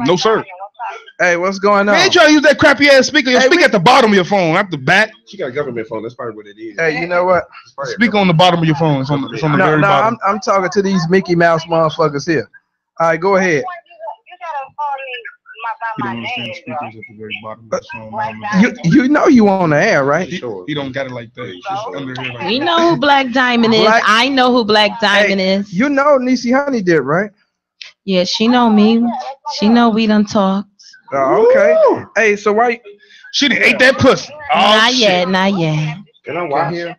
[SPEAKER 5] No sir.
[SPEAKER 6] Hey, what's going
[SPEAKER 5] Man, you trying to use that crappy ass speaker? You speak at the bottom of your phone, not the back.
[SPEAKER 14] She got a government phone. That's probably what it is.
[SPEAKER 6] Hey, you know what?
[SPEAKER 5] Speak on the bottom of your phone. It's on the, it's on the
[SPEAKER 6] No,
[SPEAKER 5] very
[SPEAKER 6] no,
[SPEAKER 5] bottom.
[SPEAKER 6] I'm, I'm talking to these Mickey Mouse motherfuckers here. All right, go ahead.
[SPEAKER 5] He don't understand speakers at the very bottom. That's on
[SPEAKER 6] You you know you on the air, right?
[SPEAKER 5] He, he don't got it like that. It's just under here like
[SPEAKER 7] We know who Black Diamond is.
[SPEAKER 6] Black-
[SPEAKER 7] I know who Black Diamond is.
[SPEAKER 6] You know Niecy Honey did, right?
[SPEAKER 7] Yeah, she know me. She know we done talked.
[SPEAKER 6] Oh, okay. Hey, so why?
[SPEAKER 5] She done ate that pussy.
[SPEAKER 7] not yet, not yet.
[SPEAKER 14] Can I watch
[SPEAKER 6] here?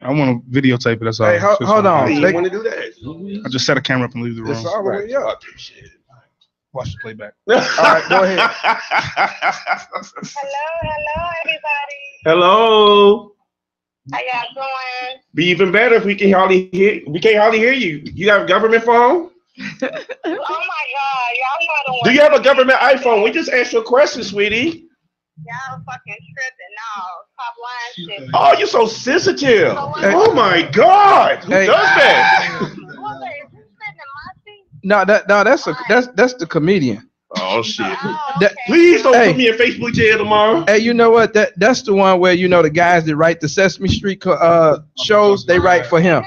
[SPEAKER 5] I want to videotape it. That's all.
[SPEAKER 6] Hey, ho-
[SPEAKER 5] Just-
[SPEAKER 6] hold on.
[SPEAKER 14] You want to do that?
[SPEAKER 5] I just set a camera up and leave the room.
[SPEAKER 6] It's all the way up.
[SPEAKER 5] Watch the playback.
[SPEAKER 14] All
[SPEAKER 6] right, go ahead.
[SPEAKER 14] [laughs] Hello. Be even better if we can hardly hear. We can't hardly hear you. You have a government phone. oh my God, y'all know the Do you have a government iPhone? We just asked you a question, sweetie. Y'all fucking tripping. No, stop lying. Oh, you're so sensitive. Oh my God, who
[SPEAKER 6] Hey.
[SPEAKER 14] does that?
[SPEAKER 6] No, that no, that's a that's that's the comedian.
[SPEAKER 2] Oh shit.
[SPEAKER 6] Please don't put me in Facebook jail tomorrow. Hey, you know what? That that's the one where you know the guys that write the Sesame Street co- uh shows. They write for him.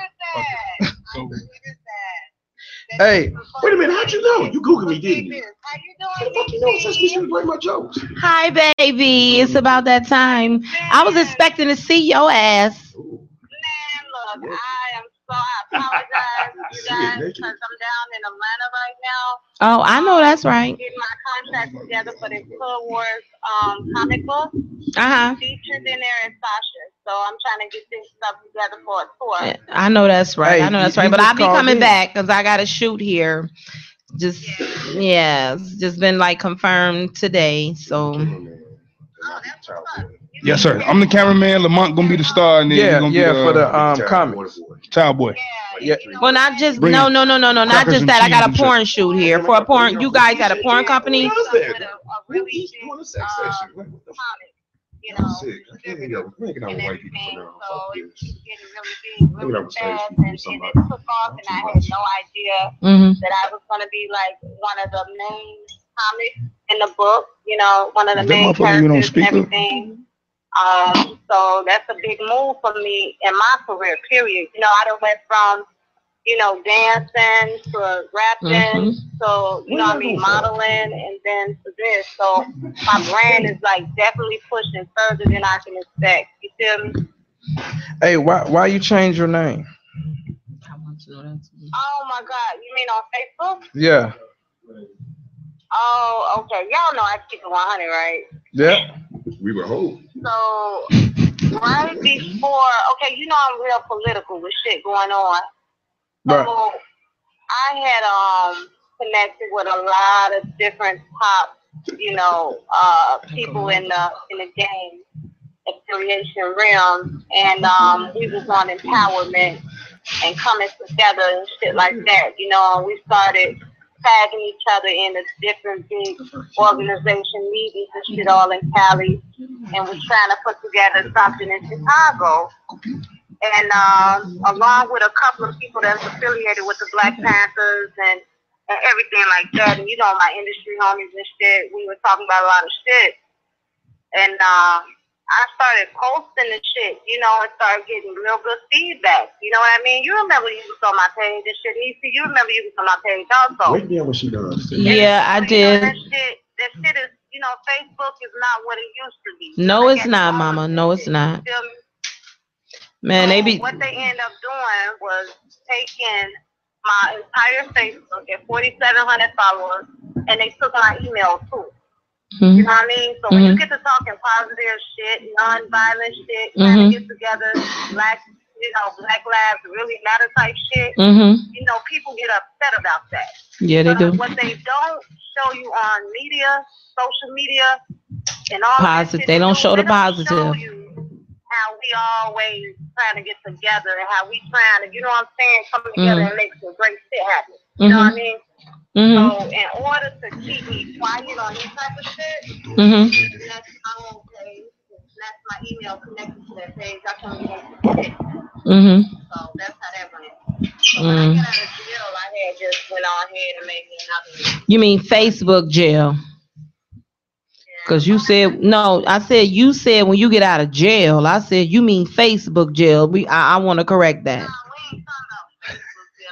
[SPEAKER 6] hey,
[SPEAKER 2] Wait a minute, how'd you know? You Googled me, didn't you? How you doing? Fuck you know, since we should play my jokes.
[SPEAKER 7] Hi, baby. It's about that time. I was expecting to see your ass.
[SPEAKER 2] Shit, nigga.
[SPEAKER 7] Oh, I know that's right.
[SPEAKER 16] Getting my contract together for this Hood Wars um, comic book.
[SPEAKER 7] Uh-huh.
[SPEAKER 16] Features in there and Sasha. So I'm trying to get this stuff together for a tour.
[SPEAKER 7] I know that's right.
[SPEAKER 16] Hey,
[SPEAKER 7] I know that's
[SPEAKER 16] you-
[SPEAKER 7] right.
[SPEAKER 16] you
[SPEAKER 7] But
[SPEAKER 16] just
[SPEAKER 7] I'll be
[SPEAKER 16] called
[SPEAKER 7] coming
[SPEAKER 16] in.
[SPEAKER 7] back because I got to shoot here. Just yeah, it's just been like confirmed today. So
[SPEAKER 5] Yes, sir. I'm the cameraman. Lamont gonna be the star, and then
[SPEAKER 6] Yeah,
[SPEAKER 5] you're gonna
[SPEAKER 6] yeah,
[SPEAKER 5] be the,
[SPEAKER 6] for the, um,
[SPEAKER 5] comics. Child boy.
[SPEAKER 6] Yeah.
[SPEAKER 7] well, not just
[SPEAKER 5] Bring
[SPEAKER 7] no, no, no, no, no, not
[SPEAKER 5] crackers
[SPEAKER 7] just
[SPEAKER 5] and
[SPEAKER 7] that. I got a
[SPEAKER 5] cheese and
[SPEAKER 7] porn shoot here for a porn. You guys had a porn company.
[SPEAKER 16] um, You know,
[SPEAKER 2] Hang out with- hanging out with white people for now. Fuck this.
[SPEAKER 16] really
[SPEAKER 2] Hanging out with
[SPEAKER 16] fast
[SPEAKER 2] Spanish
[SPEAKER 16] and, and
[SPEAKER 2] people or
[SPEAKER 16] it
[SPEAKER 2] somebody.
[SPEAKER 16] took off and I had no idea
[SPEAKER 7] Mhm.
[SPEAKER 16] that I was gonna be like one of the main comics in the book, you know, one of the
[SPEAKER 2] That
[SPEAKER 16] main
[SPEAKER 2] motherfucker you don't
[SPEAKER 16] characters and
[SPEAKER 2] speak of?
[SPEAKER 16] everything. Um, so that's a big move for me in my career, period. You know, I done went from, you know, dancing to rapping so you know what I mean, modeling and then to this. So my brand is like definitely pushing further than I can expect. You feel me?
[SPEAKER 6] hey, why why you change your name?
[SPEAKER 16] Oh my God, you mean on Facebook?
[SPEAKER 6] Yeah,
[SPEAKER 16] Oh, okay. Y'all know I keep it 100, right?
[SPEAKER 6] yeah.
[SPEAKER 2] We were whole.
[SPEAKER 16] So right before, okay, you know I'm real political with shit going on.
[SPEAKER 6] Right.
[SPEAKER 16] So I had um connected with a lot of different top, you know, uh, people in the in the game affiliation realm, and um, we was on empowerment and coming together and shit like that. You know, we started tagging each other in the different big organization meetings and shit all in Cali, and was trying to put together something in Chicago and uh, along with a couple of people that's affiliated with the Black Panthers and, and everything like that. And you know, my industry homies and shit, we were talking about a lot of shit. And uh, I started posting the shit, you know, and started getting real good feedback. You know what I mean? You remember you was on my page and shit. Nisi, you remember you was on my page also.
[SPEAKER 2] Wake me up when she done.
[SPEAKER 7] Yeah, I did.
[SPEAKER 16] That shit is, you know, Facebook is not what it used to be.
[SPEAKER 7] No, it's not, Mama. No, it's not.
[SPEAKER 16] Feel me?
[SPEAKER 7] Man, they be
[SPEAKER 16] What they end up doing was taking my entire Facebook at 4,700 followers, and they took my email too.
[SPEAKER 7] Mm-hmm.
[SPEAKER 16] You know what I mean? So when you
[SPEAKER 7] Mhm.
[SPEAKER 16] get to talking positive shit, non-violent shit,
[SPEAKER 7] Mhm.
[SPEAKER 16] trying to get together, black, you know, black lives really matter type shit.
[SPEAKER 7] Mhm.
[SPEAKER 16] You know, people get upset about that.
[SPEAKER 7] Yeah, they
[SPEAKER 16] But uh,
[SPEAKER 7] do.
[SPEAKER 16] What they don't show you on media, social media, and all that
[SPEAKER 7] positive.
[SPEAKER 16] shit
[SPEAKER 7] They
[SPEAKER 16] you
[SPEAKER 7] don't show the
[SPEAKER 16] they don't show
[SPEAKER 7] positive.
[SPEAKER 16] how we always trying to get together and how we trying to, you know what I'm saying, come together
[SPEAKER 7] Mhm.
[SPEAKER 16] and make some great shit happen. You know what I
[SPEAKER 7] Mm-hmm.
[SPEAKER 16] mean?
[SPEAKER 7] Mhm.
[SPEAKER 16] So in order to keep me quiet on this type of shit,
[SPEAKER 7] Mhm.
[SPEAKER 16] that's my own page. That's my email connected to that page. I can't get shit.
[SPEAKER 7] Mhm.
[SPEAKER 16] So that's how that went. So when I
[SPEAKER 7] Mm.
[SPEAKER 16] got out of jail, I had just went on ahead and made me another.
[SPEAKER 7] You mean Facebook jail? Cause you said no. I said you said when you get out of jail. I said you mean Facebook jail. We I, I want to correct that.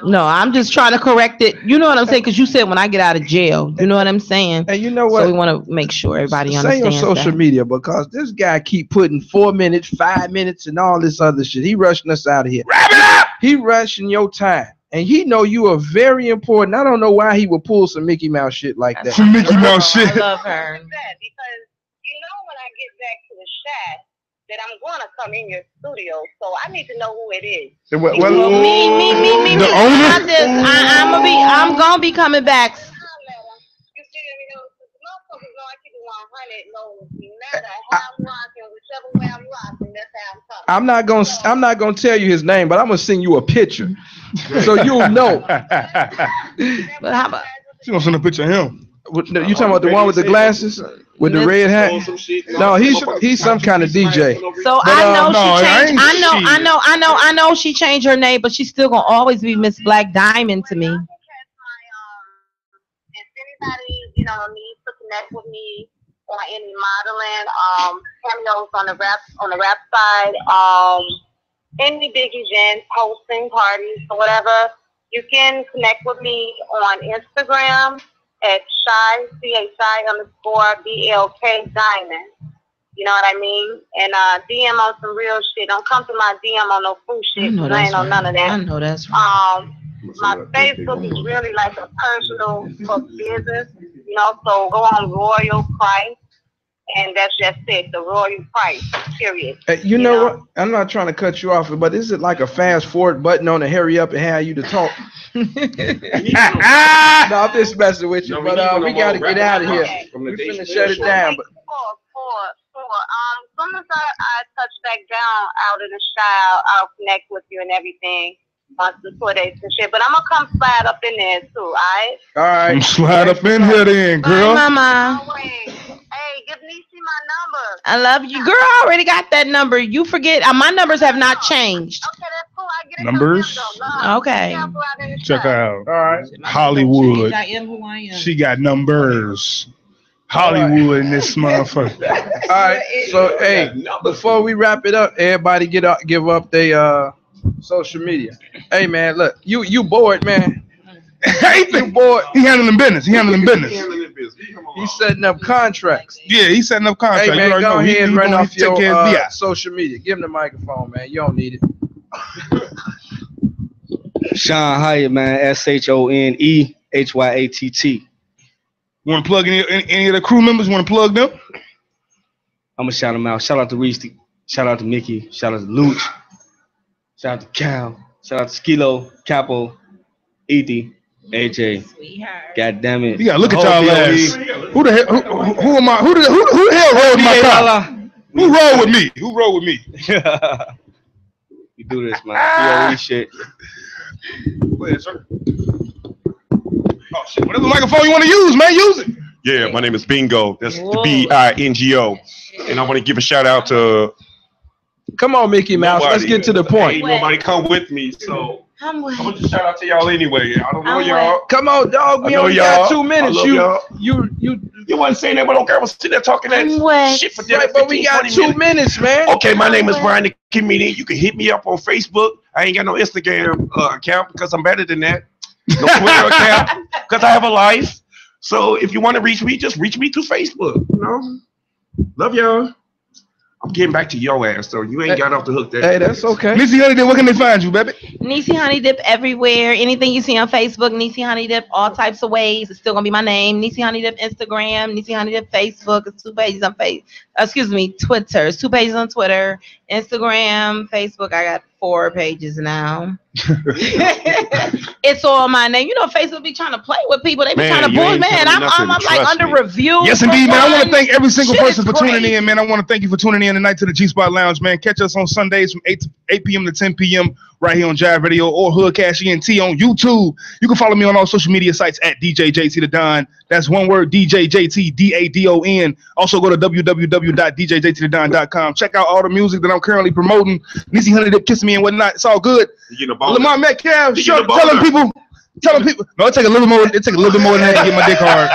[SPEAKER 7] No, I'm just trying to correct it. You know what I'm saying? Cause you said when I get out of jail. You know what I'm saying?
[SPEAKER 6] And you know
[SPEAKER 7] what? So we want to make sure everybody
[SPEAKER 6] Say on
[SPEAKER 7] understands
[SPEAKER 6] social
[SPEAKER 7] that.
[SPEAKER 6] media because this guy keep putting four minutes, five minutes, and all this other shit. He rushing us out of here. Wrap it up! He rushing your time. And he know you are very important. I don't know why he would pull some Mickey Mouse shit like that.
[SPEAKER 5] Some Mickey Mouse shit.
[SPEAKER 16] [laughs]
[SPEAKER 7] her.
[SPEAKER 16] because you know when I get back to the shot that I'm gonna come in your studio, so I need to know who it is.
[SPEAKER 5] Well, well,
[SPEAKER 7] me, me, me, me, me.
[SPEAKER 5] The
[SPEAKER 7] I
[SPEAKER 5] owner?
[SPEAKER 7] just, I, I'm gonna be, I'm gonna be coming back.
[SPEAKER 6] I'm not gonna I'm not gonna tell you his name, but I'm gonna send you a picture. so
[SPEAKER 5] [laughs]
[SPEAKER 6] you'll know.
[SPEAKER 7] but how about
[SPEAKER 5] She gonna send a picture of him.
[SPEAKER 6] No, you talking about the one with the glasses with the red hat? No, he's he's some kind of DJ.
[SPEAKER 7] So
[SPEAKER 6] But,
[SPEAKER 7] I know
[SPEAKER 6] um, no,
[SPEAKER 7] she
[SPEAKER 6] I
[SPEAKER 7] changed.
[SPEAKER 6] ain't
[SPEAKER 7] I, know, I
[SPEAKER 6] shit.
[SPEAKER 7] know, I know, I know she changed her name, but she's still gonna always be Miss Black Diamond to me.
[SPEAKER 16] Anybody, you you know, need to connect with me on any modeling, um, cameos on the rap on the rap side, um, any big events, hosting parties, or whatever, you can connect with me on Instagram at shy c h i underscore b l k diamond. You know what I mean? And uh, DM on some real shit. Don't come to my DM on no fool shit. 'cause I ain't on none of that.
[SPEAKER 17] I know that's right.
[SPEAKER 16] Um, my Facebook is really like a personal for business, you know. So go on Royal Price, and that's just it, the Royal Price. Period.
[SPEAKER 6] Hey, you, know, what? I'm not trying to cut you off, but is it like a fast forward button on to hurry up and have you
[SPEAKER 11] [laughs]
[SPEAKER 6] to [laughs] talk? no, [laughs]
[SPEAKER 2] Ah!
[SPEAKER 6] I'm just messing with you,
[SPEAKER 11] No, we
[SPEAKER 6] but
[SPEAKER 11] need
[SPEAKER 6] uh,
[SPEAKER 11] one
[SPEAKER 6] we
[SPEAKER 11] of
[SPEAKER 6] gotta
[SPEAKER 11] our
[SPEAKER 6] get out of
[SPEAKER 11] rappers
[SPEAKER 6] here.
[SPEAKER 11] from the
[SPEAKER 6] We
[SPEAKER 11] Dave
[SPEAKER 6] finna
[SPEAKER 11] Chappelle
[SPEAKER 6] shut it
[SPEAKER 11] show.
[SPEAKER 6] down, but
[SPEAKER 16] Um, as soon as I, I touch back down out in the shower, I'll connect with you and everything uh, once the tour dates and shit. But I'm gonna come slide up in there too, all right?
[SPEAKER 6] all right.
[SPEAKER 5] Slide up in here then, girl.
[SPEAKER 17] Mama. I love you. Girl, I already got that number. You forget, uh, my numbers have not changed.
[SPEAKER 5] Numbers.
[SPEAKER 17] Okay.
[SPEAKER 5] Check her out.
[SPEAKER 6] All right.
[SPEAKER 5] Hollywood.
[SPEAKER 17] I am who I am.
[SPEAKER 5] She got numbers. Hollywood in this motherfucker.
[SPEAKER 6] All right. So hey, before we wrap it up, everybody get up, give up their uh, social media. Hey man, look, you you bored man. [laughs] you bored.
[SPEAKER 5] He handling business.
[SPEAKER 6] [laughs]
[SPEAKER 5] He handling business.
[SPEAKER 6] He's setting up contracts.
[SPEAKER 5] Yeah, he's setting up contracts.
[SPEAKER 6] Hey
[SPEAKER 5] You
[SPEAKER 6] man,
[SPEAKER 5] already
[SPEAKER 6] go
[SPEAKER 5] know. He-
[SPEAKER 6] ahead and
[SPEAKER 5] he
[SPEAKER 6] run
[SPEAKER 5] gonna
[SPEAKER 6] off
[SPEAKER 5] take
[SPEAKER 6] your
[SPEAKER 5] care of
[SPEAKER 6] uh,
[SPEAKER 5] DI.
[SPEAKER 6] social media. Give him the microphone, man. You don't need it.
[SPEAKER 10] Sean Hyatt, man. S H O N E H Y A T T.
[SPEAKER 5] Want to plug any, any any of the crew members? Want to plug them?
[SPEAKER 10] I'ma shout them out. Shout out to Reese. Shout out to Mickey. Shout out to Luch. Shout out to Cal. Shout out to Skilo, Capo, Ethy, AJ. God damn it.
[SPEAKER 5] You gotta look at
[SPEAKER 10] The whole E.
[SPEAKER 5] y'all
[SPEAKER 10] BOE.
[SPEAKER 5] ass. Who the hell? Who, who, who am I? Who the who, who the hell rolled my car? Who rolled with me? Who rolled with me?
[SPEAKER 10] [laughs] you do this, man.
[SPEAKER 9] [laughs]
[SPEAKER 10] BOE shit.
[SPEAKER 5] Oh shit! Whatever microphone you want to use, man, use it.
[SPEAKER 18] Yeah, my name is Bingo. That's
[SPEAKER 5] Whoa.
[SPEAKER 18] B I N G O, and I want to give a shout out to.
[SPEAKER 6] Come on, Mickey
[SPEAKER 17] Mouse, let's get to the point.
[SPEAKER 18] Ain't nobody come with me, so
[SPEAKER 17] I'm
[SPEAKER 18] I'm gonna just shout out to y'all anyway. I don't know
[SPEAKER 6] I'm
[SPEAKER 18] y'all.
[SPEAKER 6] Come on, dog.
[SPEAKER 18] I
[SPEAKER 6] We
[SPEAKER 18] know
[SPEAKER 6] only
[SPEAKER 18] y'all.
[SPEAKER 6] got two minutes.
[SPEAKER 18] I love
[SPEAKER 6] You,
[SPEAKER 18] y'all.
[SPEAKER 6] you, you,
[SPEAKER 14] you wasn't saying that, but okay, I was sitting there talking that shit for damn
[SPEAKER 6] Right, but we got
[SPEAKER 14] 15,
[SPEAKER 6] two
[SPEAKER 14] 20
[SPEAKER 6] minutes, man.
[SPEAKER 14] Okay, my name is Brian the Comedian. You can hit me up on Facebook. I ain't got no Instagram uh, account because I'm better than that.
[SPEAKER 6] [laughs]
[SPEAKER 14] No Twitter account because I have a life. So if you want to reach me, just reach me through Facebook. You know, love y'all. I'm getting back to your ass, so you ain't got off the hook. That
[SPEAKER 6] hey, that's okay.
[SPEAKER 5] Missy Honey, then where can they find you, baby?
[SPEAKER 17] Niecy Honey Dip everywhere. Anything you see on Facebook, Niecy Honey Dip, all types of ways. It's still gonna be my name. Niecy Honey Dip Instagram, Niecy Honey Dip Facebook. It's two pages on face. Excuse me, Twitter. It's two pages on Twitter, Instagram, Facebook. I got four pages
[SPEAKER 5] [laughs]
[SPEAKER 17] now. it's all my name. You know, Facebook be trying to play with people. They be
[SPEAKER 5] Man,
[SPEAKER 17] trying to
[SPEAKER 5] you
[SPEAKER 17] bull.
[SPEAKER 5] ain't
[SPEAKER 17] Man,
[SPEAKER 5] telling
[SPEAKER 17] I'm, I'm,
[SPEAKER 5] nothing,
[SPEAKER 17] I'm like
[SPEAKER 5] trust
[SPEAKER 17] under
[SPEAKER 5] me.
[SPEAKER 17] review.
[SPEAKER 5] Yes,
[SPEAKER 17] for
[SPEAKER 5] indeed, man. I want to
[SPEAKER 17] one.
[SPEAKER 5] thank every single
[SPEAKER 17] Shit is
[SPEAKER 5] person for tuning
[SPEAKER 17] great.
[SPEAKER 5] in, man. I want to thank you for tuning in tonight to the G Spot Lounge, man. Catch us on Sundays from 8 to 8 p.m. to 10 p.m. right here on Jive Radio or Hood Cash ENT on YouTube. You can follow me on all social media sites at DJ JT the Don. That's one word, DJ JT, D A D O N. Also go to www.djjtthedon.com. Check out all the music that I'm currently promoting. Nisi Hunter Dip, Kiss Me and whatnot. It's all good.
[SPEAKER 18] You get a boner.
[SPEAKER 5] Lamar Metcalf,
[SPEAKER 18] You
[SPEAKER 5] show,
[SPEAKER 18] get a boner.
[SPEAKER 5] telling people, telling people. No, it take a little more. It take a little bit more than that to get my dick hard.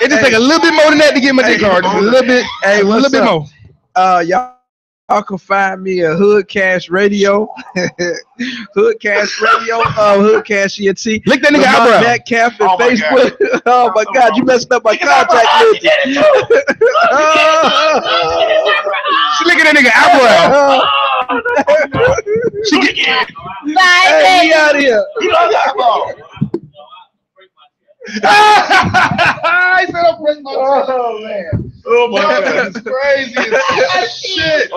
[SPEAKER 5] It just take a little bit more than that to get my dick hard. Just a little bit,
[SPEAKER 6] Hey,
[SPEAKER 5] a
[SPEAKER 6] what's
[SPEAKER 5] little bit
[SPEAKER 6] up?
[SPEAKER 5] more.
[SPEAKER 6] Uh, y'all, y'all can find me at Hood Cash Radio, [laughs] Hood Cash Radio, um, Hood Cash ENT.
[SPEAKER 5] Lick that nigga eyebrow.
[SPEAKER 6] Metcalf and
[SPEAKER 5] Oh my
[SPEAKER 6] Facebook. [laughs] oh my God, you messed up my contact [laughs] Uh, list.
[SPEAKER 5] She licking that nigga eyebrow.
[SPEAKER 6] she
[SPEAKER 14] get,
[SPEAKER 17] Bye,
[SPEAKER 6] hey, we out of here.
[SPEAKER 14] You love that ball.
[SPEAKER 5] I said I'm breaking my [laughs]
[SPEAKER 6] Oh man.
[SPEAKER 14] Oh my god.
[SPEAKER 5] Crazy as shit.